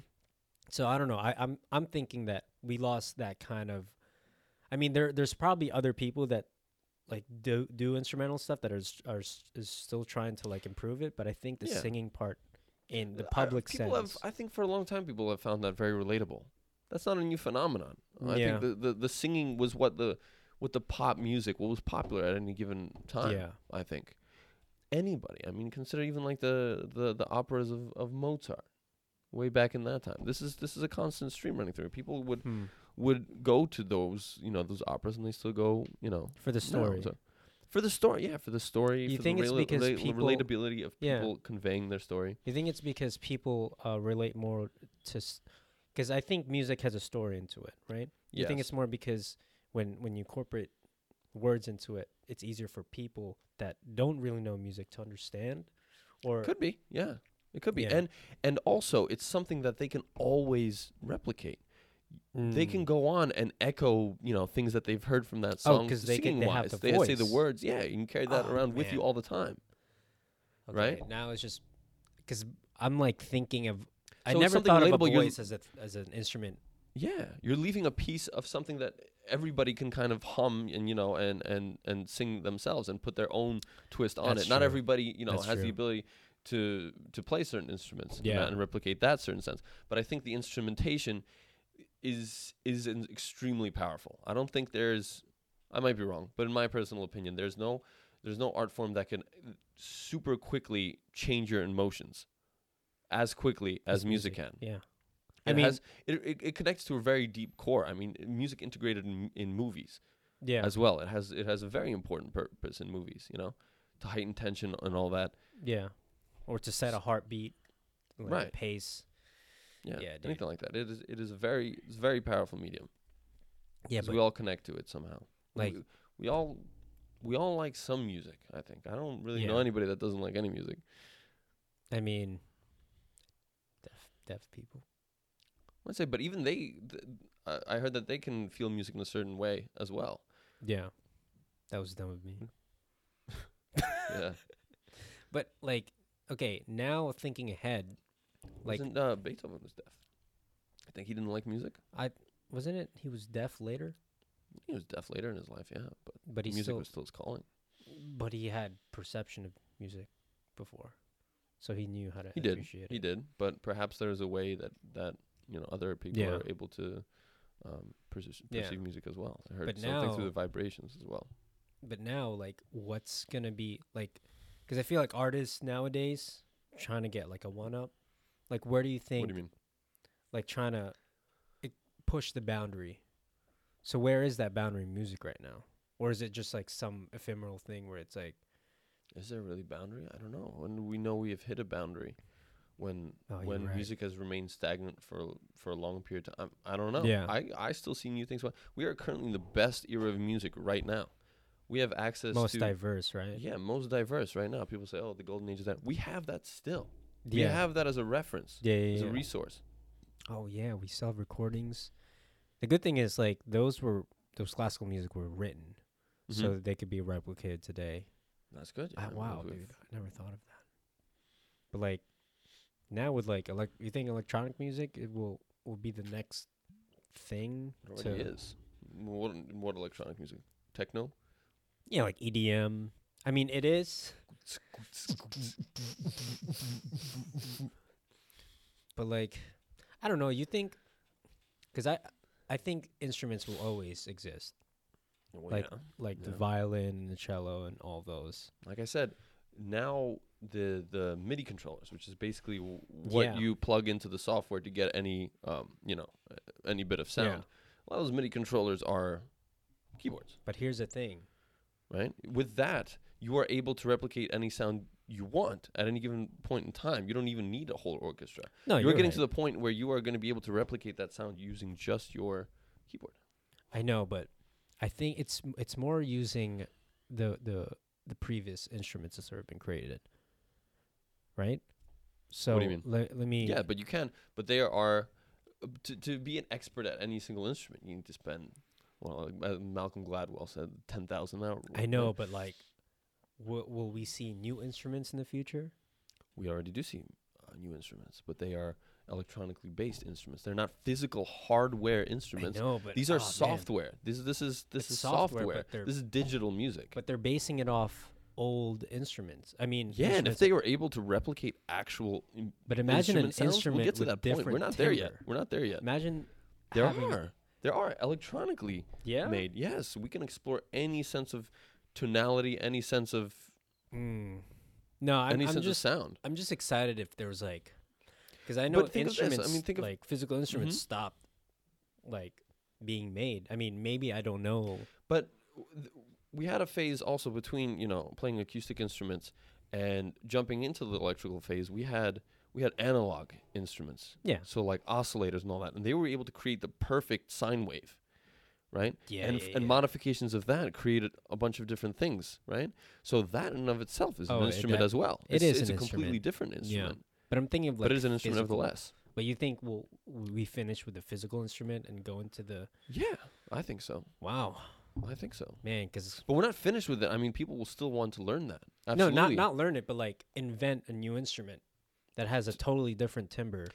[SPEAKER 1] So I don't know. I, I'm I'm thinking that we lost that kind of. I mean, there there's probably other people that like do do instrumental stuff that are s- are s- is still trying to like improve it, but I think the
[SPEAKER 2] Yeah.
[SPEAKER 1] singing part in the
[SPEAKER 2] I-
[SPEAKER 1] public
[SPEAKER 2] people
[SPEAKER 1] sense.
[SPEAKER 2] Have, I think for a long time people have found that very relatable. That's not a new phenomenon. I
[SPEAKER 1] Yeah.
[SPEAKER 2] think the, the, the singing was what the what the pop music what was popular at any given time.
[SPEAKER 1] Yeah.
[SPEAKER 2] I think anybody. I mean, consider even like the the, the operas of, of Mozart, way back in that time. This is this is a constant stream running through. People would
[SPEAKER 1] Hmm.
[SPEAKER 2] would go to those you know those operas and they still go you know
[SPEAKER 1] for the
[SPEAKER 2] now,
[SPEAKER 1] story.
[SPEAKER 2] so- for the story, yeah, for the story.
[SPEAKER 1] You
[SPEAKER 2] for
[SPEAKER 1] think
[SPEAKER 2] the
[SPEAKER 1] it's
[SPEAKER 2] rela-
[SPEAKER 1] because
[SPEAKER 2] rela-
[SPEAKER 1] people-
[SPEAKER 2] relatability of
[SPEAKER 1] Yeah.
[SPEAKER 2] people conveying their story?
[SPEAKER 1] You think it's because people uh, relate more to, because I think music has a story into it, right? You think
[SPEAKER 2] Yes.
[SPEAKER 1] it's more because when when you incorporate words into it, it's easier for people that don't really know music to understand, or
[SPEAKER 2] Could be, yeah. It could be,
[SPEAKER 1] Yeah.
[SPEAKER 2] and and also it's something that they can always replicate. They can
[SPEAKER 1] Mm.
[SPEAKER 2] go on and echo, you know, things that they've heard from
[SPEAKER 1] Oh,
[SPEAKER 2] that song.
[SPEAKER 1] 'cause they can-
[SPEAKER 2] singing
[SPEAKER 1] they have
[SPEAKER 2] wise,
[SPEAKER 1] the
[SPEAKER 2] they say the
[SPEAKER 1] voice.
[SPEAKER 2] words. Yeah, you can carry that
[SPEAKER 1] Oh,
[SPEAKER 2] around with you
[SPEAKER 1] man.
[SPEAKER 2] all the time.
[SPEAKER 1] Okay,
[SPEAKER 2] right?
[SPEAKER 1] now it's just because I'm like thinking of. I
[SPEAKER 2] So it's
[SPEAKER 1] never
[SPEAKER 2] something
[SPEAKER 1] thought of a
[SPEAKER 2] relatable, you-
[SPEAKER 1] voice as a, as an instrument.
[SPEAKER 2] Yeah, you're leaving a piece of something that everybody can kind of hum and you know and and and sing themselves and put their own twist on
[SPEAKER 1] That's
[SPEAKER 2] it. Not
[SPEAKER 1] true.
[SPEAKER 2] everybody, you know,
[SPEAKER 1] That's
[SPEAKER 2] has
[SPEAKER 1] true.
[SPEAKER 2] the ability to to play certain instruments and,
[SPEAKER 1] Yeah.
[SPEAKER 2] that- and replicate that certain sense. But I think the instrumentation is is an extremely powerful. I don't think there's I might be wrong, but in my personal opinion, there's no there's no art form that can super quickly change your emotions as quickly as music can.
[SPEAKER 1] Yeah. I
[SPEAKER 2] I it
[SPEAKER 1] mean,
[SPEAKER 2] mean, has, it, it, it connects to a very deep core. I mean, music integrated in, in movies
[SPEAKER 1] yeah,
[SPEAKER 2] as well. It has it has a very important purpose in movies. You know, to heighten tension and all that.
[SPEAKER 1] yeah, or to set a heartbeat, like
[SPEAKER 2] Right.
[SPEAKER 1] pace.
[SPEAKER 2] Yeah,
[SPEAKER 1] Yeah, dude.
[SPEAKER 2] anything like that. It is it is a very it's a very powerful medium.
[SPEAKER 1] Yeah,
[SPEAKER 2] 'cause
[SPEAKER 1] but
[SPEAKER 2] we all connect to it somehow.
[SPEAKER 1] Like-
[SPEAKER 2] we, we all we all like some music. I think I don't really know
[SPEAKER 1] Yeah.
[SPEAKER 2] anybody that doesn't like any music.
[SPEAKER 1] I mean, deaf deaf people.
[SPEAKER 2] I say, but even they, th- I I heard that they can feel music in a certain way as well.
[SPEAKER 1] Yeah, that was dumb of me.
[SPEAKER 2] Yeah,
[SPEAKER 1] But like, okay, now thinking ahead, like,
[SPEAKER 2] Wasn't, uh, Beethoven was deaf. I think he didn't like music.
[SPEAKER 1] wasn't it he was deaf later,
[SPEAKER 2] He was deaf later in his life, yeah, but
[SPEAKER 1] but he
[SPEAKER 2] music
[SPEAKER 1] still,
[SPEAKER 2] was still his calling.
[SPEAKER 1] but he had perception of music before, so he knew how to
[SPEAKER 2] He did.
[SPEAKER 1] appreciate it.
[SPEAKER 2] He did, but perhaps there's a way that that you know other people
[SPEAKER 1] Yeah.
[SPEAKER 2] are able to um, perce-
[SPEAKER 1] Yeah.
[SPEAKER 2] perceive music as well. I heard
[SPEAKER 1] But
[SPEAKER 2] something
[SPEAKER 1] now-
[SPEAKER 2] through the vibrations as well.
[SPEAKER 1] but now like what's gonna be like because i feel like artists nowadays trying to get like a one up like where do you think
[SPEAKER 2] What do you mean?
[SPEAKER 1] like trying to it, push the boundary so where is that boundary in music right now or is it just like some ephemeral thing where it's like
[SPEAKER 2] Is there really boundary? I don't know. When do we know we have hit a boundary, when
[SPEAKER 1] Oh, you're
[SPEAKER 2] when
[SPEAKER 1] right.
[SPEAKER 2] music has remained stagnant for a- for a long period of time, I don't know.
[SPEAKER 1] Yeah.
[SPEAKER 2] I I still see new things. We are currently in the best era of music right now. We have access
[SPEAKER 1] most
[SPEAKER 2] to
[SPEAKER 1] diverse right
[SPEAKER 2] yeah, most diverse right now. People say, "Oh, the golden age is that." We have that still. We
[SPEAKER 1] yeah
[SPEAKER 2] have that as a reference,
[SPEAKER 1] yeah, yeah,
[SPEAKER 2] as a
[SPEAKER 1] yeah.
[SPEAKER 2] resource.
[SPEAKER 1] oh yeah we still have recordings the good thing is like those were those classical music were written so
[SPEAKER 2] Mm-hmm.
[SPEAKER 1] that they could be replicated today.
[SPEAKER 2] That's good.
[SPEAKER 1] Ah,
[SPEAKER 2] yeah.
[SPEAKER 1] wow,
[SPEAKER 2] We've-
[SPEAKER 1] dude, I never thought of that. But like now with like elec- you think electronic music it will will be the next thing
[SPEAKER 2] It already
[SPEAKER 1] to-
[SPEAKER 2] is. What, what electronic music? Techno?
[SPEAKER 1] Yeah, like EDM. I mean, it is. But like, I don't know. You think? Because I, I think instruments will always exist,
[SPEAKER 2] Well,
[SPEAKER 1] Like-
[SPEAKER 2] Oh, yeah.
[SPEAKER 1] like the
[SPEAKER 2] Yeah.
[SPEAKER 1] violin and the cello and all those.
[SPEAKER 2] like I said, now the the MIDI controllers, which is basically w- what
[SPEAKER 1] Yeah.
[SPEAKER 2] you plug into the software to get any um, you know uh, any bit of sound. A lot of those MIDI controllers are keyboards,
[SPEAKER 1] But here's the thing.
[SPEAKER 2] right? With that, you are able to replicate any sound you want at any given point in time. You don't even need a whole orchestra.
[SPEAKER 1] No,
[SPEAKER 2] you're, getting to the point where you are going to be able to replicate that sound using just your keyboard.
[SPEAKER 1] I know, but I think it's m- it's more using the the the previous instruments that's sort of been created, right? So
[SPEAKER 2] What do you mean?
[SPEAKER 1] le- let me.
[SPEAKER 2] Yeah, but you can. But there are to to be an expert at any single instrument, you need to spend. Well, like uh, Malcolm Gladwell said, ten thousand hours.
[SPEAKER 1] I know, but like, w- will we see new instruments in the future?
[SPEAKER 2] We already do see uh, new instruments, but they are electronically based instruments. They're not physical hardware instruments.
[SPEAKER 1] I know, but
[SPEAKER 2] These are
[SPEAKER 1] oh, man.
[SPEAKER 2] software. This this is this
[SPEAKER 1] It's
[SPEAKER 2] is
[SPEAKER 1] software,
[SPEAKER 2] software.
[SPEAKER 1] but they're-
[SPEAKER 2] this is digital music.
[SPEAKER 1] But they're basing it off old instruments. I mean,
[SPEAKER 2] yeah, and if
[SPEAKER 1] instruments-
[SPEAKER 2] they were able to replicate actual in-
[SPEAKER 1] but imagine an
[SPEAKER 2] instrument sounds,
[SPEAKER 1] instrument
[SPEAKER 2] we'll get to
[SPEAKER 1] with
[SPEAKER 2] that
[SPEAKER 1] different
[SPEAKER 2] point. We're not there yet.
[SPEAKER 1] timbre.
[SPEAKER 2] We're not there yet.
[SPEAKER 1] Imagine
[SPEAKER 2] There
[SPEAKER 1] having-
[SPEAKER 2] are. There are electronically
[SPEAKER 1] yeah.
[SPEAKER 2] made. Yes, we can explore any sense of tonality, any sense of
[SPEAKER 1] Mm. No, I'm,
[SPEAKER 2] any
[SPEAKER 1] I'm
[SPEAKER 2] sense
[SPEAKER 1] just
[SPEAKER 2] of sound.
[SPEAKER 1] I'm just excited if there was like, because I know
[SPEAKER 2] But think of this, I
[SPEAKER 1] instruments,
[SPEAKER 2] mean, think of- Mm-hmm.
[SPEAKER 1] like physical instruments, stopped like being made. I mean, maybe I don't know.
[SPEAKER 2] But w- th- we had a phase also between you know playing acoustic instruments and jumping into the electrical phase. We had we had analog instruments,
[SPEAKER 1] Yeah,
[SPEAKER 2] so like oscillators and all that, and they were able to create the perfect sine wave, right?
[SPEAKER 1] yeah,
[SPEAKER 2] and,
[SPEAKER 1] yeah,
[SPEAKER 2] f- and
[SPEAKER 1] yeah.
[SPEAKER 2] modifications of that created a bunch of different things, right? So that in and of itself is
[SPEAKER 1] Oh,
[SPEAKER 2] an
[SPEAKER 1] it-
[SPEAKER 2] instrument
[SPEAKER 1] that-
[SPEAKER 2] as well.
[SPEAKER 1] it
[SPEAKER 2] it's,
[SPEAKER 1] is
[SPEAKER 2] it's
[SPEAKER 1] an
[SPEAKER 2] a completely
[SPEAKER 1] instrument.
[SPEAKER 2] different instrument,
[SPEAKER 1] But I'm thinking of like,
[SPEAKER 2] but it is an instrument
[SPEAKER 1] physical-
[SPEAKER 2] nevertheless.
[SPEAKER 1] But you think will will we finish with the physical instrument and go into the
[SPEAKER 2] Yeah, I think so.
[SPEAKER 1] wow,
[SPEAKER 2] I think so.
[SPEAKER 1] man? Because
[SPEAKER 2] But we're not finished with it. I mean, people will still want to learn that.
[SPEAKER 1] no,
[SPEAKER 2] Absolutely.
[SPEAKER 1] not not learn it, but like invent a new instrument that has a totally different timbre.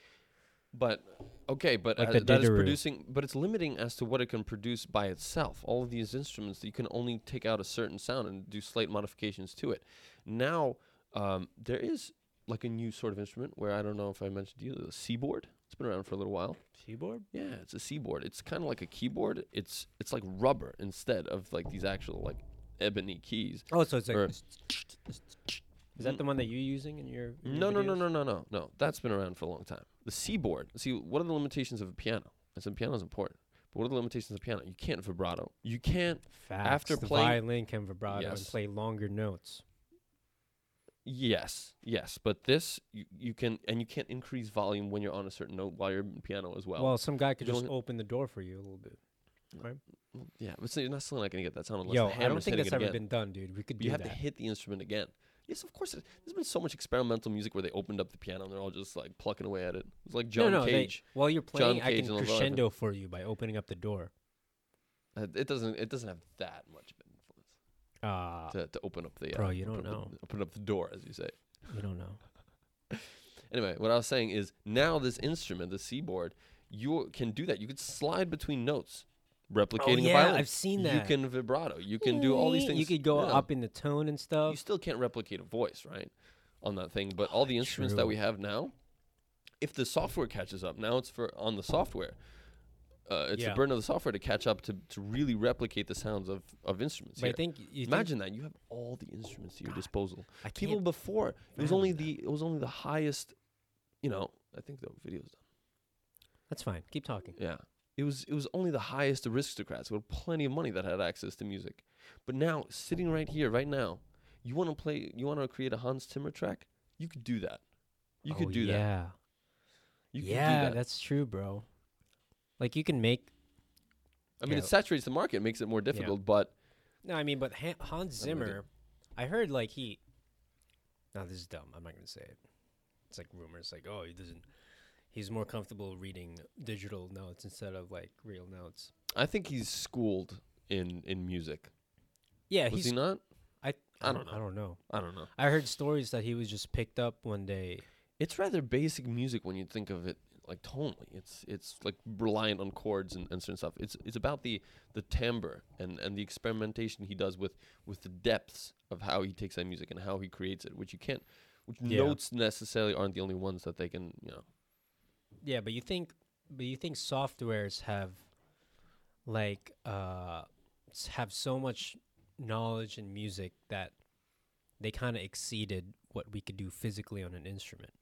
[SPEAKER 2] But okay, but
[SPEAKER 1] Like
[SPEAKER 2] uh,
[SPEAKER 1] the
[SPEAKER 2] that is
[SPEAKER 1] didgeridoo.
[SPEAKER 2] producing. But it's limiting as to what it can produce by itself. All of these instruments, you can only take out a certain sound and do slight modifications to it. Now, um, there is like a new sort of instrument where I don't know if I mentioned to you the seaboard. It's been around for a little while.
[SPEAKER 1] Keyboard?
[SPEAKER 2] Yeah, it's a seaboard. It's kind of like a keyboard. It's it's like rubber instead of like these actual like ebony keys.
[SPEAKER 1] Oh, so it's like
[SPEAKER 2] Or-
[SPEAKER 1] is that the one that you're using in your? in your
[SPEAKER 2] No, no, no,
[SPEAKER 1] videos?
[SPEAKER 2] no, no, no, no. That's been around for a long time. The seaboard. See, what are the limitations of a piano? I said piano is important, but what are the limitations of piano? You can't vibrato. You can't.
[SPEAKER 1] Facts.
[SPEAKER 2] After
[SPEAKER 1] the
[SPEAKER 2] playing-
[SPEAKER 1] violin can vibrato and
[SPEAKER 2] Yes.
[SPEAKER 1] play longer notes.
[SPEAKER 2] Yes, yes, but this you, you can, and you can't increase volume when you're on a certain note while you're in piano as well.
[SPEAKER 1] Well, some guy could
[SPEAKER 2] you
[SPEAKER 1] just
[SPEAKER 2] don't-
[SPEAKER 1] open the door for you a little bit.
[SPEAKER 2] yeah, but so you're not still not gonna get that sound unless
[SPEAKER 1] Yo,
[SPEAKER 2] the
[SPEAKER 1] I don't
[SPEAKER 2] hammer's
[SPEAKER 1] think
[SPEAKER 2] hitting
[SPEAKER 1] that's
[SPEAKER 2] it
[SPEAKER 1] ever been
[SPEAKER 2] again.
[SPEAKER 1] done, dude. We could do
[SPEAKER 2] you have
[SPEAKER 1] that.
[SPEAKER 2] to hit the instrument again. Yes, of course. it- There's been so much experimental music where they opened up the piano and they're all just like plucking away at it. It's like John
[SPEAKER 1] no, no, they-
[SPEAKER 2] Cage.
[SPEAKER 1] while you're
[SPEAKER 2] John
[SPEAKER 1] playing, I
[SPEAKER 2] Cage
[SPEAKER 1] can
[SPEAKER 2] and Leviathan.
[SPEAKER 1] crescendo for you by opening up the door.
[SPEAKER 2] Uh, It doesn't. It doesn't have that much of an influence.
[SPEAKER 1] Uh,
[SPEAKER 2] to, to open up the uh,
[SPEAKER 1] Bro, you don't
[SPEAKER 2] open up the-
[SPEAKER 1] know.
[SPEAKER 2] open up the door as you say.
[SPEAKER 1] you don't know.
[SPEAKER 2] Anyway, what I was saying is now this instrument, the seaboard, you can do that. You could slide between notes, replicating
[SPEAKER 1] Oh, yeah,
[SPEAKER 2] a violin.
[SPEAKER 1] I've seen
[SPEAKER 2] You
[SPEAKER 1] that.
[SPEAKER 2] can vibrato. You can do all these things.
[SPEAKER 1] You could go
[SPEAKER 2] Yeah.
[SPEAKER 1] up in the tone and
[SPEAKER 2] You
[SPEAKER 1] stuff.
[SPEAKER 2] still can't replicate a voice, right? On that thing, but all the instruments that
[SPEAKER 1] true.
[SPEAKER 2] we have now, if the software catches up, now it's for on the software. Uh, it's
[SPEAKER 1] Yeah.
[SPEAKER 2] the burden of the software to catch up to, to really replicate the sounds of, of instruments.
[SPEAKER 1] But I
[SPEAKER 2] here.
[SPEAKER 1] think y- you think-
[SPEAKER 2] Imagine that you have all the instruments at your
[SPEAKER 1] God,
[SPEAKER 2] disposal.
[SPEAKER 1] I can't-
[SPEAKER 2] People before it was only
[SPEAKER 1] fathom
[SPEAKER 2] the it was only the highest, you know. I think the video's done.
[SPEAKER 1] that's fine. Keep talking.
[SPEAKER 2] Yeah, it was it was only the highest aristocrats with plenty of money that had access to music. But now sitting right here, right now, you want to play, you want to create a Hans Zimmer track. You could do that. You
[SPEAKER 1] Oh,
[SPEAKER 2] could do that.
[SPEAKER 1] yeah. yeah,
[SPEAKER 2] You could do that.
[SPEAKER 1] that's true, bro. Like you can make.
[SPEAKER 2] I mean,
[SPEAKER 1] yeah.
[SPEAKER 2] it saturates the market, makes it more difficult. But
[SPEAKER 1] No, I mean, but Han- Hans
[SPEAKER 2] I have no idea.
[SPEAKER 1] Zimmer, I heard like he. No, this is dumb. I'm not gonna say it. It's like rumors, like oh, he doesn't. He's more comfortable reading digital notes instead of like real notes.
[SPEAKER 2] I think he's schooled in in music.
[SPEAKER 1] Yeah,
[SPEAKER 2] was
[SPEAKER 1] Uh, he's.
[SPEAKER 2] he not?
[SPEAKER 1] I
[SPEAKER 2] I don't know.
[SPEAKER 1] I don't know.
[SPEAKER 2] I don't know.
[SPEAKER 1] I heard stories that he was just picked up one day.
[SPEAKER 2] It's rather basic music when you think of it like tonally. It's it's like reliant on chords and, and certain stuff. It's it's about the the timbre and, and the experimentation he does with with the depths of how he takes that music and how he creates it, which you can't which
[SPEAKER 1] Yeah.
[SPEAKER 2] notes necessarily aren't the only ones that they can, you know.
[SPEAKER 1] Yeah, but you think, but you think softwares have, like, uh, s- have so much knowledge in music that they kind of exceeded what we could do physically on an instrument.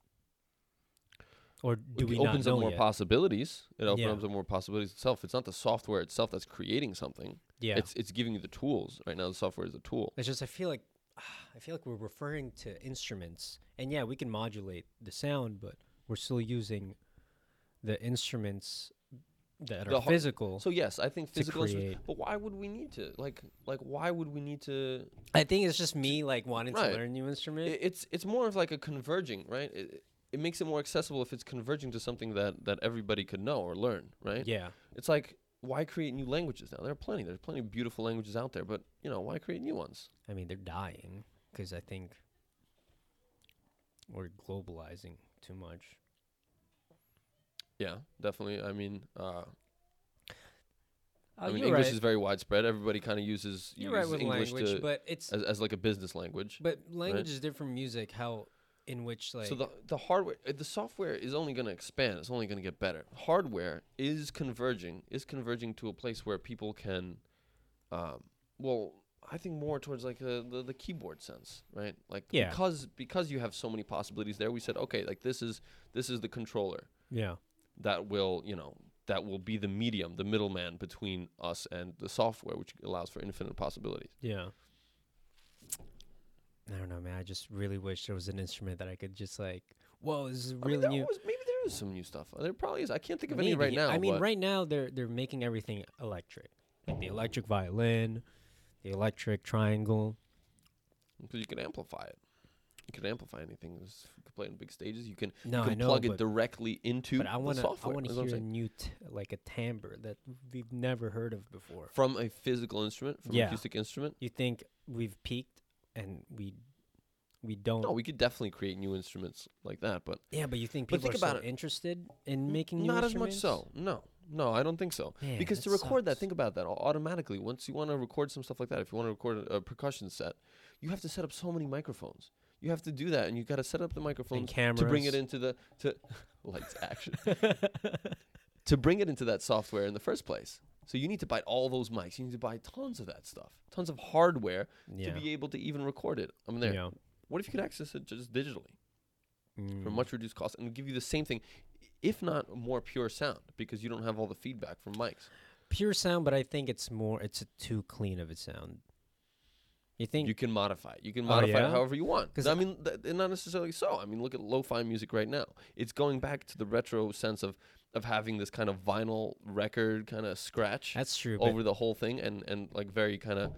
[SPEAKER 1] Or do
[SPEAKER 2] it
[SPEAKER 1] we
[SPEAKER 2] opens
[SPEAKER 1] not know
[SPEAKER 2] up more
[SPEAKER 1] yet?
[SPEAKER 2] possibilities. It opens
[SPEAKER 1] Yeah.
[SPEAKER 2] up more possibilities itself. It's not the software itself that's creating something.
[SPEAKER 1] yeah,
[SPEAKER 2] It's it's giving you the tools. Right now the software is a tool.
[SPEAKER 1] It's just I feel like I feel like we're referring to instruments, and yeah, we can modulate the sound, but we're still using the instruments that
[SPEAKER 2] The
[SPEAKER 1] are
[SPEAKER 2] har-
[SPEAKER 1] physical.
[SPEAKER 2] So yes, I think
[SPEAKER 1] to
[SPEAKER 2] physical instruments-
[SPEAKER 1] create.
[SPEAKER 2] But why would we need to? Like like why would we need to
[SPEAKER 1] I think it's just me like wanting
[SPEAKER 2] Right.
[SPEAKER 1] to learn new instrument.
[SPEAKER 2] it, it's it's more of like a converging, right? It, it makes it more accessible if it's converging to something that that everybody could know or learn, right?
[SPEAKER 1] yeah,
[SPEAKER 2] It's like why create new languages now? There are plenty. There's plenty of beautiful languages out there, but you know why create new ones?
[SPEAKER 1] I mean they're dying because I think we're globalizing too much.
[SPEAKER 2] Yeah, definitely. I mean, uh,
[SPEAKER 1] Oh,
[SPEAKER 2] I mean,
[SPEAKER 1] you're
[SPEAKER 2] English
[SPEAKER 1] right.
[SPEAKER 2] is very widespread. Everybody kind of uses
[SPEAKER 1] you're right
[SPEAKER 2] uses
[SPEAKER 1] with
[SPEAKER 2] English
[SPEAKER 1] language,
[SPEAKER 2] to,
[SPEAKER 1] but it's
[SPEAKER 2] as as like a business language.
[SPEAKER 1] but language is different from music. How in which like
[SPEAKER 2] so the the hardware, uh, the software is only going to expand. It's only going to get better. Hardware is converging, is converging to a place where people can, um, well, I think more towards like the the, the keyboard sense, right? Like
[SPEAKER 1] Yeah.
[SPEAKER 2] because because you have so many possibilities there. We said okay, like this is this is the controller
[SPEAKER 1] yeah
[SPEAKER 2] that will you know that will be the medium, the middleman between us and the software, which allows for infinite possibilities.
[SPEAKER 1] Yeah. I don't know, man. I just really wish there was an instrument that I could just like, whoa, this is
[SPEAKER 2] I mean,
[SPEAKER 1] really
[SPEAKER 2] there
[SPEAKER 1] new.
[SPEAKER 2] was- maybe there is some new stuff. There probably is. I can't think of any right
[SPEAKER 1] Maybe.
[SPEAKER 2] now.
[SPEAKER 1] I mean,
[SPEAKER 2] but-
[SPEAKER 1] right now they're they're making everything electric, like the electric violin, the electric triangle.
[SPEAKER 2] Because you can amplify it. You can amplify anything. There's- You can play on big stages. You can,
[SPEAKER 1] No,
[SPEAKER 2] you
[SPEAKER 1] I
[SPEAKER 2] can
[SPEAKER 1] know,
[SPEAKER 2] plug it
[SPEAKER 1] but,
[SPEAKER 2] directly into
[SPEAKER 1] but I want
[SPEAKER 2] the
[SPEAKER 1] to I
[SPEAKER 2] software.
[SPEAKER 1] want to
[SPEAKER 2] is what I'm
[SPEAKER 1] hear a
[SPEAKER 2] saying.
[SPEAKER 1] new t- like a timbre that we've never heard of before.
[SPEAKER 2] from a physical instrument, from
[SPEAKER 1] Yeah.
[SPEAKER 2] an acoustic instrument.
[SPEAKER 1] You think we've peaked and we we don't?
[SPEAKER 2] No, we could definitely create new instruments like that, but
[SPEAKER 1] yeah, but you think
[SPEAKER 2] But
[SPEAKER 1] people
[SPEAKER 2] think
[SPEAKER 1] are so
[SPEAKER 2] about it.
[SPEAKER 1] interested in making new
[SPEAKER 2] not as much
[SPEAKER 1] instruments?
[SPEAKER 2] so. No, no, I don't think so.
[SPEAKER 1] Man,
[SPEAKER 2] because
[SPEAKER 1] that
[SPEAKER 2] to record that,
[SPEAKER 1] sucks.
[SPEAKER 2] think about that au- automatically. Once you want to record some stuff like that, if you want to record a, a percussion set, you have to set up so many microphones. You have to do that, and you got to set up the microphones
[SPEAKER 1] and cameras
[SPEAKER 2] to bring it into the to lights action to bring it into that software in the first place. So you need to buy all those mics. You need to buy tons of that stuff, tons of hardware
[SPEAKER 1] yeah.
[SPEAKER 2] to be able to even record it. I'm there.
[SPEAKER 1] Yeah.
[SPEAKER 2] What if you could access it just digitally for
[SPEAKER 1] Mm.
[SPEAKER 2] much reduced cost and give you the same thing, if not more pure sound, because you don't have all the feedback from mics.
[SPEAKER 1] pure sound, but I think it's more it's a too clean of a sound. You think
[SPEAKER 2] You can modify it. You can
[SPEAKER 1] Oh,
[SPEAKER 2] modify
[SPEAKER 1] yeah?
[SPEAKER 2] it however you want.
[SPEAKER 1] 'Cause
[SPEAKER 2] I mean, th- th- not necessarily so. I mean, look at lo-fi music right now. It's going back to the retro sense of of having this kind of vinyl record kind of scratch.
[SPEAKER 1] that's true? But
[SPEAKER 2] over the whole thing and and like very kind of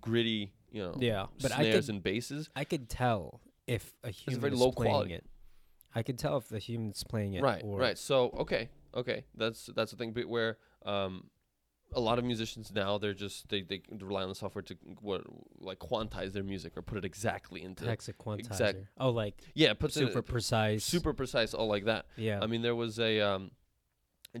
[SPEAKER 2] gritty, you know,
[SPEAKER 1] yeah, but I
[SPEAKER 2] snares
[SPEAKER 1] could
[SPEAKER 2] and basses.
[SPEAKER 1] I could tell if a human
[SPEAKER 2] very
[SPEAKER 1] is
[SPEAKER 2] low
[SPEAKER 1] playing
[SPEAKER 2] quality.
[SPEAKER 1] it. I could tell if the human's playing it.
[SPEAKER 2] right,
[SPEAKER 1] or,
[SPEAKER 2] right. So okay, okay, that's that's the thing. But where um, a lot of musicians now they're just they they rely on the software to what like quantize their music or put it exactly into
[SPEAKER 1] Hexa quantizer.
[SPEAKER 2] exact-
[SPEAKER 1] Oh, like
[SPEAKER 2] yeah, it puts it
[SPEAKER 1] super precise.
[SPEAKER 2] super precise, all like that.
[SPEAKER 1] Yeah.
[SPEAKER 2] I mean, there was a um,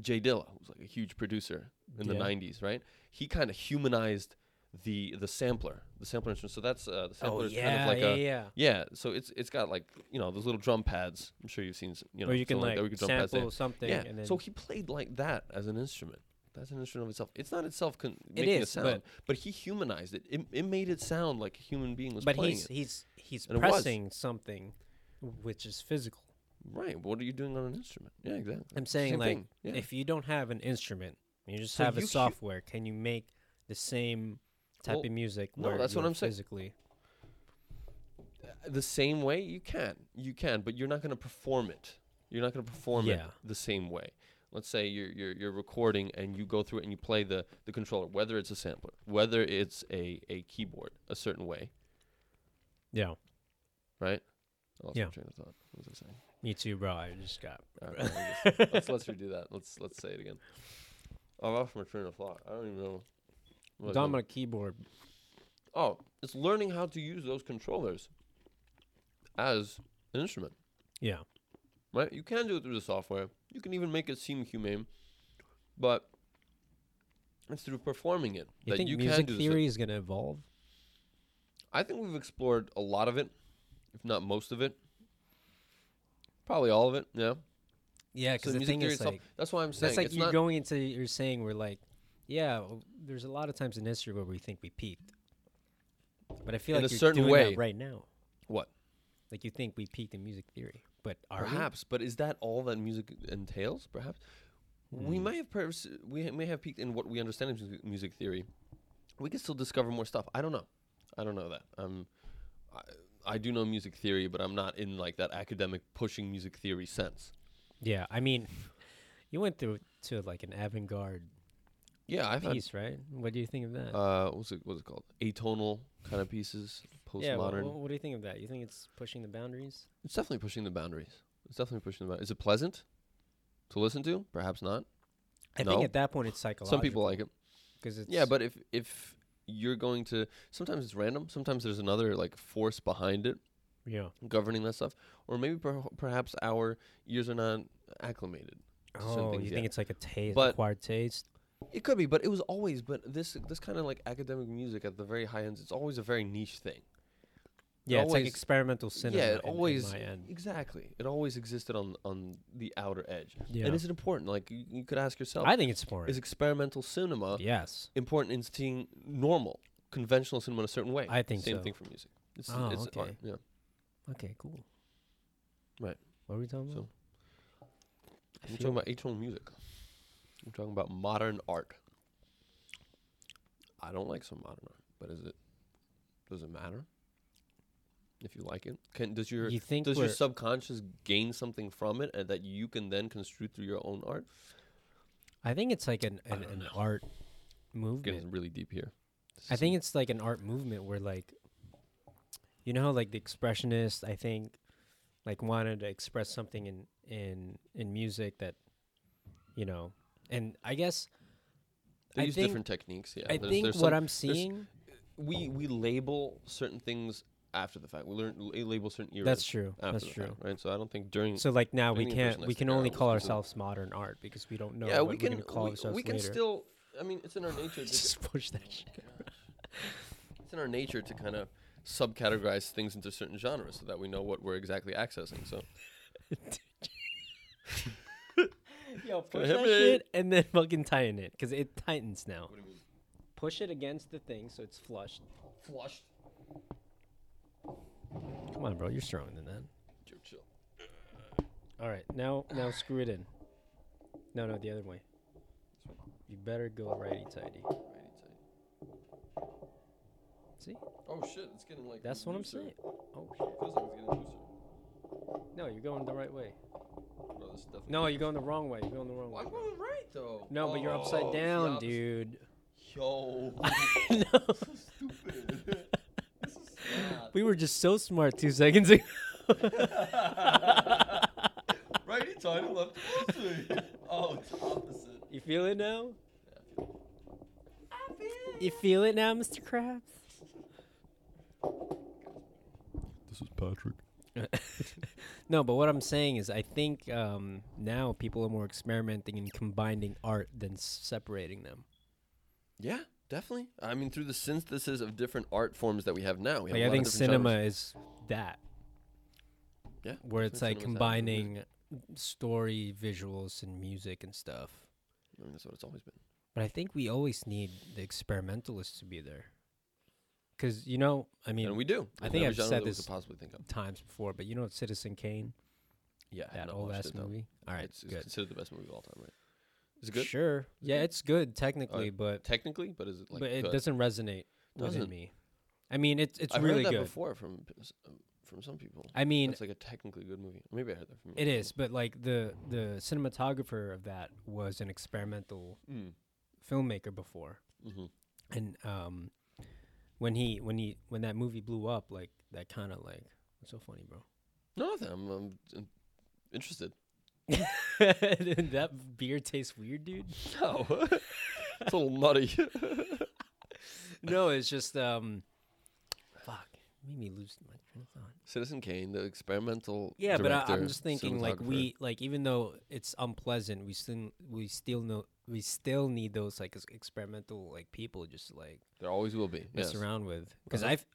[SPEAKER 2] Jay Dilla, who's like a huge producer in the
[SPEAKER 1] Yeah.
[SPEAKER 2] '90s, right? He kind of humanized the the sampler, the sampler instrument. So that's uh, the
[SPEAKER 1] oh
[SPEAKER 2] sampler is
[SPEAKER 1] yeah,
[SPEAKER 2] kind of like
[SPEAKER 1] yeah,
[SPEAKER 2] a
[SPEAKER 1] yeah.
[SPEAKER 2] Yeah, so it's it's got like you know those little drum pads. I'm sure you've seen s- you know
[SPEAKER 1] or you can
[SPEAKER 2] something
[SPEAKER 1] like
[SPEAKER 2] that. We could drum pads in.
[SPEAKER 1] sample something.
[SPEAKER 2] yeah.
[SPEAKER 1] And then
[SPEAKER 2] so he played like that as an instrument. That's an instrument of itself. It's not itself con-
[SPEAKER 1] It
[SPEAKER 2] making a
[SPEAKER 1] is, but-
[SPEAKER 2] sound, but, he humanized it. it. It made it sound like a human being was
[SPEAKER 1] but
[SPEAKER 2] playing
[SPEAKER 1] he's
[SPEAKER 2] it.
[SPEAKER 1] he's he's
[SPEAKER 2] And it was.
[SPEAKER 1] pressing something, which is physical.
[SPEAKER 2] Right. What are you doing on an instrument? Yeah, exactly.
[SPEAKER 1] I'm saying
[SPEAKER 2] Same
[SPEAKER 1] like
[SPEAKER 2] thing, yeah.
[SPEAKER 1] if you don't have an instrument, you just
[SPEAKER 2] So
[SPEAKER 1] have a
[SPEAKER 2] you hu-
[SPEAKER 1] software. Can you make the same type
[SPEAKER 2] Well,
[SPEAKER 1] of music?
[SPEAKER 2] no,
[SPEAKER 1] where
[SPEAKER 2] that's what
[SPEAKER 1] you're
[SPEAKER 2] I'm saying.
[SPEAKER 1] Physically,
[SPEAKER 2] Uh, the same way you can, you can, but you're not going to perform it. You're not going to perform it
[SPEAKER 1] Yeah.
[SPEAKER 2] the same way. Let's say you're, you're you're recording and you go through it and you play the the controller, whether it's a sampler, whether it's a a keyboard, a certain way.
[SPEAKER 1] yeah.
[SPEAKER 2] right? I lost my
[SPEAKER 1] Yeah.
[SPEAKER 2] train of thought. What was I saying?
[SPEAKER 1] Me too, bro. I just got.
[SPEAKER 2] All right, well, I guess- let's let's redo that. Let's let's say it again. I lost my train of thought. I don't even know. what I was
[SPEAKER 1] Dumb
[SPEAKER 2] doing.
[SPEAKER 1] on a keyboard.
[SPEAKER 2] Oh, it's learning how to use those controllers as an instrument,
[SPEAKER 1] Yeah.
[SPEAKER 2] right? You can do it through the software. You can even make it seem humane, but it's through performing it
[SPEAKER 1] You
[SPEAKER 2] that
[SPEAKER 1] think
[SPEAKER 2] you can
[SPEAKER 1] music
[SPEAKER 2] do this.
[SPEAKER 1] theory is gonna evolve?
[SPEAKER 2] I think we've explored a lot of it, if not most of it. Probably all of it, yeah.
[SPEAKER 1] Yeah,
[SPEAKER 2] So music theory itself, that's why I'm saying
[SPEAKER 1] that's like
[SPEAKER 2] it's
[SPEAKER 1] you
[SPEAKER 2] not
[SPEAKER 1] going into you're saying we're like, yeah, w- there's a lot of times in history where we think we peaked, but I feel
[SPEAKER 2] In
[SPEAKER 1] like
[SPEAKER 2] a
[SPEAKER 1] you're
[SPEAKER 2] certain
[SPEAKER 1] doing
[SPEAKER 2] way.
[SPEAKER 1] that right now.
[SPEAKER 2] What?
[SPEAKER 1] Like you think we peaked in music theory, but are we?
[SPEAKER 2] perhaps, but is that all that music entails? Perhaps we
[SPEAKER 1] Hmm.
[SPEAKER 2] may have pers- we ha- may have peaked in what we understand as music- music theory. We could still discover more stuff. I don't know. I don't know that. Um, I, I do know music theory, but I'm not in like that academic pushing music theory sense.
[SPEAKER 1] Yeah, I mean, you went through to like an avant-garde
[SPEAKER 2] Yeah, I've had
[SPEAKER 1] piece, right? What do you think of that?
[SPEAKER 2] uh, what's it what's it called? Atonal kind of pieces,
[SPEAKER 1] yeah, wha-
[SPEAKER 2] postmodern.
[SPEAKER 1] wha- what do you think of that? You think it's pushing the boundaries?
[SPEAKER 2] It's definitely pushing the boundaries. It's definitely pushing the boundaries. Is it pleasant to listen to? Perhaps not.
[SPEAKER 1] I
[SPEAKER 2] No.
[SPEAKER 1] think at that point it's psychological.
[SPEAKER 2] Some people like it.
[SPEAKER 1] because it's
[SPEAKER 2] Yeah, but if if you're going to sometimes it's random, sometimes there's another like force behind it
[SPEAKER 1] yeah,
[SPEAKER 2] governing that stuff, or maybe per- perhaps our ears are not acclimated. to certain
[SPEAKER 1] oh, you
[SPEAKER 2] things
[SPEAKER 1] think
[SPEAKER 2] yet.
[SPEAKER 1] it's like a taste,
[SPEAKER 2] But-
[SPEAKER 1] acquired taste?
[SPEAKER 2] It could be, but it was always but this this kind of like academic music at the very high ends, it's always a very niche thing.
[SPEAKER 1] Yeah, it's like
[SPEAKER 2] always-
[SPEAKER 1] experimental cinema.
[SPEAKER 2] yeah,
[SPEAKER 1] in-
[SPEAKER 2] it
[SPEAKER 1] in
[SPEAKER 2] always
[SPEAKER 1] my end.
[SPEAKER 2] exactly. It always existed on on the outer edge.
[SPEAKER 1] Yeah,
[SPEAKER 2] And is it important? Like you, you could ask yourself,
[SPEAKER 1] I think it's foreign.
[SPEAKER 2] is experimental cinema
[SPEAKER 1] yes.
[SPEAKER 2] important in seeing normal conventional cinema in a certain way?
[SPEAKER 1] I think
[SPEAKER 2] same
[SPEAKER 1] so.
[SPEAKER 2] thing for music. It's,
[SPEAKER 1] Oh,
[SPEAKER 2] it's
[SPEAKER 1] okay.
[SPEAKER 2] art, yeah.
[SPEAKER 1] Okay, cool.
[SPEAKER 2] Right.
[SPEAKER 1] What were we talking
[SPEAKER 2] So,
[SPEAKER 1] about? I
[SPEAKER 2] I'm
[SPEAKER 1] feel-
[SPEAKER 2] talking about atonal music. I'm talking about modern art. I don't like some modern art, but is it? Does it matter? If you like it, can does your
[SPEAKER 1] you think
[SPEAKER 2] does your
[SPEAKER 1] we're,
[SPEAKER 2] subconscious gain something from it, and that you can then construe through your own art?
[SPEAKER 1] I think it's like an, an,
[SPEAKER 2] don't
[SPEAKER 1] an
[SPEAKER 2] know.
[SPEAKER 1] art movement.
[SPEAKER 2] Getting really deep here.
[SPEAKER 1] I think it's like an art movement where like you know how like the expressionists I think like wanted to express something in in in music that you know and I guess I
[SPEAKER 2] they use
[SPEAKER 1] think-
[SPEAKER 2] different techniques. Yeah,
[SPEAKER 1] I
[SPEAKER 2] There's-
[SPEAKER 1] think
[SPEAKER 2] there's
[SPEAKER 1] what
[SPEAKER 2] some-
[SPEAKER 1] I'm seeing
[SPEAKER 2] we we label certain things after the fact. We learn we label certain eras.
[SPEAKER 1] that's true
[SPEAKER 2] after
[SPEAKER 1] that's
[SPEAKER 2] the
[SPEAKER 1] true
[SPEAKER 2] fact, right? So I don't think during
[SPEAKER 1] so like now we
[SPEAKER 2] Any
[SPEAKER 1] can't we
[SPEAKER 2] impressionistic
[SPEAKER 1] can
[SPEAKER 2] era
[SPEAKER 1] only
[SPEAKER 2] was
[SPEAKER 1] call
[SPEAKER 2] considered-
[SPEAKER 1] ourselves modern art because Oh, we don't know
[SPEAKER 2] yeah
[SPEAKER 1] what
[SPEAKER 2] we
[SPEAKER 1] we're
[SPEAKER 2] can
[SPEAKER 1] gonna call
[SPEAKER 2] we,
[SPEAKER 1] ourselves
[SPEAKER 2] we can
[SPEAKER 1] later.
[SPEAKER 2] still. I mean, it's in our nature. to
[SPEAKER 1] just push that shit.
[SPEAKER 2] it's in our nature to kind of subcategorize things into certain genres so that we know what we're exactly accessing. So
[SPEAKER 1] Yo, push
[SPEAKER 2] gonna hit
[SPEAKER 1] that
[SPEAKER 2] me.
[SPEAKER 1] shit and then fucking tighten it because it tightens now. Push it against the thing so it's flushed.
[SPEAKER 2] flushed.
[SPEAKER 1] Come on, bro, you're stronger than that.
[SPEAKER 2] Chill, chill.
[SPEAKER 1] All right, now now screw it in. No, no, the other way. You better go righty tighty. See,
[SPEAKER 2] Oh shit! It's getting like
[SPEAKER 1] that's what I'm
[SPEAKER 2] looser.
[SPEAKER 1] saying. Oh
[SPEAKER 2] It feels like it's getting looser.
[SPEAKER 1] shit. No, you're going the right way.
[SPEAKER 2] Bro, this is definitely-
[SPEAKER 1] No, you're going the wrong way. You're going the wrong way.
[SPEAKER 2] I'm going right though.
[SPEAKER 1] No, but you're
[SPEAKER 2] Oh,
[SPEAKER 1] upside
[SPEAKER 2] it's the
[SPEAKER 1] down,
[SPEAKER 2] opposite.
[SPEAKER 1] dude.
[SPEAKER 2] Yo,
[SPEAKER 1] no.
[SPEAKER 2] this is stupid. this is sad.
[SPEAKER 1] We were just so smart two seconds ago.
[SPEAKER 2] Righty tighty, lefty loosey. Oh, it's opposite.
[SPEAKER 1] you feel it now?
[SPEAKER 2] Yeah, I feel it.
[SPEAKER 1] You feel it now, Mr. Krabs?
[SPEAKER 2] This is Patrick.
[SPEAKER 1] No, but what I'm saying is, I think um, now people are more experimenting and combining art than s- separating them.
[SPEAKER 2] Yeah, definitely. I mean, through the synthesis of different art forms that we have now, we have
[SPEAKER 1] Like
[SPEAKER 2] a lot
[SPEAKER 1] I
[SPEAKER 2] of
[SPEAKER 1] think
[SPEAKER 2] different
[SPEAKER 1] cinema
[SPEAKER 2] genres.
[SPEAKER 1] is that,
[SPEAKER 2] Yeah,
[SPEAKER 1] where
[SPEAKER 2] I
[SPEAKER 1] it's
[SPEAKER 2] think
[SPEAKER 1] like
[SPEAKER 2] cinema's happening with
[SPEAKER 1] combining story, visuals, and music and stuff.
[SPEAKER 2] I mean, that's what it's always been.
[SPEAKER 1] But I think we always need the experimentalists to be there, because you know, I mean,
[SPEAKER 2] and we do.
[SPEAKER 1] I
[SPEAKER 2] in
[SPEAKER 1] think
[SPEAKER 2] every
[SPEAKER 1] I've
[SPEAKER 2] genre
[SPEAKER 1] said
[SPEAKER 2] that we could
[SPEAKER 1] this-
[SPEAKER 2] possibly think of.
[SPEAKER 1] times before, but you know, Citizen Kane,
[SPEAKER 2] Yeah, I have
[SPEAKER 1] that
[SPEAKER 2] not
[SPEAKER 1] old
[SPEAKER 2] watched
[SPEAKER 1] ass
[SPEAKER 2] it, though.
[SPEAKER 1] movie. All right,
[SPEAKER 2] it's, it's
[SPEAKER 1] good.
[SPEAKER 2] considered the best movie of all time, right? Is it good?
[SPEAKER 1] Sure.
[SPEAKER 2] it
[SPEAKER 1] yeah,
[SPEAKER 2] good?
[SPEAKER 1] it's good technically, but
[SPEAKER 2] Technically, but is it like?
[SPEAKER 1] but it
[SPEAKER 2] good?
[SPEAKER 1] doesn't resonate within
[SPEAKER 2] Doesn't.
[SPEAKER 1] me. I mean, it's it's
[SPEAKER 2] I've
[SPEAKER 1] really
[SPEAKER 2] heard that
[SPEAKER 1] good.
[SPEAKER 2] before from p- s- um, from some people.
[SPEAKER 1] I mean,
[SPEAKER 2] it's like a technically good movie. Maybe I heard that from.
[SPEAKER 1] it is, but like the the cinematographer of that was an experimental
[SPEAKER 2] Mm.
[SPEAKER 1] filmmaker before,
[SPEAKER 2] hmm
[SPEAKER 1] and um, when he when he when that movie blew up, like that kind of like it's so funny, bro.
[SPEAKER 2] No, nothing. I'm, I'm uh, interested.
[SPEAKER 1] Dude, that beer tastes weird, dude.
[SPEAKER 2] No, it's a little nutty.
[SPEAKER 1] No, it's just um, made me lose my train of thought.
[SPEAKER 2] Citizen Kane, the experimental.
[SPEAKER 1] Yeah, but I,
[SPEAKER 2] director,
[SPEAKER 1] I'm just thinking like
[SPEAKER 2] cinematographer.
[SPEAKER 1] we like even though it's unpleasant, we still we still know we still need those like ex- experimental like people just to, like
[SPEAKER 2] There always will be.
[SPEAKER 1] mess
[SPEAKER 2] Yes.
[SPEAKER 1] around with because
[SPEAKER 2] Uh-huh.
[SPEAKER 1] I've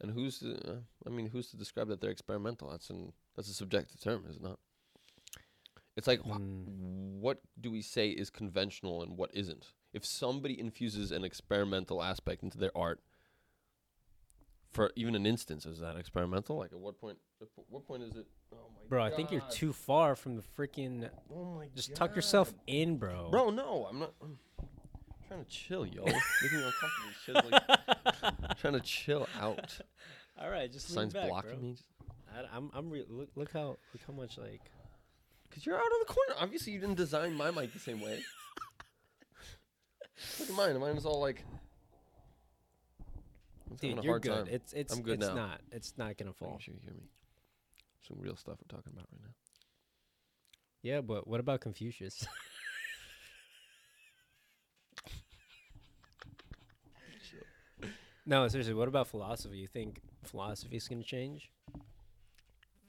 [SPEAKER 2] And who's to? Uh, I mean, who's to describe that they're experimental? That's an that's a subjective term, is it not? It's like wha-
[SPEAKER 1] Mm.
[SPEAKER 2] what do we say is conventional and what isn't? If somebody infuses an experimental aspect into their art, for even an instance, is that experimental? Like at what point? At wh- what point is it? Oh my
[SPEAKER 1] bro, I think you're
[SPEAKER 2] God.
[SPEAKER 1] too far from the freaking.
[SPEAKER 2] Oh my
[SPEAKER 1] Just tuck yourself
[SPEAKER 2] God.
[SPEAKER 1] in, bro.
[SPEAKER 2] Bro, no, I'm not. I'm trying to chill, yo. Making me uncomfortable. Shit, like, trying to chill out.
[SPEAKER 1] All right, just lean
[SPEAKER 2] Signs
[SPEAKER 1] back,
[SPEAKER 2] blocking
[SPEAKER 1] bro.
[SPEAKER 2] me.
[SPEAKER 1] I, am I'm re- look, look how look how much like
[SPEAKER 2] Cause you're out of the corner. Obviously, you didn't design my mic the same way. Look at mine. Mine is all like. I'm just having
[SPEAKER 1] dude,
[SPEAKER 2] a
[SPEAKER 1] you're
[SPEAKER 2] hard
[SPEAKER 1] good.
[SPEAKER 2] time.
[SPEAKER 1] It's it's
[SPEAKER 2] I'm good
[SPEAKER 1] it's
[SPEAKER 2] now.
[SPEAKER 1] not it's not gonna
[SPEAKER 2] Make
[SPEAKER 1] fall.
[SPEAKER 2] sure you hear me. Some real stuff we're talking about right now.
[SPEAKER 1] Yeah, but what about Confucius? no, seriously, what about philosophy? You think philosophy's gonna change?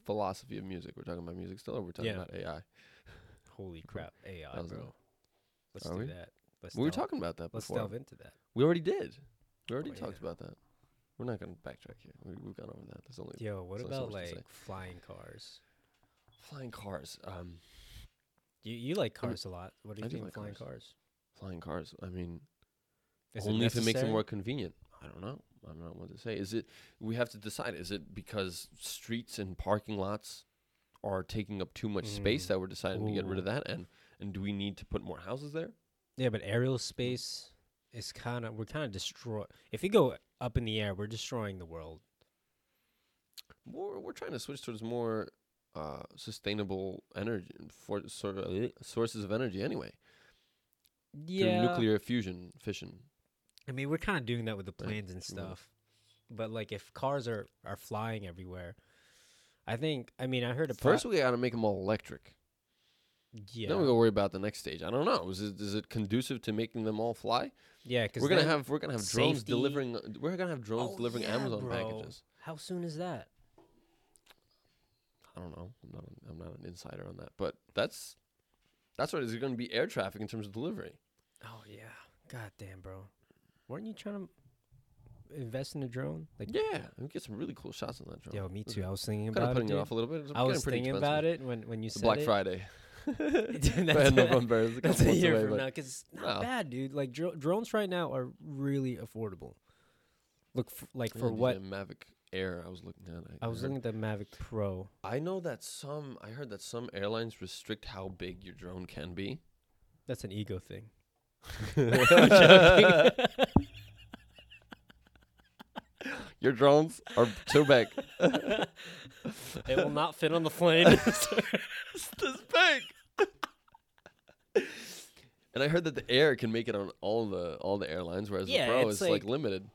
[SPEAKER 2] Philosophy of music. We're talking about music still, or we're talking
[SPEAKER 1] Yeah.
[SPEAKER 2] about AI.
[SPEAKER 1] Holy crap, AI,
[SPEAKER 2] That was
[SPEAKER 1] bro.
[SPEAKER 2] a-
[SPEAKER 1] Let's
[SPEAKER 2] Are
[SPEAKER 1] do
[SPEAKER 2] we?
[SPEAKER 1] that. Let's
[SPEAKER 2] we were
[SPEAKER 1] delve-
[SPEAKER 2] talking about that
[SPEAKER 1] Let's
[SPEAKER 2] before.
[SPEAKER 1] delve into that.
[SPEAKER 2] We already did. We already
[SPEAKER 1] Oh, yeah.
[SPEAKER 2] talked about that. We're not going to backtrack here. We, we've gone over that. There's only
[SPEAKER 1] Yo, what
[SPEAKER 2] so- so
[SPEAKER 1] about
[SPEAKER 2] much to say.
[SPEAKER 1] like flying cars?
[SPEAKER 2] flying cars. Um,
[SPEAKER 1] You you like
[SPEAKER 2] mean,
[SPEAKER 1] cars a lot. What do you
[SPEAKER 2] I do
[SPEAKER 1] think of
[SPEAKER 2] like
[SPEAKER 1] flying
[SPEAKER 2] cars.
[SPEAKER 1] cars?
[SPEAKER 2] flying cars. I mean,
[SPEAKER 1] Is
[SPEAKER 2] only if it makes it
[SPEAKER 1] necessary?
[SPEAKER 2] more convenient. I don't know. I don't know what to say. Is it? We have to decide. Is it because streets and parking lots are taking up too much space
[SPEAKER 1] Mm.
[SPEAKER 2] that we're deciding to get rid
[SPEAKER 1] Ooh.
[SPEAKER 2] of that? And and do we need to put more houses there?
[SPEAKER 1] Yeah, but aerial
[SPEAKER 2] Mm.
[SPEAKER 1] space is kind of we're kind of destroy. If you go up in the air, we're destroying the world.
[SPEAKER 2] We're we're trying to switch towards more uh, sustainable energy for sort of uh, sources of energy anyway through nuclear fusion fission.
[SPEAKER 1] I mean, we're kind of doing that with the
[SPEAKER 2] Right.
[SPEAKER 1] planes and
[SPEAKER 2] Mhm.
[SPEAKER 1] stuff. But like, if cars are are flying everywhere, I think. I mean, I heard a po-
[SPEAKER 2] First, we got to make them all electric.
[SPEAKER 1] yeah,
[SPEAKER 2] Then we go worry about the next stage. I don't know. Is it, is it conducive to making them all fly?
[SPEAKER 1] yeah, because
[SPEAKER 2] We're gonna have we're gonna have drones
[SPEAKER 1] safety-
[SPEAKER 2] delivering. uh, We're gonna have drones
[SPEAKER 1] Oh,
[SPEAKER 2] delivering
[SPEAKER 1] yeah,
[SPEAKER 2] Amazon
[SPEAKER 1] bro.
[SPEAKER 2] packages.
[SPEAKER 1] How soon is that?
[SPEAKER 2] I don't know. I'm not. an- I'm not an insider on that, but that's that's what is going to be air traffic in terms of delivery.
[SPEAKER 1] Oh yeah, god damn, bro. Weren't you trying to invest in a drone? Like,
[SPEAKER 2] Yeah, we get some really cool shots on that drone.
[SPEAKER 1] yo, me
[SPEAKER 2] This
[SPEAKER 1] too. I was thinking
[SPEAKER 2] Kind of
[SPEAKER 1] about it.
[SPEAKER 2] putting it,
[SPEAKER 1] dude.
[SPEAKER 2] off a little bit. It's
[SPEAKER 1] I was
[SPEAKER 2] getting pretty
[SPEAKER 1] thinking
[SPEAKER 2] expensive.
[SPEAKER 1] about it when when you said
[SPEAKER 2] Black
[SPEAKER 1] it.
[SPEAKER 2] Friday.
[SPEAKER 1] Dude,
[SPEAKER 2] Go ahead,
[SPEAKER 1] that's what-
[SPEAKER 2] November. It's a
[SPEAKER 1] That's
[SPEAKER 2] couple
[SPEAKER 1] a
[SPEAKER 2] months
[SPEAKER 1] year
[SPEAKER 2] away,
[SPEAKER 1] from
[SPEAKER 2] but
[SPEAKER 1] now because it's not
[SPEAKER 2] no.
[SPEAKER 1] bad, dude. Like dro- drones right now are really affordable. Look, f- like
[SPEAKER 2] yeah,
[SPEAKER 1] for
[SPEAKER 2] these,
[SPEAKER 1] what
[SPEAKER 2] uh, Mavic Air. I was looking at.
[SPEAKER 1] I was
[SPEAKER 2] heard-
[SPEAKER 1] looking at the Mavic Pro.
[SPEAKER 2] I know that some. I heard that some airlines restrict how big your drone can be.
[SPEAKER 1] That's an ego thing.
[SPEAKER 2] Your drones are too big.
[SPEAKER 1] It will not fit on the plane.
[SPEAKER 2] It's this big. and I heard that the air can make it on all the all the airlines, whereas
[SPEAKER 1] Yeah,
[SPEAKER 2] the pro
[SPEAKER 1] it's
[SPEAKER 2] is like,
[SPEAKER 1] like-
[SPEAKER 2] limited.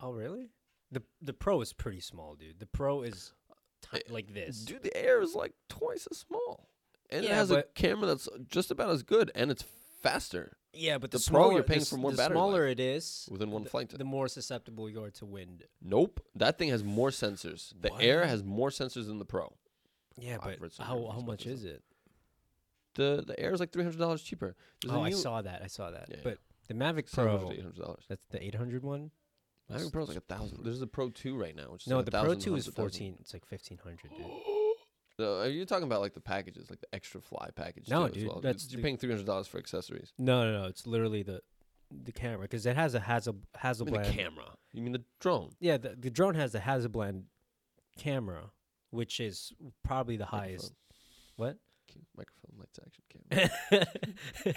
[SPEAKER 1] oh really? The the Pro is pretty small, dude. The Pro is ti-
[SPEAKER 2] It-
[SPEAKER 1] like this.
[SPEAKER 2] Eh, Dude, the air is like twice as small, and it
[SPEAKER 1] Yeah,
[SPEAKER 2] has a
[SPEAKER 1] but-
[SPEAKER 2] camera that's just about as good, and it's faster
[SPEAKER 1] yeah, but the,
[SPEAKER 2] the Pro,
[SPEAKER 1] smaller,
[SPEAKER 2] you're
[SPEAKER 1] the
[SPEAKER 2] paying
[SPEAKER 1] s-
[SPEAKER 2] for more
[SPEAKER 1] the
[SPEAKER 2] battery
[SPEAKER 1] smaller it is,
[SPEAKER 2] within one flight.
[SPEAKER 1] the more susceptible you are to wind.
[SPEAKER 2] nope, that thing has more sensors. The air has more sensors than the pro.
[SPEAKER 1] Yeah,
[SPEAKER 2] I've
[SPEAKER 1] but
[SPEAKER 2] read some
[SPEAKER 1] how
[SPEAKER 2] reviews
[SPEAKER 1] how
[SPEAKER 2] about
[SPEAKER 1] much
[SPEAKER 2] this.
[SPEAKER 1] is it?
[SPEAKER 2] The the air is like three hundred dollars cheaper. There's a
[SPEAKER 1] Oh, I
[SPEAKER 2] new-
[SPEAKER 1] saw that. I saw that.
[SPEAKER 2] Yeah, yeah.
[SPEAKER 1] But the Mavic
[SPEAKER 2] $700
[SPEAKER 1] Pro,
[SPEAKER 2] to eight hundred dollars.
[SPEAKER 1] that's the 800 one.
[SPEAKER 2] I think Pro's like a thousand. There's the Pro Two right now, which is
[SPEAKER 1] No,
[SPEAKER 2] like
[SPEAKER 1] the
[SPEAKER 2] 1,000,
[SPEAKER 1] Pro 2 is
[SPEAKER 2] 100,000.
[SPEAKER 1] 14. It's like 1500, dude.
[SPEAKER 2] So are you talking about like the packages, like the extra fly package?
[SPEAKER 1] No,
[SPEAKER 2] too,
[SPEAKER 1] dude,
[SPEAKER 2] As well?
[SPEAKER 1] that's
[SPEAKER 2] you're
[SPEAKER 1] the-
[SPEAKER 2] paying three hundred dollars for accessories.
[SPEAKER 1] No, no, no. It's literally the the camera because it has a Hazel
[SPEAKER 2] I mean,
[SPEAKER 1] Hasselblad.
[SPEAKER 2] the camera. You mean the drone?
[SPEAKER 1] Yeah, the, the drone has the Hasselblad camera, which is probably the highest. What?
[SPEAKER 2] Microphone, Microphone, lights, action, camera.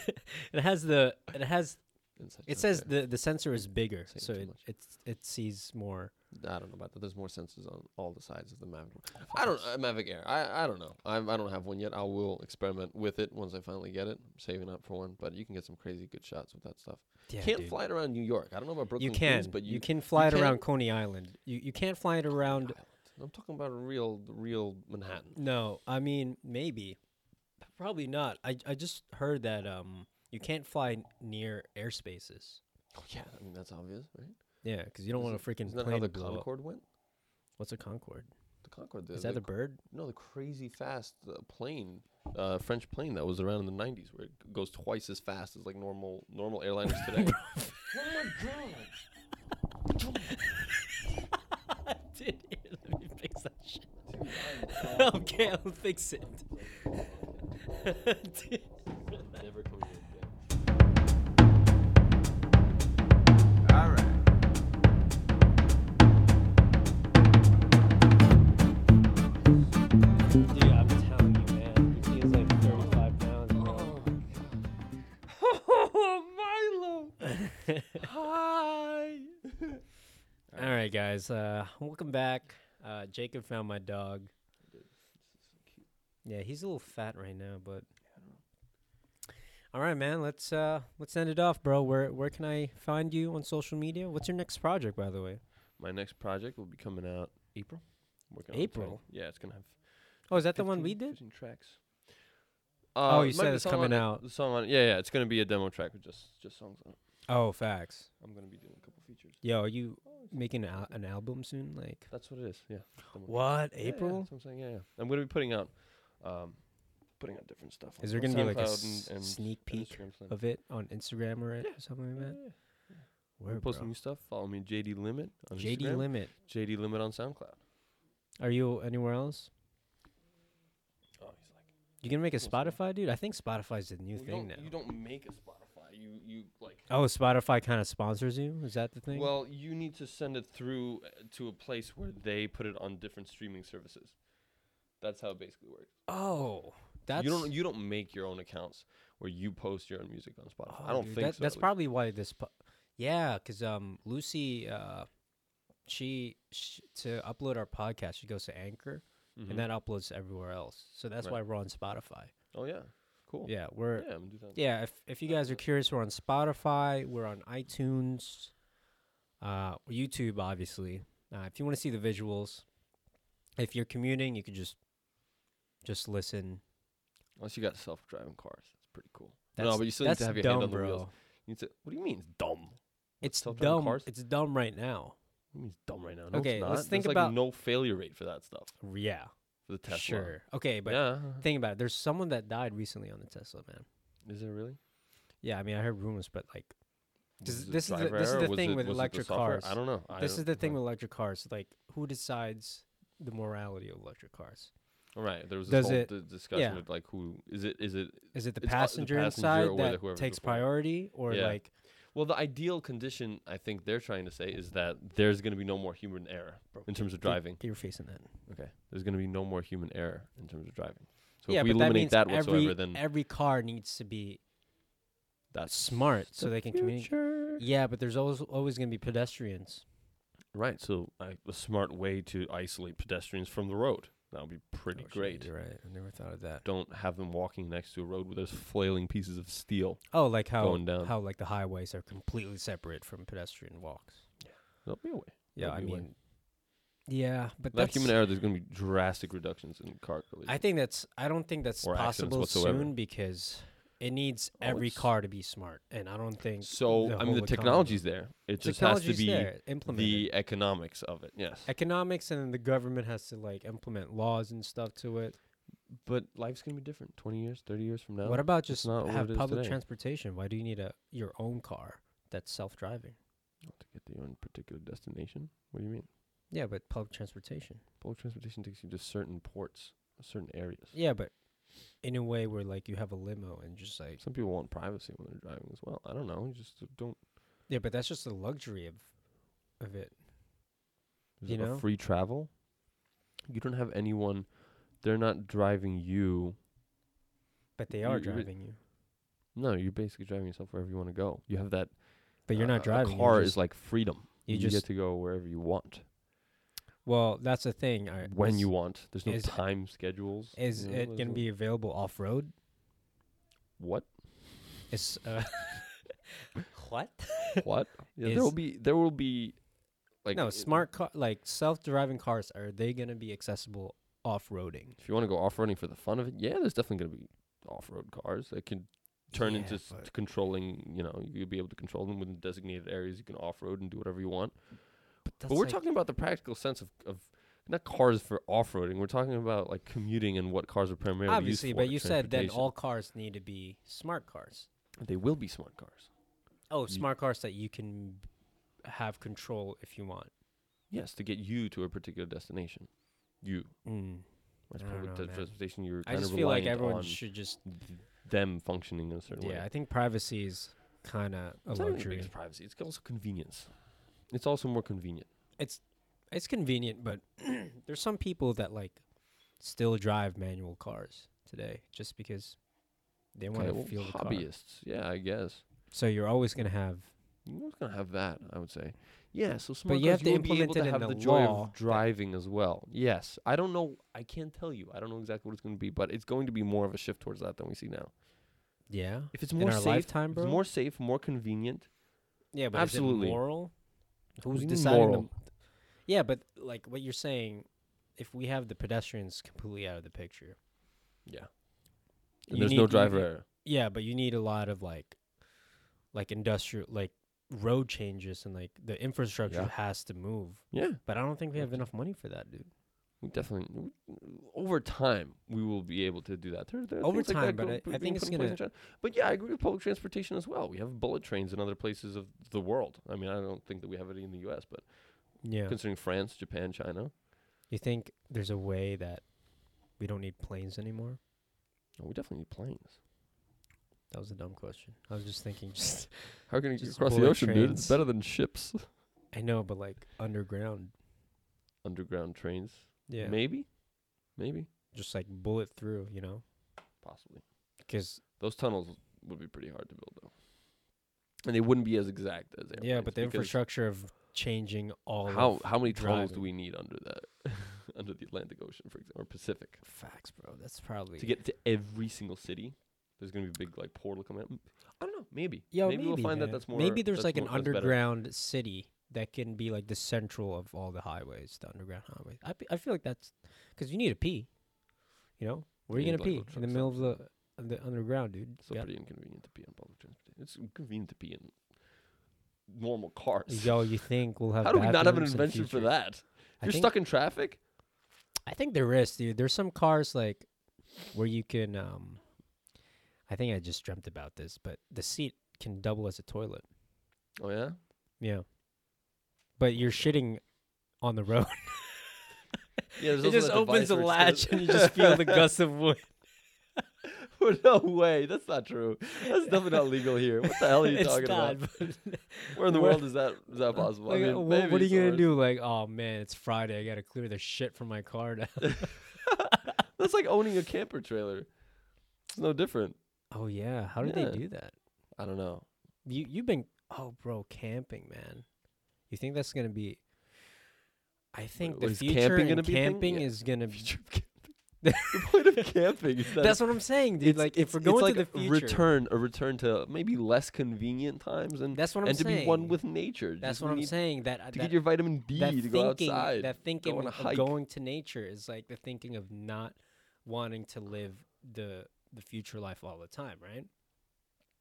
[SPEAKER 1] it has the it has
[SPEAKER 2] Inside
[SPEAKER 1] it
[SPEAKER 2] joke
[SPEAKER 1] says
[SPEAKER 2] there.
[SPEAKER 1] the the sensor is bigger,
[SPEAKER 2] Saying
[SPEAKER 1] so
[SPEAKER 2] too
[SPEAKER 1] it
[SPEAKER 2] much.
[SPEAKER 1] it it sees more.
[SPEAKER 2] I don't know about that. There's more sensors on all the sides of the Mavic. I don't uh, Mavic Air. I, I don't know. I I don't have one yet. I will experiment with it once I finally get it. I'm saving up for one, but you can get some crazy good shots with that stuff.
[SPEAKER 1] Yeah,
[SPEAKER 2] Can't
[SPEAKER 1] dude.
[SPEAKER 2] fly it around New York. I don't know about Brooklyn.
[SPEAKER 1] You
[SPEAKER 2] Queens,
[SPEAKER 1] can,
[SPEAKER 2] but you,
[SPEAKER 1] can fly it
[SPEAKER 2] can.
[SPEAKER 1] around Coney Island. You you can't fly it around.
[SPEAKER 2] Island. I'm talking about a real, the real Manhattan.
[SPEAKER 1] No, I mean maybe, P- probably not. I I just heard that um you can't fly n- near airspaces.
[SPEAKER 2] Oh yeah, I mean that's obvious, right?
[SPEAKER 1] Yeah, because you don't want
[SPEAKER 2] Isn't-
[SPEAKER 1] to freaking
[SPEAKER 2] Isn't that
[SPEAKER 1] plane to
[SPEAKER 2] how the
[SPEAKER 1] blow up.
[SPEAKER 2] Concorde went?
[SPEAKER 1] What's a Concorde?
[SPEAKER 2] The Concorde.
[SPEAKER 1] Is that the bird?
[SPEAKER 2] No, the crazy fast uh, plane, uh, French plane that was around in the '90s, where it g- goes twice as fast as like normal normal airliners today. oh my god!
[SPEAKER 1] I did it. Let me fix that shit. okay, I'll fix it.
[SPEAKER 2] Never coming here again.
[SPEAKER 3] All right.
[SPEAKER 1] Dude, I'm telling you, man. He feels like 35 pounds, bro.
[SPEAKER 2] Oh, Milo! Hi!
[SPEAKER 1] All right, guys. Uh, welcome back. Uh, Jacob found my dog. Yeah, he's a little fat right now, but. All right, man. Let's uh, let's end it off, bro. Where where can I find you on social media? What's your next project, by the way?
[SPEAKER 2] My next project will be coming out April. Working on it today.
[SPEAKER 1] April?
[SPEAKER 2] Yeah, it's gonna have.
[SPEAKER 1] Oh, is that the one
[SPEAKER 2] 15
[SPEAKER 1] we did?
[SPEAKER 2] 15 tracks.
[SPEAKER 1] Oh,
[SPEAKER 2] Uh,
[SPEAKER 1] you
[SPEAKER 2] it might
[SPEAKER 1] said
[SPEAKER 2] be a
[SPEAKER 1] it's
[SPEAKER 2] song
[SPEAKER 1] coming
[SPEAKER 2] on it-
[SPEAKER 1] out.
[SPEAKER 2] The song on it. Yeah, yeah, it's gonna be a demo track with just just songs on it.
[SPEAKER 1] Oh, facts.
[SPEAKER 2] I'm gonna be doing a couple features.
[SPEAKER 1] Yo, are you making an, al- an album soon? Like
[SPEAKER 2] That's what it is. Yeah. demo track.
[SPEAKER 1] what?
[SPEAKER 2] Yeah, yeah,
[SPEAKER 1] April?
[SPEAKER 2] that's what I'm saying. Yeah, yeah. I'm gonna be putting out, um, putting out different stuff.
[SPEAKER 1] Is
[SPEAKER 2] on
[SPEAKER 1] there gonna be like a
[SPEAKER 2] SoundCloud
[SPEAKER 1] s- sneak
[SPEAKER 2] and
[SPEAKER 1] peek
[SPEAKER 2] Instagram Slam.
[SPEAKER 1] Of it on Instagram or it- something
[SPEAKER 2] Yeah,
[SPEAKER 1] like that.
[SPEAKER 2] yeah, yeah.
[SPEAKER 1] Where,
[SPEAKER 2] Posting
[SPEAKER 1] bro?
[SPEAKER 2] new stuff. Follow me, JD Limit on
[SPEAKER 1] JD
[SPEAKER 2] Instagram.
[SPEAKER 1] Limit.
[SPEAKER 2] JD Limit on SoundCloud.
[SPEAKER 1] Are you anywhere else?
[SPEAKER 2] Oh, he's like.
[SPEAKER 1] You gonna make a
[SPEAKER 2] Cool stuff.
[SPEAKER 1] Spotify, dude? I think Spotify's the new
[SPEAKER 2] Well,
[SPEAKER 1] thing now.
[SPEAKER 2] don't, You don't make a Spotify. You you like.
[SPEAKER 1] Oh, Spotify kind of sponsors you. Is that the thing?
[SPEAKER 2] Well, you need to send it through uh, to a place where they put it on different streaming services. That's how it basically works.
[SPEAKER 1] oh, that's
[SPEAKER 2] you don't you don't make your own accounts where you post your own music on Spotify.
[SPEAKER 1] oh,
[SPEAKER 2] I don't
[SPEAKER 1] dude,
[SPEAKER 2] think
[SPEAKER 1] that-
[SPEAKER 2] so.
[SPEAKER 1] That's
[SPEAKER 2] at least.
[SPEAKER 1] probably why this. Po- yeah, because um, Lucy, uh, she, sh to upload our podcast, she goes to Anchor,
[SPEAKER 2] Mhm.
[SPEAKER 1] and that uploads to everywhere else. So that's
[SPEAKER 2] Right.
[SPEAKER 1] why we're on Spotify.
[SPEAKER 2] Oh yeah, cool.
[SPEAKER 1] Yeah, we're
[SPEAKER 2] yeah, I'm gonna do that.
[SPEAKER 1] Yeah, if if you guys are curious, we're on Spotify, we're on iTunes, uh, YouTube, obviously. Uh, if you want to see the visuals, if you're commuting, you could just just listen.
[SPEAKER 2] Unless you got self-driving cars, that's pretty cool.
[SPEAKER 1] That's,
[SPEAKER 2] no, but you still need to
[SPEAKER 1] that's
[SPEAKER 2] have your
[SPEAKER 1] dumb,
[SPEAKER 2] hand on the
[SPEAKER 1] bro.
[SPEAKER 2] wheels. You need to, what do you mean it's dumb?
[SPEAKER 1] It's
[SPEAKER 2] self-driving
[SPEAKER 1] dumb.
[SPEAKER 2] cars?
[SPEAKER 1] It's dumb right now.
[SPEAKER 2] What do you mean it's dumb right now? No,
[SPEAKER 1] Okay,
[SPEAKER 2] it's
[SPEAKER 1] let's
[SPEAKER 2] not.
[SPEAKER 1] think
[SPEAKER 2] There's like
[SPEAKER 1] about-
[SPEAKER 2] no failure rate for that stuff
[SPEAKER 1] R- Yeah,
[SPEAKER 2] for the Tesla.
[SPEAKER 1] sure. Okay, but
[SPEAKER 2] yeah. uh-huh.
[SPEAKER 1] think about it. There's someone that died recently on the Tesla, man.
[SPEAKER 2] Is it really?
[SPEAKER 1] Yeah, I mean, I heard rumors, but like This-
[SPEAKER 2] Was it
[SPEAKER 1] this is the-
[SPEAKER 2] driver
[SPEAKER 1] this is
[SPEAKER 2] error?
[SPEAKER 1] the
[SPEAKER 2] Was
[SPEAKER 1] thing
[SPEAKER 2] it-
[SPEAKER 1] with
[SPEAKER 2] was it the
[SPEAKER 1] electric
[SPEAKER 2] software?
[SPEAKER 1] cars.
[SPEAKER 2] I don't know. I
[SPEAKER 1] this
[SPEAKER 2] don't-
[SPEAKER 1] is the thing
[SPEAKER 2] okay.
[SPEAKER 1] with electric cars. Like, who decides the morality of electric cars?
[SPEAKER 2] All right. There was this
[SPEAKER 1] Does
[SPEAKER 2] whole
[SPEAKER 1] it-
[SPEAKER 2] d- discussion
[SPEAKER 1] yeah.
[SPEAKER 2] of like who is it? Is it
[SPEAKER 1] Is it the
[SPEAKER 2] It's up to the
[SPEAKER 1] passenger
[SPEAKER 2] passenger
[SPEAKER 1] inside
[SPEAKER 2] or the
[SPEAKER 1] that
[SPEAKER 2] whoever's
[SPEAKER 1] takes
[SPEAKER 2] before.
[SPEAKER 1] priority, or
[SPEAKER 2] Yeah.
[SPEAKER 1] like
[SPEAKER 2] well the ideal condition? I think they're trying to say is that there's going to be no more human error
[SPEAKER 1] Bro,
[SPEAKER 2] in terms of
[SPEAKER 1] get-
[SPEAKER 2] driving.
[SPEAKER 1] Get your face in that.
[SPEAKER 2] Okay. There's going to be no more human error in terms of driving. So
[SPEAKER 1] yeah,
[SPEAKER 2] if we
[SPEAKER 1] but
[SPEAKER 2] eliminate
[SPEAKER 1] that,
[SPEAKER 2] that,
[SPEAKER 1] means
[SPEAKER 2] whatsoever,
[SPEAKER 1] every,
[SPEAKER 2] then
[SPEAKER 1] every car needs to be
[SPEAKER 2] that's
[SPEAKER 1] smart so
[SPEAKER 2] the
[SPEAKER 1] they can communicate.
[SPEAKER 2] future.
[SPEAKER 1] Yeah, but there's always always going to be pedestrians.
[SPEAKER 2] Right. So I, a smart way to isolate pedestrians from the road. That would be pretty
[SPEAKER 1] Oh, shit,
[SPEAKER 2] great.
[SPEAKER 1] You're right. I never thought of that.
[SPEAKER 2] Don't have them walking next to a road where there's flailing pieces of steel.
[SPEAKER 1] Oh, like how
[SPEAKER 2] Going down.
[SPEAKER 1] how like the highways are completely separate from pedestrian walks.
[SPEAKER 2] There'll be a way.
[SPEAKER 1] Yeah,
[SPEAKER 2] There'll
[SPEAKER 1] I
[SPEAKER 2] be a way.
[SPEAKER 1] mean, yeah, but
[SPEAKER 2] Without
[SPEAKER 1] that's.
[SPEAKER 2] human error, there's going to be drastic reductions in car collisions.
[SPEAKER 1] I think that's. I don't think that's
[SPEAKER 2] Or accidents
[SPEAKER 1] possible
[SPEAKER 2] whatsoever.
[SPEAKER 1] soon because it needs
[SPEAKER 2] Oh,
[SPEAKER 1] every
[SPEAKER 2] it's-
[SPEAKER 1] car to be smart, and I don't think
[SPEAKER 2] So
[SPEAKER 1] the whole
[SPEAKER 2] I mean, the
[SPEAKER 1] economy-
[SPEAKER 2] technology's there. It just has to
[SPEAKER 1] Technology's
[SPEAKER 2] be
[SPEAKER 1] there, implemented.
[SPEAKER 2] the economics of it. Yes,
[SPEAKER 1] economics and then the government has to like implement laws and stuff to it.
[SPEAKER 2] but life's gonna be different. Twenty years, thirty years from now.
[SPEAKER 1] what about just
[SPEAKER 2] not what it
[SPEAKER 1] have
[SPEAKER 2] is
[SPEAKER 1] public
[SPEAKER 2] today.
[SPEAKER 1] transportation? Why do you need a your own car that's self-driving?
[SPEAKER 2] to get to your own particular destination? What do you mean?
[SPEAKER 1] Yeah, but public transportation.
[SPEAKER 2] Public transportation takes you to certain ports, certain areas.
[SPEAKER 1] Yeah, but in a way where like you have a limo and just like
[SPEAKER 2] Some people want privacy when they're driving as well. I don't know. You just don't.
[SPEAKER 1] yeah, but that's just the luxury of of it.
[SPEAKER 2] Is
[SPEAKER 1] You
[SPEAKER 2] it a
[SPEAKER 1] know?
[SPEAKER 2] free travel. You don't have anyone. They're not driving you.
[SPEAKER 1] But they are
[SPEAKER 2] You- you would-
[SPEAKER 1] driving you.
[SPEAKER 2] No, you're basically driving yourself wherever you want to go. You have that.
[SPEAKER 1] But you're
[SPEAKER 2] uh,
[SPEAKER 1] not driving.
[SPEAKER 2] A
[SPEAKER 1] you
[SPEAKER 2] car
[SPEAKER 1] just-
[SPEAKER 2] is like freedom.
[SPEAKER 1] you
[SPEAKER 2] You,
[SPEAKER 1] just-
[SPEAKER 2] get to go wherever you want.
[SPEAKER 1] well, that's the thing. I,
[SPEAKER 2] when
[SPEAKER 1] Uh, is-
[SPEAKER 2] you want. There's no
[SPEAKER 1] is-
[SPEAKER 2] time schedules.
[SPEAKER 1] is
[SPEAKER 2] you know,
[SPEAKER 1] it going
[SPEAKER 2] there's
[SPEAKER 1] to
[SPEAKER 2] no-
[SPEAKER 1] be available off road?
[SPEAKER 2] what?
[SPEAKER 1] It's uh, what?
[SPEAKER 2] What? Yeah,
[SPEAKER 1] Is-
[SPEAKER 2] there will be. There will be. Like
[SPEAKER 1] no,
[SPEAKER 2] it-
[SPEAKER 1] smart car like self-driving cars are they going to be accessible off-roading?
[SPEAKER 2] If you want to go off roading for the fun of it, yeah, there's definitely going to be off road cars that can turn
[SPEAKER 1] Yeah,
[SPEAKER 2] into s-
[SPEAKER 1] but-
[SPEAKER 2] controlling. You know, you'll be able to control them within designated areas. You can off road and do whatever you want.
[SPEAKER 1] But,
[SPEAKER 2] but we're talking about the practical sense of, of not cars for off roading. We're talking about like commuting and what cars are primarily
[SPEAKER 1] Obviously,
[SPEAKER 2] used for.
[SPEAKER 1] but you said then
[SPEAKER 2] transportation.
[SPEAKER 1] all cars need to be smart cars.
[SPEAKER 2] they will be smart cars.
[SPEAKER 1] Oh, smart cars that you can have control if you want.
[SPEAKER 2] Yes, to get you to a particular destination. You
[SPEAKER 1] Mm.
[SPEAKER 2] as
[SPEAKER 1] I don't
[SPEAKER 2] public
[SPEAKER 1] know,
[SPEAKER 2] tra-
[SPEAKER 1] man.
[SPEAKER 2] transportation, you're
[SPEAKER 1] I
[SPEAKER 2] kind
[SPEAKER 1] just
[SPEAKER 2] of
[SPEAKER 1] feel like
[SPEAKER 2] reliant
[SPEAKER 1] everyone
[SPEAKER 2] on
[SPEAKER 1] should just.
[SPEAKER 2] them functioning in a certain way.
[SPEAKER 1] Yeah, I think privacy is kind of a
[SPEAKER 2] It's not even the
[SPEAKER 1] luxury.
[SPEAKER 2] biggest privacy. It's also convenience. It's also more convenient.
[SPEAKER 1] It's convenient, but there's some people that like still drive manual cars today just because they want
[SPEAKER 2] Okay,
[SPEAKER 1] to
[SPEAKER 2] well,
[SPEAKER 1] feel the car.
[SPEAKER 2] hobbyists. Yeah, I guess.
[SPEAKER 1] So you're always gonna have.
[SPEAKER 2] You're always gonna have that, I would say. Yeah, so smart
[SPEAKER 1] But you
[SPEAKER 2] cars,
[SPEAKER 1] have to
[SPEAKER 2] will be
[SPEAKER 1] implement
[SPEAKER 2] able to
[SPEAKER 1] it in
[SPEAKER 2] have
[SPEAKER 1] the
[SPEAKER 2] the joy
[SPEAKER 1] law
[SPEAKER 2] of
[SPEAKER 1] that-
[SPEAKER 2] driving as well. Yes, I don't know. I can't tell you. I don't know exactly what it's going to be, but it's going to be more of a shift towards that than we see now.
[SPEAKER 1] Yeah.
[SPEAKER 2] If it's more
[SPEAKER 1] our
[SPEAKER 2] safe,
[SPEAKER 1] lifetime,
[SPEAKER 2] if
[SPEAKER 1] bro?
[SPEAKER 2] it's more safe, more convenient.
[SPEAKER 1] Yeah, but
[SPEAKER 2] Absolutely.
[SPEAKER 1] is it moral?
[SPEAKER 2] What do
[SPEAKER 1] Who's
[SPEAKER 2] you mean
[SPEAKER 1] deciding? the-
[SPEAKER 2] moral?
[SPEAKER 1] yeah, but like what you're saying, if we have the pedestrians completely out of the picture,
[SPEAKER 2] Yeah.
[SPEAKER 1] you
[SPEAKER 2] And there's no
[SPEAKER 1] need- you-
[SPEAKER 2] driver error.
[SPEAKER 1] Yeah, but you need a lot of like, like industrial, like road changes and like the infrastructure
[SPEAKER 2] Yeah.
[SPEAKER 1] has to move.
[SPEAKER 2] Yeah,
[SPEAKER 1] But I don't think we have
[SPEAKER 2] Right.
[SPEAKER 1] enough money for that, dude.
[SPEAKER 2] we definitely. w over time, we will be able to do that. There, there are
[SPEAKER 1] Over
[SPEAKER 2] things like that
[SPEAKER 1] time, but
[SPEAKER 2] go-
[SPEAKER 1] I-
[SPEAKER 2] be-
[SPEAKER 1] I think
[SPEAKER 2] being
[SPEAKER 1] it's
[SPEAKER 2] put in place
[SPEAKER 1] gonna-
[SPEAKER 2] in China. But yeah, I agree with public transportation as well. We have bullet trains in other places of the world. I mean, I don't think that we have it in the U.S., but
[SPEAKER 1] Yeah.
[SPEAKER 2] considering France, Japan, China,
[SPEAKER 1] You think there's a way that we don't need planes anymore?
[SPEAKER 2] oh, we definitely need planes.
[SPEAKER 1] That was a dumb question. I was just thinking, just
[SPEAKER 2] How can you
[SPEAKER 1] Just
[SPEAKER 2] cross the
[SPEAKER 1] bullet
[SPEAKER 2] ocean, dude?
[SPEAKER 1] trains.
[SPEAKER 2] It's better than ships.
[SPEAKER 1] I know, but like underground.
[SPEAKER 2] Underground trains.
[SPEAKER 1] Yeah.
[SPEAKER 2] Maybe. Maybe.
[SPEAKER 1] Just like bullet through, you know?
[SPEAKER 2] Possibly.
[SPEAKER 1] Because
[SPEAKER 2] Those tunnels would be pretty hard to build, though. And they wouldn't be as exact as airplanes.
[SPEAKER 1] Yeah, but the
[SPEAKER 2] because
[SPEAKER 1] infrastructure of changing all
[SPEAKER 2] How
[SPEAKER 1] of
[SPEAKER 2] how many tunnels do
[SPEAKER 1] driving.
[SPEAKER 2] we need under that, under the Atlantic Ocean, for example, or Pacific,
[SPEAKER 1] facts, bro. That's probably
[SPEAKER 2] to get to every single city? There's gonna be a big like portal coming up. I don't know. Maybe.
[SPEAKER 1] Yo,
[SPEAKER 2] maybe, we'll
[SPEAKER 1] man.
[SPEAKER 2] find that that's more.
[SPEAKER 1] Maybe there's
[SPEAKER 2] that's
[SPEAKER 1] like an
[SPEAKER 2] more- that's better.
[SPEAKER 1] underground city that can be like the central of all the highways, the underground highways. I be- I feel like that's because you need to pee. You know where are
[SPEAKER 2] You
[SPEAKER 1] you
[SPEAKER 2] need,
[SPEAKER 1] gonna
[SPEAKER 2] like,
[SPEAKER 1] pee
[SPEAKER 2] little
[SPEAKER 1] in the
[SPEAKER 2] trucks
[SPEAKER 1] middle of the of the underground, dude?
[SPEAKER 2] It's still
[SPEAKER 1] Yeah.
[SPEAKER 2] pretty inconvenient to pee on public transportation. It's convenient to pee in normal cars.
[SPEAKER 1] Yo, you think we'll have?
[SPEAKER 2] How do we not have an
[SPEAKER 1] bathrooms in the
[SPEAKER 2] invention for
[SPEAKER 1] future?
[SPEAKER 2] that?
[SPEAKER 1] I
[SPEAKER 2] You're
[SPEAKER 1] think,
[SPEAKER 2] stuck in traffic?
[SPEAKER 1] I think there is, dude. There's some cars like where you can. um I think I just dreamt about this, but the seat can double as a toilet.
[SPEAKER 2] Oh yeah?
[SPEAKER 1] Yeah. But you're shitting on the road.
[SPEAKER 2] Yeah,
[SPEAKER 1] it just opens the latch and you just feel the gust of wind.
[SPEAKER 2] Oh, no way, that's not true. That's definitely not legal here. What the hell are you
[SPEAKER 1] It's
[SPEAKER 2] talking
[SPEAKER 1] not,
[SPEAKER 2] about?
[SPEAKER 1] but-
[SPEAKER 2] Where in the
[SPEAKER 1] Where-
[SPEAKER 2] world is that is that possible?
[SPEAKER 1] like, uh,
[SPEAKER 2] I mean,
[SPEAKER 1] wh- what,
[SPEAKER 2] maybe
[SPEAKER 1] are you gonna
[SPEAKER 2] somewhere.
[SPEAKER 1] do? Like, oh man, it's Friday. I gotta clear the shit from my car. Now.
[SPEAKER 2] That's like owning a camper trailer. It's no different.
[SPEAKER 1] oh yeah, how do
[SPEAKER 2] Yeah.
[SPEAKER 1] they do that?
[SPEAKER 2] I don't know.
[SPEAKER 1] You you've been oh bro camping man. You think that's gonna be? I think
[SPEAKER 2] what
[SPEAKER 1] the
[SPEAKER 2] is
[SPEAKER 1] future
[SPEAKER 2] camping
[SPEAKER 1] in
[SPEAKER 2] gonna be a thing?
[SPEAKER 1] camping
[SPEAKER 2] Yeah.
[SPEAKER 1] is gonna be.
[SPEAKER 2] The point of camping is that
[SPEAKER 1] That's what I'm saying, dude.
[SPEAKER 2] it's-
[SPEAKER 1] like,
[SPEAKER 2] it's-
[SPEAKER 1] if we're
[SPEAKER 2] it's
[SPEAKER 1] going
[SPEAKER 2] like
[SPEAKER 1] to
[SPEAKER 2] a
[SPEAKER 1] the future,
[SPEAKER 2] return a return to maybe less convenient times and
[SPEAKER 1] that's what I'm
[SPEAKER 2] and to
[SPEAKER 1] saying.
[SPEAKER 2] be one with nature.
[SPEAKER 1] That's
[SPEAKER 2] Just
[SPEAKER 1] what
[SPEAKER 2] we
[SPEAKER 1] I'm
[SPEAKER 2] need
[SPEAKER 1] saying. That
[SPEAKER 2] To
[SPEAKER 1] that,
[SPEAKER 2] get your vitamin D,
[SPEAKER 1] that
[SPEAKER 2] to
[SPEAKER 1] thinking,
[SPEAKER 2] go outside.
[SPEAKER 1] That thinking
[SPEAKER 2] on a
[SPEAKER 1] of
[SPEAKER 2] hike.
[SPEAKER 1] going to nature is like the thinking of not wanting to live the the future life all the time, right?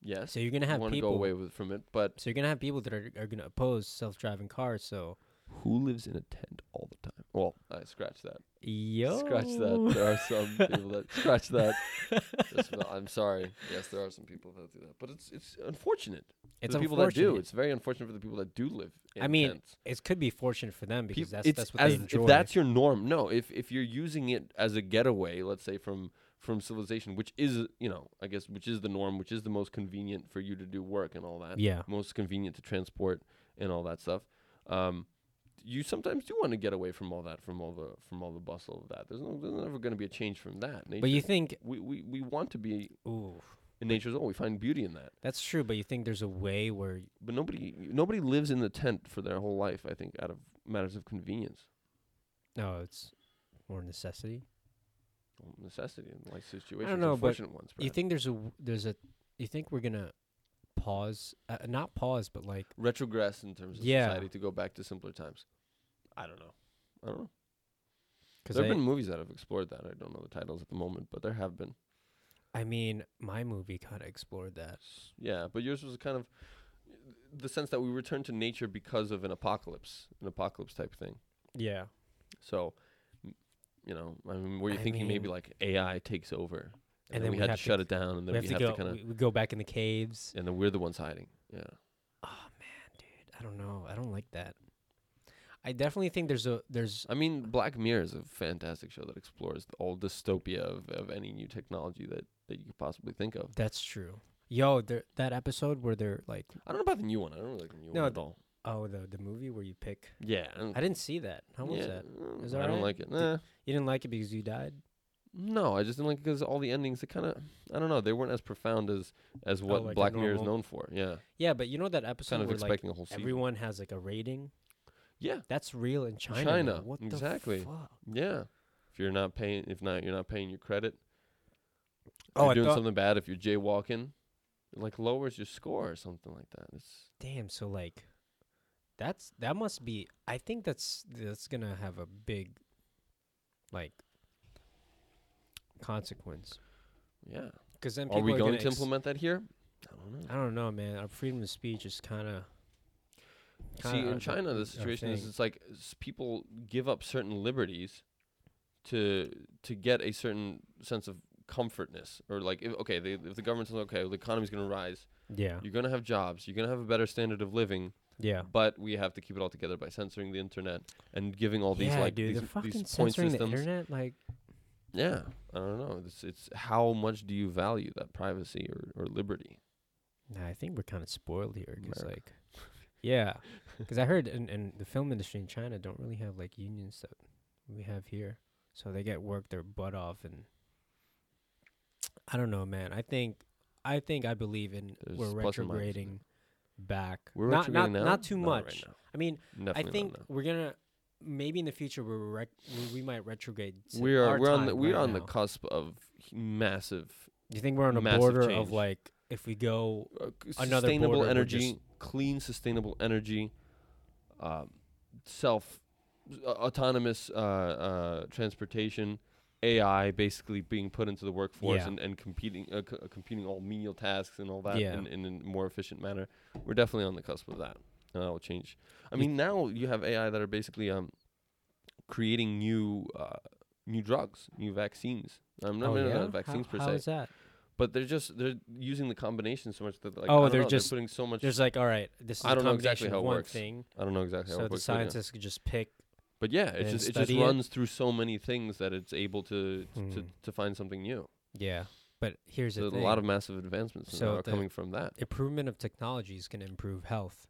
[SPEAKER 2] yes,
[SPEAKER 1] So you're gonna
[SPEAKER 2] I
[SPEAKER 1] have
[SPEAKER 2] want to go
[SPEAKER 1] people.
[SPEAKER 2] away with, from it, but
[SPEAKER 1] So you're gonna have people that are, are gonna oppose self-driving cars. So
[SPEAKER 2] Who lives in a tent all the time? Well, I scratch that.
[SPEAKER 1] yo,
[SPEAKER 2] Scratch that. There are some people that scratch that. That's not- I'm sorry. Yes, there are some people that do that, but it's it's unfortunate.
[SPEAKER 1] it's
[SPEAKER 2] for the people that
[SPEAKER 1] unfortunate.
[SPEAKER 2] do. It's very unfortunate for the people that do live. in
[SPEAKER 1] I mean,
[SPEAKER 2] tents.
[SPEAKER 1] it could be fortunate for them
[SPEAKER 2] Peop-
[SPEAKER 1] because that's
[SPEAKER 2] it's
[SPEAKER 1] that's what
[SPEAKER 2] as,
[SPEAKER 1] they enjoy.
[SPEAKER 2] If that's your norm, no. If if you're using it as a getaway, let's say from from civilization, which is you know, I guess which is the norm, which is the most convenient for you to do work and all that.
[SPEAKER 1] yeah,
[SPEAKER 2] most convenient to transport and all that stuff. Um, you sometimes do want to get away from all that, from all the from all the bustle of that. There's, no, there's never going to be a change from that. Nature.
[SPEAKER 1] but you think,
[SPEAKER 2] we, we we want to be
[SPEAKER 1] ooh,
[SPEAKER 2] in nature's own. We find beauty in that.
[SPEAKER 1] that's true. But you think there's a way where
[SPEAKER 2] But nobody nobody lives in the tent for their whole life. I think out of matters of convenience,
[SPEAKER 1] no, it's more necessity.
[SPEAKER 2] or necessity, and life situations.
[SPEAKER 1] know, but
[SPEAKER 2] unfortunate ones.
[SPEAKER 1] You
[SPEAKER 2] perhaps.
[SPEAKER 1] think there's a w- there's a you think we're gonna pause? Uh, not pause, but like
[SPEAKER 2] retrogress in terms of
[SPEAKER 1] Yeah.
[SPEAKER 2] society to go back to simpler times? I don't know. I don't know.
[SPEAKER 1] because
[SPEAKER 2] There
[SPEAKER 1] I,
[SPEAKER 2] have been movies that have explored that. I don't know the titles at the moment, but there have been.
[SPEAKER 1] I mean, my movie kind of explored that.
[SPEAKER 2] S- Yeah, but yours was kind of the sense that we return to nature because of an apocalypse, an apocalypse type thing.
[SPEAKER 1] Yeah,
[SPEAKER 2] So you know, I mean, were you
[SPEAKER 1] I
[SPEAKER 2] thinking maybe
[SPEAKER 1] mean-
[SPEAKER 2] like AI takes over, and, then, we,
[SPEAKER 1] have
[SPEAKER 2] had to shut
[SPEAKER 1] g-
[SPEAKER 2] it down, and then
[SPEAKER 1] We have to go.
[SPEAKER 2] kind of,
[SPEAKER 1] we, we go back in the caves.
[SPEAKER 2] and then we're the ones hiding. Yeah,
[SPEAKER 1] Oh man, dude, I don't know. I don't like that. I definitely think there's a there's
[SPEAKER 2] I mean, Black Mirror is a fantastic show that explores the all dystopia of, of any new technology that that you could possibly think of.
[SPEAKER 1] that's true. Yo, there, that episode where they're like,
[SPEAKER 2] I don't know about the new one. I don't really like the new
[SPEAKER 1] No,
[SPEAKER 2] one at
[SPEAKER 1] th-
[SPEAKER 2] all.
[SPEAKER 1] oh, the the movie where you pick.
[SPEAKER 2] Yeah, I don't,
[SPEAKER 1] I didn't see that. How was
[SPEAKER 2] Mm. yeah,
[SPEAKER 1] that?
[SPEAKER 2] mm,
[SPEAKER 1] Is
[SPEAKER 2] I
[SPEAKER 1] that
[SPEAKER 2] don't
[SPEAKER 1] alright?
[SPEAKER 2] like it.
[SPEAKER 1] Did-
[SPEAKER 2] Nah.
[SPEAKER 1] You didn't like it because you died.
[SPEAKER 2] No, I just didn't like because all the endings. They kind of, I don't know, they weren't as profound as as what
[SPEAKER 1] Oh, like a
[SPEAKER 2] Black Mirror is
[SPEAKER 1] normal-
[SPEAKER 2] known for. Yeah,
[SPEAKER 1] Yeah, but you know that episode
[SPEAKER 2] kind of
[SPEAKER 1] where like
[SPEAKER 2] expecting a whole season.
[SPEAKER 1] everyone has like a rating.
[SPEAKER 2] Yeah,
[SPEAKER 1] That's real in China. now.
[SPEAKER 2] China,
[SPEAKER 1] What
[SPEAKER 2] exactly.
[SPEAKER 1] the fuck?
[SPEAKER 2] yeah. If you're not paying, if not, you're not paying your credit.
[SPEAKER 1] Oh,
[SPEAKER 2] you're
[SPEAKER 1] I
[SPEAKER 2] doing
[SPEAKER 1] thought,
[SPEAKER 2] something bad. If you're jaywalking, it, like lowers your score or something like that. It's
[SPEAKER 1] damn. So like, that's that must be. I think that's that's gonna have a big, like, consequence.
[SPEAKER 2] yeah.
[SPEAKER 1] Because then
[SPEAKER 2] Are
[SPEAKER 1] people
[SPEAKER 2] we going
[SPEAKER 1] gonna
[SPEAKER 2] to
[SPEAKER 1] ex-
[SPEAKER 2] implement that here? I don't know.
[SPEAKER 1] I don't know, man. Our freedom of speech is kind of.
[SPEAKER 2] See, in China, the situation is it's like s- people give up certain liberties to to get a certain sense of comfortness, or like if, okay, they, if the government says okay, the economy's going to rise,
[SPEAKER 1] Yeah,
[SPEAKER 2] you're going to have jobs, you're going to have a better standard of living,
[SPEAKER 1] yeah.
[SPEAKER 2] but we have to keep it all together by censoring the internet and giving all these
[SPEAKER 1] yeah,
[SPEAKER 2] like
[SPEAKER 1] dude,
[SPEAKER 2] these,
[SPEAKER 1] they're fucking
[SPEAKER 2] these point
[SPEAKER 1] censoring
[SPEAKER 2] systems.
[SPEAKER 1] the internet. Like,
[SPEAKER 2] Yeah, I don't know. It's it's how much do you value that privacy or, or liberty?
[SPEAKER 1] nah, I think we're kind of spoiled here because,
[SPEAKER 2] America.
[SPEAKER 1] like, yeah, because I heard in, in the film industry in China don't really have like unions that we have here, so they get worked their butt off, and I don't know, man. I think, I think I believe in
[SPEAKER 2] There's
[SPEAKER 1] we're
[SPEAKER 2] plus and minuses.
[SPEAKER 1] retrograding back.
[SPEAKER 2] We're
[SPEAKER 1] not not
[SPEAKER 2] retrograding now?
[SPEAKER 1] not too
[SPEAKER 2] Not
[SPEAKER 1] much.
[SPEAKER 2] right now.
[SPEAKER 1] I mean,
[SPEAKER 2] Definitely
[SPEAKER 1] I
[SPEAKER 2] not
[SPEAKER 1] think
[SPEAKER 2] now.
[SPEAKER 1] we're gonna maybe in the future we're rec- we- we might retrograde. to
[SPEAKER 2] we are
[SPEAKER 1] our
[SPEAKER 2] we're on
[SPEAKER 1] time
[SPEAKER 2] the, we're
[SPEAKER 1] right
[SPEAKER 2] on the
[SPEAKER 1] now.
[SPEAKER 2] cusp of h- massive
[SPEAKER 1] Do you think we're on a
[SPEAKER 2] massive
[SPEAKER 1] border
[SPEAKER 2] change.
[SPEAKER 1] of like if we go?
[SPEAKER 2] uh, c-
[SPEAKER 1] Another
[SPEAKER 2] sustainable
[SPEAKER 1] border, we're
[SPEAKER 2] energy,
[SPEAKER 1] just-
[SPEAKER 2] clean sustainable energy, um, self uh, autonomous uh, uh, transportation, AI basically being put into the workforce
[SPEAKER 1] Yeah.
[SPEAKER 2] and, and competing uh, c- uh, competing all menial tasks and all that
[SPEAKER 1] Yeah.
[SPEAKER 2] in, in a more efficient manner. We're definitely on the cusp of that. And that will change. I
[SPEAKER 1] You-
[SPEAKER 2] mean, now you have AI that are basically um, creating new uh, new drugs, new vaccines. I'm not,
[SPEAKER 1] oh,
[SPEAKER 2] no, no,
[SPEAKER 1] yeah?
[SPEAKER 2] not vaccines
[SPEAKER 1] how,
[SPEAKER 2] per
[SPEAKER 1] how
[SPEAKER 2] se
[SPEAKER 1] is that?
[SPEAKER 2] but they're just they're using the combination so much that like
[SPEAKER 1] Oh,
[SPEAKER 2] I don't
[SPEAKER 1] they're
[SPEAKER 2] know,
[SPEAKER 1] just-
[SPEAKER 2] they're putting so much.
[SPEAKER 1] There's like, all right, this is
[SPEAKER 2] I don't
[SPEAKER 1] a
[SPEAKER 2] know
[SPEAKER 1] combination
[SPEAKER 2] exactly
[SPEAKER 1] of
[SPEAKER 2] how it
[SPEAKER 1] one
[SPEAKER 2] works.
[SPEAKER 1] thing,
[SPEAKER 2] I don't know exactly how
[SPEAKER 1] so
[SPEAKER 2] it
[SPEAKER 1] the
[SPEAKER 2] works, but yeah.
[SPEAKER 1] scientists could just pick.
[SPEAKER 2] But yeah, it
[SPEAKER 1] then
[SPEAKER 2] just it just
[SPEAKER 1] study it.
[SPEAKER 2] runs through so many things that it's able to to, to,
[SPEAKER 1] Hmm.
[SPEAKER 2] find something new.
[SPEAKER 1] Yeah, but here's
[SPEAKER 2] So
[SPEAKER 1] the
[SPEAKER 2] a
[SPEAKER 1] thing:
[SPEAKER 2] lot of massive advancements
[SPEAKER 1] So
[SPEAKER 2] now are
[SPEAKER 1] the-
[SPEAKER 2] coming from that.
[SPEAKER 1] improvement of technology is going to improve health,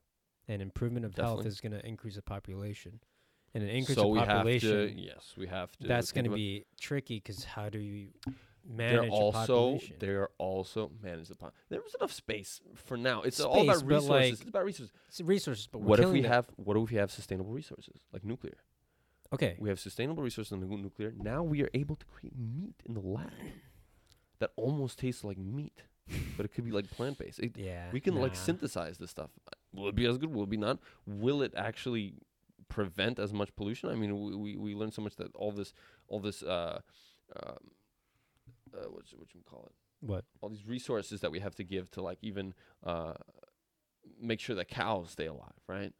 [SPEAKER 1] and improvement of health
[SPEAKER 2] Definitely.
[SPEAKER 1] is going to increase the population, and an increase
[SPEAKER 2] so
[SPEAKER 1] of
[SPEAKER 2] we
[SPEAKER 1] population
[SPEAKER 2] have to yes, we have to.
[SPEAKER 1] that's
[SPEAKER 2] think
[SPEAKER 1] going to be
[SPEAKER 2] about-
[SPEAKER 1] tricky because how do you manage
[SPEAKER 2] They're
[SPEAKER 1] a
[SPEAKER 2] also
[SPEAKER 1] population?
[SPEAKER 2] they're also manage the pop. There's enough space for now. It's all
[SPEAKER 1] Space,
[SPEAKER 2] about
[SPEAKER 1] but,
[SPEAKER 2] resources.
[SPEAKER 1] like,
[SPEAKER 2] it's about resources.
[SPEAKER 1] It's resources, but we're
[SPEAKER 2] What if
[SPEAKER 1] killing
[SPEAKER 2] we
[SPEAKER 1] them.
[SPEAKER 2] have what if we have sustainable resources like nuclear?
[SPEAKER 1] Okay,
[SPEAKER 2] We have sustainable resources in the nu- nuclear. Now we are able to create meat in the lab that almost tastes like meat, but it could be like plant based.
[SPEAKER 1] yeah,
[SPEAKER 2] We can like
[SPEAKER 1] nah.
[SPEAKER 2] synthesize this stuff. Will it be as good? Will it be not? Will it actually prevent as much pollution? I mean, we we, we learned so much that all this all this uh, um, uh what's what you call it?
[SPEAKER 1] What?
[SPEAKER 2] All these resources that we have to give to like even uh make sure that cows stay alive, right?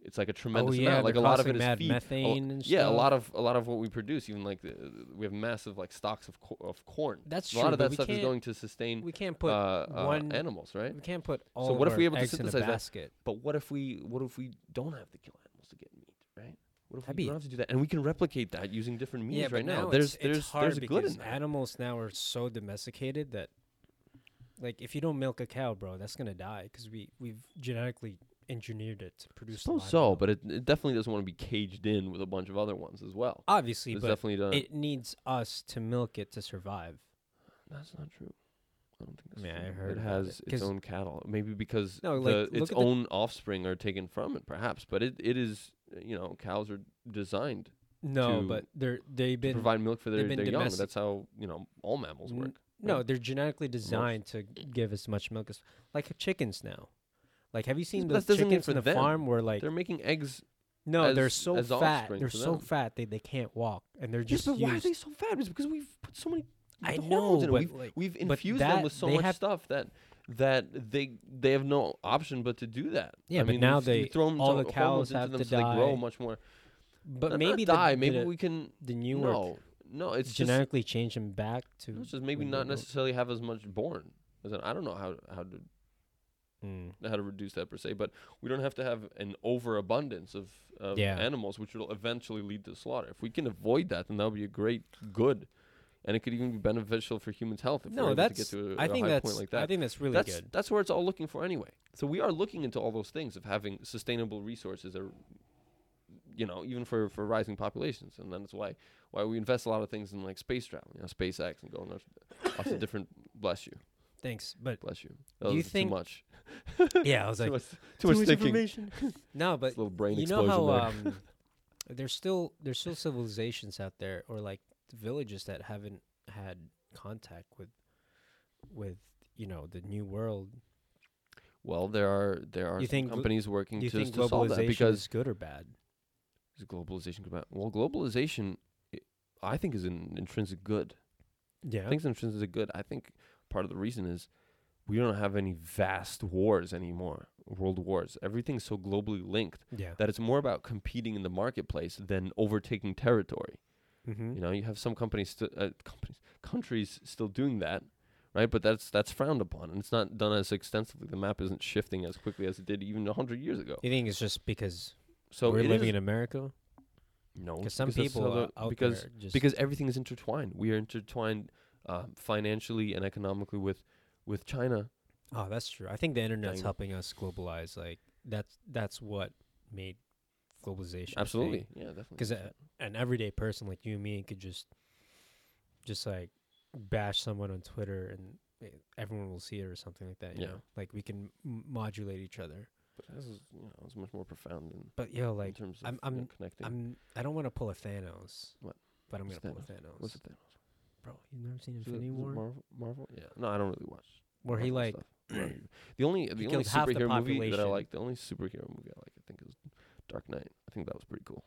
[SPEAKER 2] It's like a
[SPEAKER 1] Oh
[SPEAKER 2] tremendous
[SPEAKER 1] yeah,
[SPEAKER 2] amount. Like a
[SPEAKER 1] they're
[SPEAKER 2] lot of it
[SPEAKER 1] causing
[SPEAKER 2] is
[SPEAKER 1] mad
[SPEAKER 2] feed. Oh,
[SPEAKER 1] methane. and
[SPEAKER 2] Yeah, a
[SPEAKER 1] stuff.
[SPEAKER 2] lot of a lot of what we produce, even like the, we have massive like stocks of co- of corn.
[SPEAKER 1] That's
[SPEAKER 2] a
[SPEAKER 1] true.
[SPEAKER 2] lot of
[SPEAKER 1] but
[SPEAKER 2] that
[SPEAKER 1] we
[SPEAKER 2] stuff is
[SPEAKER 1] can't-
[SPEAKER 2] going to sustain
[SPEAKER 1] We can't put.
[SPEAKER 2] uh, uh,
[SPEAKER 1] one-
[SPEAKER 2] animals, right?
[SPEAKER 1] we can't put all.
[SPEAKER 2] what
[SPEAKER 1] of
[SPEAKER 2] if we
[SPEAKER 1] our
[SPEAKER 2] able to
[SPEAKER 1] eggs in a
[SPEAKER 2] synthesize that?
[SPEAKER 1] basket?
[SPEAKER 2] But what if we what if we don't have to kill animals to get meat, right? What if
[SPEAKER 1] That'd
[SPEAKER 2] we
[SPEAKER 1] be-
[SPEAKER 2] don't have to do that, and we can replicate that using different means
[SPEAKER 1] yeah,
[SPEAKER 2] right
[SPEAKER 1] but now, it's-
[SPEAKER 2] There's
[SPEAKER 1] it's
[SPEAKER 2] there's
[SPEAKER 1] hard
[SPEAKER 2] there's good
[SPEAKER 1] because
[SPEAKER 2] in that.
[SPEAKER 1] animals now are so domesticated that, like, if you don't milk a cow, bro, that's gonna die because we we've genetically engineered it to produce.
[SPEAKER 2] Suppose
[SPEAKER 1] live
[SPEAKER 2] so,
[SPEAKER 1] milk.
[SPEAKER 2] but it, it definitely doesn't want to be caged in with a bunch of other ones as well.
[SPEAKER 1] obviously,
[SPEAKER 2] It's
[SPEAKER 1] but
[SPEAKER 2] definitely done.
[SPEAKER 1] it needs us to milk it to survive.
[SPEAKER 2] that's not true. I don't think that's
[SPEAKER 1] mean, I
[SPEAKER 2] true.
[SPEAKER 1] heard
[SPEAKER 2] it
[SPEAKER 1] about
[SPEAKER 2] has
[SPEAKER 1] it,
[SPEAKER 2] its
[SPEAKER 1] 'cause-
[SPEAKER 2] own cattle. Maybe because
[SPEAKER 1] No,
[SPEAKER 2] the,
[SPEAKER 1] like, look
[SPEAKER 2] its
[SPEAKER 1] at the-
[SPEAKER 2] own offspring are taken from it, perhaps. But it, it is uh, you know cows are designed
[SPEAKER 1] No,
[SPEAKER 2] To-
[SPEAKER 1] but they're they've
[SPEAKER 2] to
[SPEAKER 1] been
[SPEAKER 2] provide milk for their,
[SPEAKER 1] been
[SPEAKER 2] their young.
[SPEAKER 1] domestic-
[SPEAKER 2] That's how you know all mammals
[SPEAKER 1] N-
[SPEAKER 2] work.
[SPEAKER 1] No,
[SPEAKER 2] right?
[SPEAKER 1] they're genetically designed to g- give as much milk as like chickens now. Like, have you seen
[SPEAKER 2] but
[SPEAKER 1] those
[SPEAKER 2] that's doesn't mean
[SPEAKER 1] chickens
[SPEAKER 2] for
[SPEAKER 1] from the
[SPEAKER 2] them.
[SPEAKER 1] farm where like
[SPEAKER 2] They're making eggs
[SPEAKER 1] no, they're
[SPEAKER 2] as-
[SPEAKER 1] so
[SPEAKER 2] as
[SPEAKER 1] fat,
[SPEAKER 2] offspring
[SPEAKER 1] they're
[SPEAKER 2] for
[SPEAKER 1] so
[SPEAKER 2] them.
[SPEAKER 1] fat they they can't walk, and they're just
[SPEAKER 2] yes, but why are
[SPEAKER 1] used-
[SPEAKER 2] they so fat? It's because we've put so many.
[SPEAKER 1] I
[SPEAKER 2] hormones
[SPEAKER 1] know,
[SPEAKER 2] in it.
[SPEAKER 1] but
[SPEAKER 2] we've,
[SPEAKER 1] like,
[SPEAKER 2] we've
[SPEAKER 1] but
[SPEAKER 2] infused them
[SPEAKER 1] that-
[SPEAKER 2] with so
[SPEAKER 1] they
[SPEAKER 2] much
[SPEAKER 1] have-
[SPEAKER 2] stuff that that they they have no option but to do that.
[SPEAKER 1] Yeah,
[SPEAKER 2] I
[SPEAKER 1] but
[SPEAKER 2] mean,
[SPEAKER 1] now
[SPEAKER 2] we've- we've
[SPEAKER 1] they-
[SPEAKER 2] thrown
[SPEAKER 1] all
[SPEAKER 2] so-
[SPEAKER 1] the
[SPEAKER 2] hormones
[SPEAKER 1] cows
[SPEAKER 2] into
[SPEAKER 1] have
[SPEAKER 2] them
[SPEAKER 1] to
[SPEAKER 2] so they grow
[SPEAKER 1] die.
[SPEAKER 2] much more.
[SPEAKER 1] but
[SPEAKER 2] Not- not
[SPEAKER 1] maybe
[SPEAKER 2] die.
[SPEAKER 1] the,
[SPEAKER 2] maybe
[SPEAKER 1] the,
[SPEAKER 2] we can
[SPEAKER 1] the
[SPEAKER 2] no.
[SPEAKER 1] newer
[SPEAKER 2] no, it's just
[SPEAKER 1] genetically change him back to
[SPEAKER 2] No, it's just maybe
[SPEAKER 1] when
[SPEAKER 2] not
[SPEAKER 1] they go-
[SPEAKER 2] necessarily have as much born. As in, I don't know how how to
[SPEAKER 1] Mm.
[SPEAKER 2] how to reduce that per se, but we don't have to have an overabundance of, of
[SPEAKER 1] Yeah.
[SPEAKER 2] animals, which will eventually lead to slaughter. If we can avoid that, then that would be a great good, and it could even be beneficial for humans' health. If we're
[SPEAKER 1] No,
[SPEAKER 2] able
[SPEAKER 1] that's.
[SPEAKER 2] to get to a,
[SPEAKER 1] I
[SPEAKER 2] a
[SPEAKER 1] think
[SPEAKER 2] high
[SPEAKER 1] that's.
[SPEAKER 2] point like that.
[SPEAKER 1] I think that's really
[SPEAKER 2] that's
[SPEAKER 1] good.
[SPEAKER 2] that's where it's all looking for anyway. So we are looking into all those things of having sustainable resources, or you know, even for for rising populations, and then that's why why we invest a lot of things in like space travel, you know, SpaceX and going off, off to different. Bless you,
[SPEAKER 1] Thanks, but
[SPEAKER 2] bless you.
[SPEAKER 1] Do you
[SPEAKER 2] was
[SPEAKER 1] think-
[SPEAKER 2] too much?
[SPEAKER 1] yeah, I was
[SPEAKER 2] too
[SPEAKER 1] like
[SPEAKER 2] much, too much thinking.
[SPEAKER 1] information. no, but
[SPEAKER 2] It's a little brain
[SPEAKER 1] you know
[SPEAKER 2] explosion
[SPEAKER 1] how
[SPEAKER 2] there.
[SPEAKER 1] um, there's still there's still civilizations out there or like villages that haven't had contact with with you know the new world.
[SPEAKER 2] Well, there are there are
[SPEAKER 1] You
[SPEAKER 2] some
[SPEAKER 1] think gl-
[SPEAKER 2] companies working
[SPEAKER 1] You
[SPEAKER 2] to,
[SPEAKER 1] think
[SPEAKER 2] to solve that
[SPEAKER 1] globalization
[SPEAKER 2] because
[SPEAKER 1] is good or bad?
[SPEAKER 2] is globalization could be- well, globalization, i- I think, is an intrinsic good.
[SPEAKER 1] Yeah,
[SPEAKER 2] I think it's intrinsic good. I think part of the reason is we don't have any vast wars anymore, world wars. Everything's so globally linked
[SPEAKER 1] yeah.
[SPEAKER 2] that it's more about competing in the marketplace than overtaking territory.
[SPEAKER 1] mm-hmm.
[SPEAKER 2] You know, you have some companies, st- uh, companies, countries still doing that, right? But that's that's frowned upon, and it's not done as extensively. The map isn't shifting as quickly as it did even hundred years ago.
[SPEAKER 1] You think it's just because
[SPEAKER 2] So
[SPEAKER 1] we're
[SPEAKER 2] it
[SPEAKER 1] living in
[SPEAKER 2] is-
[SPEAKER 1] America?
[SPEAKER 2] No,
[SPEAKER 1] Because some
[SPEAKER 2] that's
[SPEAKER 1] people
[SPEAKER 2] how the-
[SPEAKER 1] are out
[SPEAKER 2] because
[SPEAKER 1] there just
[SPEAKER 2] because everything is intertwined. We are intertwined um, financially and economically with with China.
[SPEAKER 1] oh, that's true. I think the internet's
[SPEAKER 2] Dang.
[SPEAKER 1] helping us globalize. Like that's that's what made globalization. a thing.
[SPEAKER 2] Absolutely, yeah, definitely.
[SPEAKER 1] because an everyday person like you and me could just just like bash someone on twitter and eh, everyone will see it or something like that you
[SPEAKER 2] Yeah.
[SPEAKER 1] know like we can m- modulate each other
[SPEAKER 2] But this is you know, it's much more profound in,
[SPEAKER 1] but yo
[SPEAKER 2] in
[SPEAKER 1] like
[SPEAKER 2] terms of
[SPEAKER 1] I'm-
[SPEAKER 2] you know,
[SPEAKER 1] I'm-
[SPEAKER 2] connecting.
[SPEAKER 1] i'm i don't want to pull a thanos
[SPEAKER 2] What?
[SPEAKER 1] but i'm
[SPEAKER 2] What's
[SPEAKER 1] gonna pull a thanos
[SPEAKER 2] What's it then?
[SPEAKER 1] bro you've never seen
[SPEAKER 2] Is it-
[SPEAKER 1] infinity
[SPEAKER 2] is it
[SPEAKER 1] war
[SPEAKER 2] Marvel, Marvel? Yeah. No, I don't really watch.
[SPEAKER 1] where he
[SPEAKER 2] Marvel
[SPEAKER 1] like
[SPEAKER 2] stuff. Right. the only the only
[SPEAKER 1] killed half the
[SPEAKER 2] superhero movie that I
[SPEAKER 1] population.
[SPEAKER 2] like, the only superhero movie I like, I think is Dark Knight. I think that was pretty cool,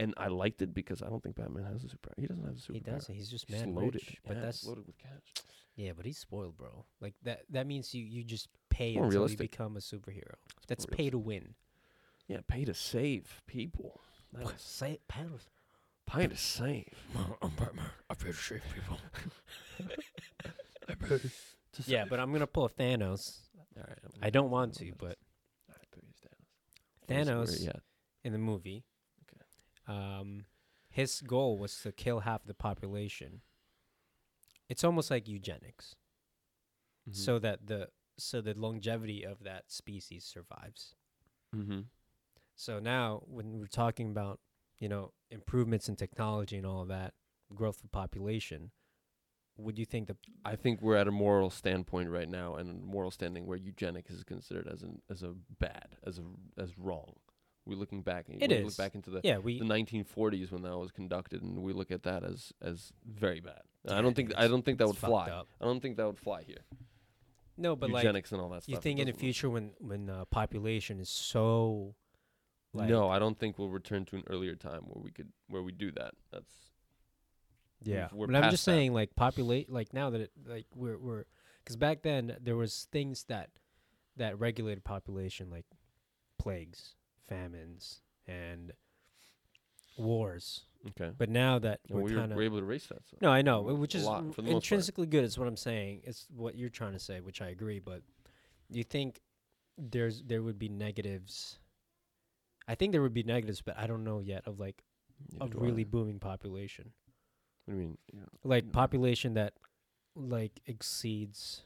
[SPEAKER 2] and I liked it because I don't think Batman has a super. He doesn't have a super.
[SPEAKER 1] he doesn't he's just
[SPEAKER 2] He's
[SPEAKER 1] mad
[SPEAKER 2] loaded,
[SPEAKER 1] rich but
[SPEAKER 2] yeah,
[SPEAKER 1] that's
[SPEAKER 2] loaded with cash.
[SPEAKER 1] yeah but he's spoiled bro like that that means you you just pay
[SPEAKER 2] more
[SPEAKER 1] until
[SPEAKER 2] realistic.
[SPEAKER 1] you become a superhero that's
[SPEAKER 2] more
[SPEAKER 1] pay to win
[SPEAKER 2] Yeah, pay to save people. That is
[SPEAKER 1] Say, pay to
[SPEAKER 2] pay to save.
[SPEAKER 1] I'm Batman. I pay to shave people.
[SPEAKER 2] To
[SPEAKER 1] Yeah,
[SPEAKER 2] save.
[SPEAKER 1] but I'm gonna pull a Thanos.
[SPEAKER 2] All right, I'm
[SPEAKER 1] I
[SPEAKER 2] gonna
[SPEAKER 1] don't
[SPEAKER 2] use
[SPEAKER 1] want
[SPEAKER 2] Thanos.
[SPEAKER 1] to, but
[SPEAKER 2] All right, but use Thanos.
[SPEAKER 1] Thanos
[SPEAKER 2] Where- Yeah,
[SPEAKER 1] in the movie,
[SPEAKER 2] Okay.
[SPEAKER 1] um, his goal was to kill half the population. It's almost like eugenics,
[SPEAKER 2] Mm-hmm.
[SPEAKER 1] so that the so the longevity of that species survives.
[SPEAKER 2] hmm
[SPEAKER 1] So now, when we're talking about you know improvements in technology and all of that, growth of population, would you think the
[SPEAKER 2] I think we're at a moral standpoint right now, and a moral standing where eugenics is considered as an as a bad, as a as wrong. We're looking back.
[SPEAKER 1] It
[SPEAKER 2] we Look
[SPEAKER 1] is.
[SPEAKER 2] back into the
[SPEAKER 1] yeah we
[SPEAKER 2] the 1940s when that was conducted, and we look at that as as very bad. And I
[SPEAKER 1] Yeah,
[SPEAKER 2] don't think I
[SPEAKER 1] it's-
[SPEAKER 2] don't think that
[SPEAKER 1] it's
[SPEAKER 2] would
[SPEAKER 1] fucked
[SPEAKER 2] fly.
[SPEAKER 1] up.
[SPEAKER 2] I don't think that would fly here.
[SPEAKER 1] no but like
[SPEAKER 2] eugenics and all that stuff.
[SPEAKER 1] You
[SPEAKER 2] it
[SPEAKER 1] think in the
[SPEAKER 2] doesn't-
[SPEAKER 1] future when when uh, population is so like
[SPEAKER 2] no, I don't think we'll return to an earlier time where we could where we do that. That's
[SPEAKER 1] yeah
[SPEAKER 2] we're
[SPEAKER 1] but I'm
[SPEAKER 2] past
[SPEAKER 1] just
[SPEAKER 2] that.
[SPEAKER 1] saying like populate like now that it, like we're we're because back then there was things that that regulated population like plagues famines and wars
[SPEAKER 2] okay.
[SPEAKER 1] but now that
[SPEAKER 2] And
[SPEAKER 1] we're
[SPEAKER 2] we
[SPEAKER 1] kind
[SPEAKER 2] were,
[SPEAKER 1] of
[SPEAKER 2] we're able to erase that. So.
[SPEAKER 1] No, I know,
[SPEAKER 2] w-
[SPEAKER 1] which
[SPEAKER 2] a
[SPEAKER 1] is
[SPEAKER 2] lot,
[SPEAKER 1] r-
[SPEAKER 2] for the most part.
[SPEAKER 1] intrinsically good. Is what I'm saying. It's what you're trying to say, which I agree. But you think there's there would be negatives. I think there would be negatives, but I don't know yet of like
[SPEAKER 2] Neither
[SPEAKER 1] a
[SPEAKER 2] do
[SPEAKER 1] really
[SPEAKER 2] I.
[SPEAKER 1] booming population,
[SPEAKER 2] What do you mean? You know,
[SPEAKER 1] like
[SPEAKER 2] Mm.
[SPEAKER 1] population that like exceeds.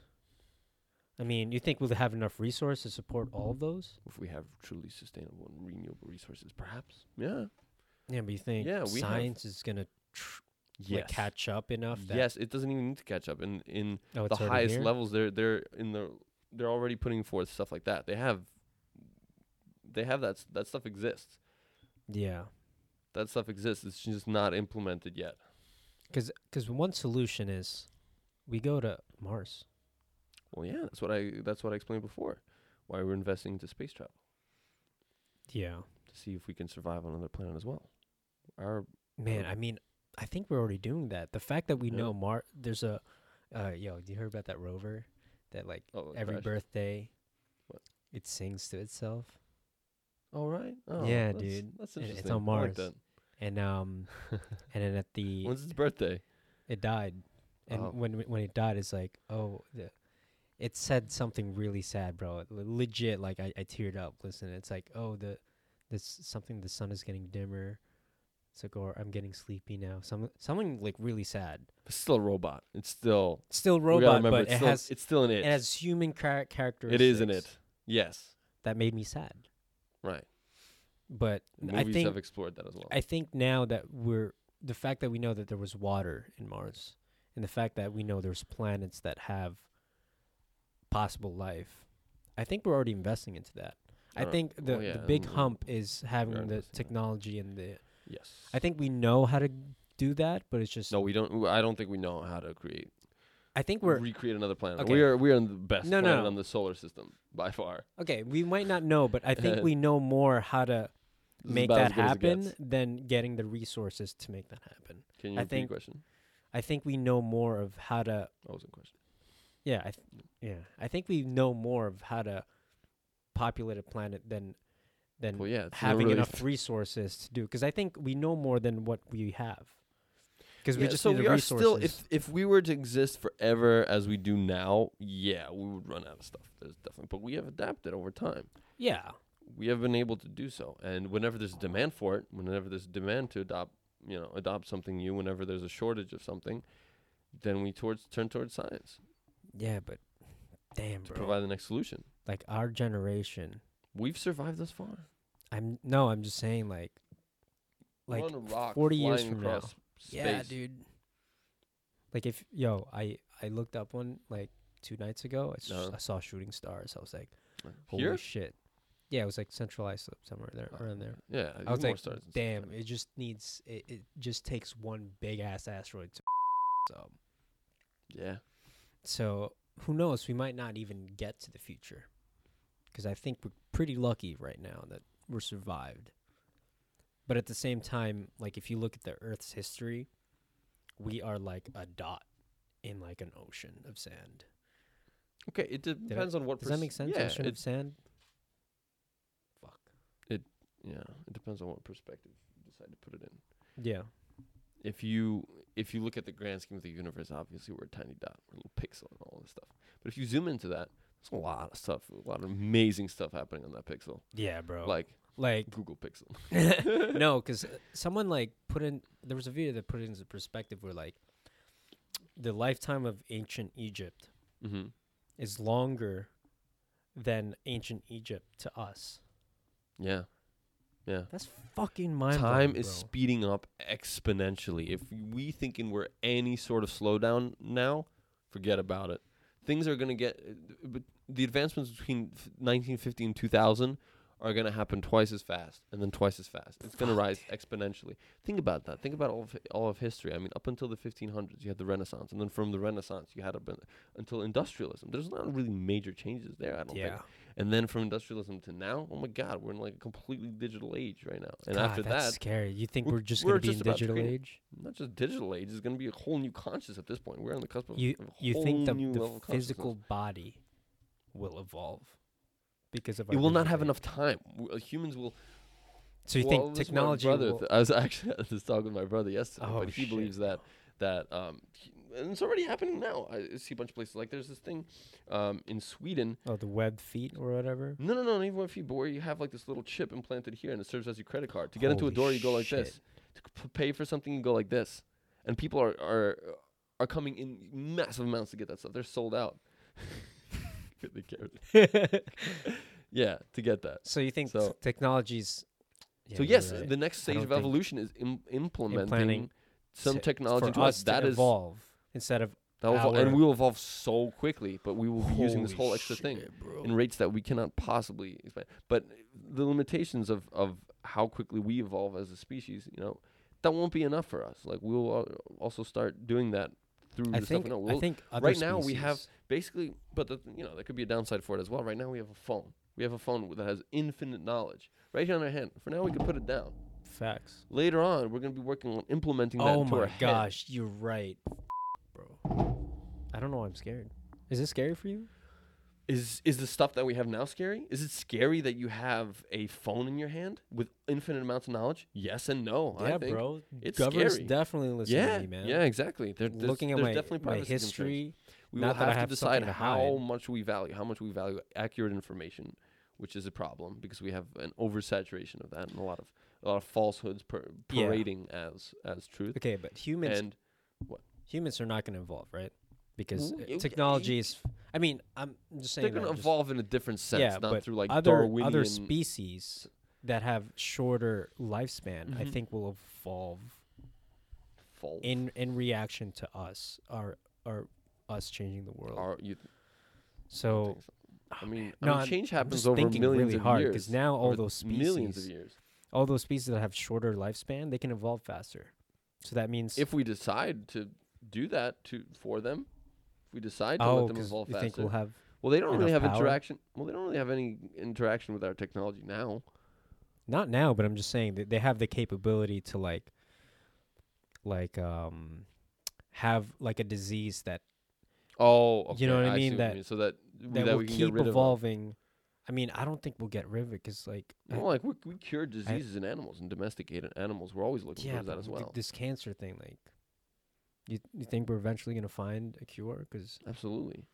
[SPEAKER 1] I mean, you think we'll have enough resource to support all of those?
[SPEAKER 2] if we have truly sustainable and renewable resources, perhaps. Yeah.
[SPEAKER 1] Yeah, but you think
[SPEAKER 2] Yeah, we have-
[SPEAKER 1] science is gonna tr- like catch up enough? That,
[SPEAKER 2] yes. It doesn't even need to catch up. In in
[SPEAKER 1] oh,
[SPEAKER 2] the
[SPEAKER 1] it's already
[SPEAKER 2] highest
[SPEAKER 1] here?
[SPEAKER 2] levels, they're they're in the they're already putting forth stuff like that. They have they have that s- that stuff exists.
[SPEAKER 1] Yeah.
[SPEAKER 2] That stuff exists. It's just not implemented yet.
[SPEAKER 1] Because because one solution is we go to Mars.
[SPEAKER 2] Well, yeah. That's what I that's what I explained before. Why we're investing into space travel.
[SPEAKER 1] Yeah.
[SPEAKER 2] to see if we can survive on another planet as well. Our
[SPEAKER 1] Man, I mean, I think we're already doing that. The fact that we
[SPEAKER 2] Yeah.
[SPEAKER 1] know Mars, there's a, uh, yo, do you hear about that rover that like
[SPEAKER 2] oh,
[SPEAKER 1] every
[SPEAKER 2] crash.
[SPEAKER 1] birthday,
[SPEAKER 2] What?
[SPEAKER 1] it sings to itself?
[SPEAKER 2] Oh right. Oh,
[SPEAKER 1] Yeah,
[SPEAKER 2] that's-
[SPEAKER 1] dude.
[SPEAKER 2] That's
[SPEAKER 1] And it's
[SPEAKER 2] interesting.
[SPEAKER 1] on
[SPEAKER 2] I like
[SPEAKER 1] Mars.
[SPEAKER 2] that.
[SPEAKER 1] and um, and then at the
[SPEAKER 2] When's his birthday?
[SPEAKER 1] it died, and
[SPEAKER 2] Oh.
[SPEAKER 1] when when it died, it's like oh, the, it said something really sad, bro. Le- Legit, like I, I teared up. Listen, it's like oh the this something the sun is getting dimmer. It's like or I'm getting sleepy now. Some something like really sad.
[SPEAKER 2] It's still a robot. It's still
[SPEAKER 1] Still
[SPEAKER 2] we gotta
[SPEAKER 1] robot,
[SPEAKER 2] remember
[SPEAKER 1] but
[SPEAKER 2] it's
[SPEAKER 1] it
[SPEAKER 2] still,
[SPEAKER 1] has
[SPEAKER 2] it's still an it.
[SPEAKER 1] it has human char- characteristics.
[SPEAKER 2] it is an it. Yes.
[SPEAKER 1] that made me sad.
[SPEAKER 2] Right.
[SPEAKER 1] But
[SPEAKER 2] Movies
[SPEAKER 1] I think
[SPEAKER 2] have explored that as well.
[SPEAKER 1] I think now that we're the fact that we know that there was water in Mars and the fact that we know there's planets that have possible life, I think we're already investing into that. I
[SPEAKER 2] Uh,
[SPEAKER 1] think the,
[SPEAKER 2] well, yeah,
[SPEAKER 1] the big
[SPEAKER 2] and we-
[SPEAKER 1] hump is
[SPEAKER 2] are
[SPEAKER 1] having the
[SPEAKER 2] investing in it.
[SPEAKER 1] technology and the.
[SPEAKER 2] yes.
[SPEAKER 1] I think we know how to do that, but it's just.
[SPEAKER 2] no, we don't. I don't think we know how to create
[SPEAKER 1] I think we're
[SPEAKER 2] recreate another planet.
[SPEAKER 1] okay.
[SPEAKER 2] We are we are the best
[SPEAKER 1] No,
[SPEAKER 2] planet
[SPEAKER 1] no.
[SPEAKER 2] on the solar system by far.
[SPEAKER 1] okay. We might not know, but I think we know more how to
[SPEAKER 2] This is
[SPEAKER 1] make
[SPEAKER 2] about
[SPEAKER 1] that
[SPEAKER 2] as good as it
[SPEAKER 1] happen
[SPEAKER 2] gets.
[SPEAKER 1] than getting the resources to make that happen.
[SPEAKER 2] Can you
[SPEAKER 1] I
[SPEAKER 2] repeat
[SPEAKER 1] think-
[SPEAKER 2] the question?
[SPEAKER 1] I think we know more of how to
[SPEAKER 2] That was a question.
[SPEAKER 1] Yeah, I th- yeah, I think we know more of how to populate a planet than than
[SPEAKER 2] Well, yeah, it's not
[SPEAKER 1] having
[SPEAKER 2] really-
[SPEAKER 1] enough resources to do. Because I think we know more than what we have. Because we
[SPEAKER 2] Yeah,
[SPEAKER 1] just
[SPEAKER 2] so
[SPEAKER 1] need
[SPEAKER 2] we
[SPEAKER 1] the
[SPEAKER 2] are
[SPEAKER 1] resources.
[SPEAKER 2] still if if we were to exist forever as we do now, yeah, we would run out of stuff. There's definitely, but we have adapted over time.
[SPEAKER 1] yeah,
[SPEAKER 2] We have been able to do so, and whenever there's demand for it, whenever there's demand to adopt, you know, adopt something new, whenever there's a shortage of something, then we towards turn towards science
[SPEAKER 1] yeah, but damn,
[SPEAKER 2] to
[SPEAKER 1] bro,
[SPEAKER 2] provide the next solution.
[SPEAKER 1] like our generation.
[SPEAKER 2] We've survived thus far.
[SPEAKER 1] I'm no, I'm just saying like
[SPEAKER 2] We're
[SPEAKER 1] like
[SPEAKER 2] on a rock
[SPEAKER 1] 40 years
[SPEAKER 2] flying
[SPEAKER 1] from now.
[SPEAKER 2] across Space.
[SPEAKER 1] Yeah, dude. Like if yo, I I looked up one like two nights ago. I, s-
[SPEAKER 2] Uh-huh.
[SPEAKER 1] I saw shooting stars. I was like, holy
[SPEAKER 2] Here,
[SPEAKER 1] shit! Yeah, it was like Central Islip somewhere there around there.
[SPEAKER 2] yeah,
[SPEAKER 1] I was
[SPEAKER 2] more
[SPEAKER 1] like,
[SPEAKER 2] stars and stuff.
[SPEAKER 1] damn, it just needs it, it. just takes one big ass asteroid to so
[SPEAKER 2] Yeah,
[SPEAKER 1] so who knows? We might not even get to the future because I think we're pretty lucky right now that we're survived. But at the same time, like if you look at the Earth's history, we are like a dot in like an ocean of sand.
[SPEAKER 2] okay. It depends on what.
[SPEAKER 1] Does that make
[SPEAKER 2] pers-
[SPEAKER 1] sense?
[SPEAKER 2] Yeah,
[SPEAKER 1] ocean
[SPEAKER 2] it
[SPEAKER 1] of sand. Fuck.
[SPEAKER 2] Yeah, it depends on what perspective you decide to put it in.
[SPEAKER 1] Yeah.
[SPEAKER 2] If you if you look at the grand scheme of the universe, obviously we're a tiny dot, we're a little pixel and all this stuff. But if you zoom into that, there's a lot of stuff, a lot of amazing stuff happening on that pixel,
[SPEAKER 1] Yeah, bro. Like,
[SPEAKER 2] like
[SPEAKER 1] like
[SPEAKER 2] Google Pixel.
[SPEAKER 1] no, because someone like put in there was a video that put it into perspective where like the lifetime of ancient Egypt
[SPEAKER 2] mm-hmm.
[SPEAKER 1] is longer than ancient Egypt to us.
[SPEAKER 2] Yeah, yeah.
[SPEAKER 1] That's fucking mind.
[SPEAKER 2] Time is speeding up exponentially. If we thinking we're any sort of slowdown now, forget about it. Things are going to get, uh, but the advancements between f- 1950 and 2000 are going to happen twice as fast and then twice as fast. It's going to rise exponentially. Think about that. Think about all of, hi- all of history. I mean, up until the 1500s, you had the Renaissance, and then from the Renaissance, you had up un- until industrialism. There's not really major changes there. I don't think.
[SPEAKER 1] yeah.
[SPEAKER 2] And then from industrialism to now, oh my God, we're in like a completely digital age right now. And
[SPEAKER 1] God,
[SPEAKER 2] after
[SPEAKER 1] that's
[SPEAKER 2] that,
[SPEAKER 1] scary. You think
[SPEAKER 2] we're-
[SPEAKER 1] we're just
[SPEAKER 2] we're
[SPEAKER 1] gonna be
[SPEAKER 2] just
[SPEAKER 1] in
[SPEAKER 2] about to
[SPEAKER 1] digital
[SPEAKER 2] create-
[SPEAKER 1] age?
[SPEAKER 2] not just digital age, it's going to be a whole new conscious at this point. We're on the cusp of
[SPEAKER 1] You
[SPEAKER 2] of a
[SPEAKER 1] you
[SPEAKER 2] whole
[SPEAKER 1] think the,
[SPEAKER 2] new level
[SPEAKER 1] the
[SPEAKER 2] of consciousness.
[SPEAKER 1] physical body will evolve because of
[SPEAKER 2] It
[SPEAKER 1] our
[SPEAKER 2] will not
[SPEAKER 1] digital
[SPEAKER 2] have
[SPEAKER 1] age?
[SPEAKER 2] enough time. W- uh, Humans will.
[SPEAKER 1] So you
[SPEAKER 2] well,
[SPEAKER 1] think
[SPEAKER 2] this is my
[SPEAKER 1] technology?
[SPEAKER 2] Brother,
[SPEAKER 1] will-
[SPEAKER 2] th- I was actually I was talking with my brother yesterday,
[SPEAKER 1] Oh,
[SPEAKER 2] but he
[SPEAKER 1] shit.
[SPEAKER 2] believes that that um, he- and it's already happening now. I see a bunch of places like there's this thing um, in Sweden
[SPEAKER 1] oh, the web feet or whatever.
[SPEAKER 2] No, no, no, not even with feet, but where you have like this little chip implanted here and it serves as your credit card. To get into a
[SPEAKER 1] Holy
[SPEAKER 2] door, you go like
[SPEAKER 1] shit.
[SPEAKER 2] this. To c- p- pay for something, you go like this. And people are are are coming in massive amounts to get that stuff. They're sold out. They care. yeah, to get that.
[SPEAKER 1] So you think
[SPEAKER 2] So-
[SPEAKER 1] t- technologies?
[SPEAKER 2] so
[SPEAKER 1] you're
[SPEAKER 2] yes,
[SPEAKER 1] right.
[SPEAKER 2] the next stage
[SPEAKER 1] don't
[SPEAKER 2] of
[SPEAKER 1] think-
[SPEAKER 2] evolution is Im- implementing
[SPEAKER 1] Implanting
[SPEAKER 2] some
[SPEAKER 1] to-
[SPEAKER 2] technology
[SPEAKER 1] for
[SPEAKER 2] to
[SPEAKER 1] us
[SPEAKER 2] us. That
[SPEAKER 1] to
[SPEAKER 2] is
[SPEAKER 1] evolve instead of
[SPEAKER 2] that will evol-
[SPEAKER 1] our-
[SPEAKER 2] and we will evolve so quickly, but we will be using this
[SPEAKER 1] Holy
[SPEAKER 2] whole extra thing.
[SPEAKER 1] shit, bro.
[SPEAKER 2] in rates that we cannot possibly explain. But the limitations of, of how quickly we evolve as a species, you know, that won't be enough for us. Like we'll al- also start doing that through
[SPEAKER 1] I
[SPEAKER 2] the
[SPEAKER 1] think
[SPEAKER 2] stuff. No,
[SPEAKER 1] I
[SPEAKER 2] we'll
[SPEAKER 1] think other
[SPEAKER 2] right now we have
[SPEAKER 1] species-
[SPEAKER 2] basically, but the, you know, there could be a downside for it as well. Right now we have a phone. We have a phone that has infinite knowledge right here on our hand. For now, we can put it down.
[SPEAKER 1] facts.
[SPEAKER 2] Later on, we're going to be working on implementing that
[SPEAKER 1] Oh
[SPEAKER 2] into our
[SPEAKER 1] my
[SPEAKER 2] head.
[SPEAKER 1] gosh, you're right, bro. I don't know why I'm scared. Is this scary for you?
[SPEAKER 2] Is is the stuff that we have now scary? Is it scary that you have a phone in your hand with infinite amounts of knowledge? Yes and no. I
[SPEAKER 1] yeah,
[SPEAKER 2] think.
[SPEAKER 1] bro.
[SPEAKER 2] it's
[SPEAKER 1] Governors
[SPEAKER 2] scary.
[SPEAKER 1] definitely listening
[SPEAKER 2] Yeah,
[SPEAKER 1] to me, man.
[SPEAKER 2] yeah, exactly. There, there's,
[SPEAKER 1] Looking at
[SPEAKER 2] there's
[SPEAKER 1] my,
[SPEAKER 2] definitely
[SPEAKER 1] my
[SPEAKER 2] privacy concerns.
[SPEAKER 1] history.
[SPEAKER 2] we
[SPEAKER 1] Not
[SPEAKER 2] will
[SPEAKER 1] that I
[SPEAKER 2] have, to
[SPEAKER 1] have something
[SPEAKER 2] decide
[SPEAKER 1] to
[SPEAKER 2] how
[SPEAKER 1] hide.
[SPEAKER 2] much we value, how much we value accurate information, which is a problem because we have an oversaturation of that and a lot of a lot of falsehoods per,
[SPEAKER 1] Yeah.
[SPEAKER 2] parading as as truth.
[SPEAKER 1] Okay, but humans
[SPEAKER 2] And
[SPEAKER 1] humans are not going to evolve, right? Because
[SPEAKER 2] W-
[SPEAKER 1] uh,
[SPEAKER 2] you-
[SPEAKER 1] technology is. I mean, I'm I'm just saying.
[SPEAKER 2] they're going
[SPEAKER 1] that
[SPEAKER 2] to
[SPEAKER 1] I'm just-
[SPEAKER 2] evolve in a different sense,
[SPEAKER 1] yeah,
[SPEAKER 2] not
[SPEAKER 1] but
[SPEAKER 2] through like
[SPEAKER 1] other
[SPEAKER 2] Darwinian.
[SPEAKER 1] other species that have shorter lifespan, I
[SPEAKER 2] Mhm.
[SPEAKER 1] think, will evolve
[SPEAKER 2] fault.
[SPEAKER 1] in in reaction to us, our our us changing the world.
[SPEAKER 2] Are you,
[SPEAKER 1] so
[SPEAKER 2] things. I mean,
[SPEAKER 1] Oh, No,
[SPEAKER 2] I mean
[SPEAKER 1] I'm-
[SPEAKER 2] change
[SPEAKER 1] I'm
[SPEAKER 2] happens
[SPEAKER 1] just
[SPEAKER 2] over
[SPEAKER 1] thinking
[SPEAKER 2] millions
[SPEAKER 1] really
[SPEAKER 2] of
[SPEAKER 1] hard
[SPEAKER 2] years.
[SPEAKER 1] because now all
[SPEAKER 2] over
[SPEAKER 1] those
[SPEAKER 2] millions of
[SPEAKER 1] species,
[SPEAKER 2] years.
[SPEAKER 1] all those species that have shorter lifespan, they can evolve faster. So that means
[SPEAKER 2] If we decide to do that to for them, if we decide to
[SPEAKER 1] oh,
[SPEAKER 2] let them
[SPEAKER 1] 'cause
[SPEAKER 2] evolve
[SPEAKER 1] you
[SPEAKER 2] faster,
[SPEAKER 1] think we'll have
[SPEAKER 2] Well, they don't really
[SPEAKER 1] enough
[SPEAKER 2] have
[SPEAKER 1] power?
[SPEAKER 2] interaction. Well, they don't really have any interaction with our technology now.
[SPEAKER 1] not now, but I'm just saying that they have the capability to like, like um, have like a disease that
[SPEAKER 2] Oh,
[SPEAKER 1] You know
[SPEAKER 2] okay,
[SPEAKER 1] what I
[SPEAKER 2] see
[SPEAKER 1] mean?
[SPEAKER 2] you
[SPEAKER 1] That-
[SPEAKER 2] so that
[SPEAKER 1] that,
[SPEAKER 2] that
[SPEAKER 1] will
[SPEAKER 2] we can get
[SPEAKER 1] keep
[SPEAKER 2] rid of. our-
[SPEAKER 1] evolving. I mean, I don't think we'll get rid of it because like, I-
[SPEAKER 2] Well, like we we cure diseases in animals and domesticated animals. We're always looking
[SPEAKER 1] yeah,
[SPEAKER 2] for that
[SPEAKER 1] but
[SPEAKER 2] as
[SPEAKER 1] th-
[SPEAKER 2] well.
[SPEAKER 1] this cancer thing, like, you you think we're eventually gonna find a cure? Because
[SPEAKER 2] Absolutely,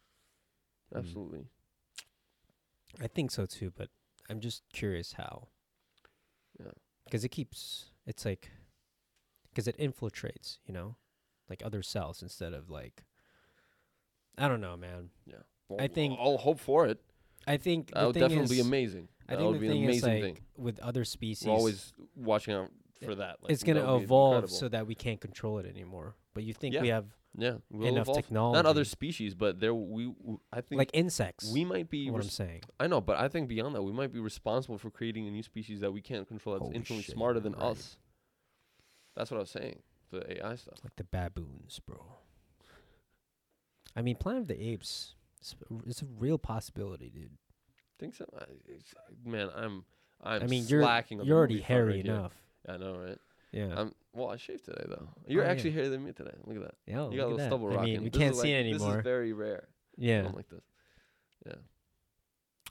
[SPEAKER 1] Mm.
[SPEAKER 2] absolutely.
[SPEAKER 1] I think so too, but I'm just curious how.
[SPEAKER 2] Yeah.
[SPEAKER 1] Because it keeps, it's like, because it infiltrates, you know, like other cells instead of like, I don't know, man.
[SPEAKER 2] Well,
[SPEAKER 1] I think-
[SPEAKER 2] I'll hope for it.
[SPEAKER 1] I think
[SPEAKER 2] That
[SPEAKER 1] the
[SPEAKER 2] would
[SPEAKER 1] thing
[SPEAKER 2] definitely be
[SPEAKER 1] is-
[SPEAKER 2] amazing.
[SPEAKER 1] I
[SPEAKER 2] That
[SPEAKER 1] think
[SPEAKER 2] would
[SPEAKER 1] the
[SPEAKER 2] be an
[SPEAKER 1] thing is
[SPEAKER 2] amazing
[SPEAKER 1] like
[SPEAKER 2] thing.
[SPEAKER 1] with other species,
[SPEAKER 2] We're always watching out
[SPEAKER 1] it-
[SPEAKER 2] for that. Like,
[SPEAKER 1] it's gonna
[SPEAKER 2] that would be
[SPEAKER 1] evolve
[SPEAKER 2] incredible.
[SPEAKER 1] so that we can't control it anymore. But you think
[SPEAKER 2] Yeah.
[SPEAKER 1] we have
[SPEAKER 2] yeah, we'll
[SPEAKER 1] enough
[SPEAKER 2] evolve.
[SPEAKER 1] technology,
[SPEAKER 2] Not other species, but there we. w- I think
[SPEAKER 1] like insects.
[SPEAKER 2] we might be
[SPEAKER 1] what
[SPEAKER 2] res-
[SPEAKER 1] I'm saying.
[SPEAKER 2] I know, but I think beyond that, we might be responsible for creating a new species that we can't control that's
[SPEAKER 1] Holy
[SPEAKER 2] infinitely
[SPEAKER 1] shit,
[SPEAKER 2] smarter
[SPEAKER 1] you're
[SPEAKER 2] than
[SPEAKER 1] right.
[SPEAKER 2] us. That's what I was saying. The AI stuff.
[SPEAKER 1] like the baboons, bro. I mean, Planet of the Apes is a r- it's a real possibility, dude.
[SPEAKER 2] Think so? I, it's, man, I'm. I'm
[SPEAKER 1] I mean, you're
[SPEAKER 2] slacking. on the
[SPEAKER 1] you're already
[SPEAKER 2] movie front
[SPEAKER 1] hairy
[SPEAKER 2] right here.
[SPEAKER 1] enough.
[SPEAKER 2] I know, right?
[SPEAKER 1] Yeah. Oh,
[SPEAKER 2] I'm. Well, I shaved today though. You're
[SPEAKER 1] yeah.
[SPEAKER 2] actually hairier than me today. Look at that.
[SPEAKER 1] yeah.
[SPEAKER 2] you got a
[SPEAKER 1] look at
[SPEAKER 2] little
[SPEAKER 1] that.
[SPEAKER 2] stubble
[SPEAKER 1] I
[SPEAKER 2] rocking.
[SPEAKER 1] mean, we
[SPEAKER 2] This is
[SPEAKER 1] can't see
[SPEAKER 2] like-
[SPEAKER 1] it
[SPEAKER 2] This
[SPEAKER 1] anymore.
[SPEAKER 2] is very rare.
[SPEAKER 1] yeah.
[SPEAKER 2] Something like this.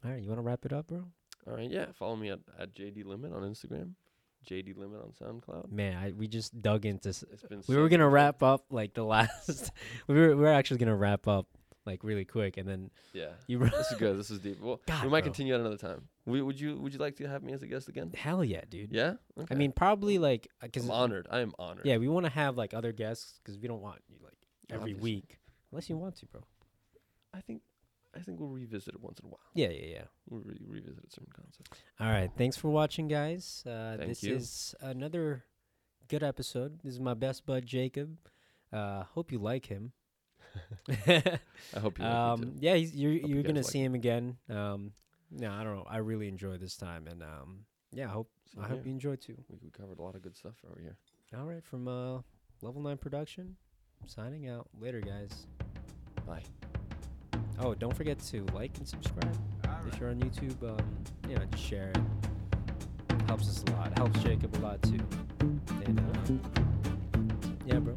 [SPEAKER 1] All right, you want to wrap it up, bro?
[SPEAKER 2] All right. Yeah. Follow me at, at JD Limit on Instagram. JD Limit on SoundCloud.
[SPEAKER 1] Man, I, we just dug into. s-
[SPEAKER 2] It's been.
[SPEAKER 1] We
[SPEAKER 2] so
[SPEAKER 1] were gonna
[SPEAKER 2] much fun.
[SPEAKER 1] wrap up like the last. we were we were actually gonna wrap up like really quick, and then
[SPEAKER 2] Yeah.
[SPEAKER 1] you. were-
[SPEAKER 2] This is good. This is deep. Well,
[SPEAKER 1] God,
[SPEAKER 2] we might
[SPEAKER 1] bro.
[SPEAKER 2] continue at another time. We, would you Would you like to have me as a guest again?
[SPEAKER 1] Hell yeah, dude.
[SPEAKER 2] Yeah.
[SPEAKER 1] I
[SPEAKER 2] Okay.
[SPEAKER 1] mean, probably like because
[SPEAKER 2] I'm honored. I am honored.
[SPEAKER 1] yeah, we want to have like other guests because we don't want you like every
[SPEAKER 2] Obviously.
[SPEAKER 1] week unless you want to, bro.
[SPEAKER 2] I think I think we'll revisit it once in a while.
[SPEAKER 1] Yeah, yeah, yeah.
[SPEAKER 2] We'll re- revisit certain concepts.
[SPEAKER 1] All right. Thanks for watching, guys. Uh,
[SPEAKER 2] Thank
[SPEAKER 1] this
[SPEAKER 2] you.
[SPEAKER 1] is another good episode. This is my best bud, Jacob. Uh, hope you like him.
[SPEAKER 2] I hope you like it
[SPEAKER 1] um,
[SPEAKER 2] too.
[SPEAKER 1] yeah, he's, you're,
[SPEAKER 2] Hope you
[SPEAKER 1] you're
[SPEAKER 2] guys
[SPEAKER 1] going to
[SPEAKER 2] like
[SPEAKER 1] see him again. Um, no, I don't know. I really enjoy this time. And um, yeah, I hope,
[SPEAKER 2] So
[SPEAKER 1] I hope
[SPEAKER 2] yeah,
[SPEAKER 1] you enjoy too.
[SPEAKER 2] we, we covered a lot of good stuff over here.
[SPEAKER 1] All right. From uh, Level 9 Production, signing out. Later, guys.
[SPEAKER 2] Bye.
[SPEAKER 1] Oh, don't forget to like and subscribe. If you're on YouTube, um, you know, just share it. Helps us a lot. Helps Jacob a lot too. And uh, yeah, bro.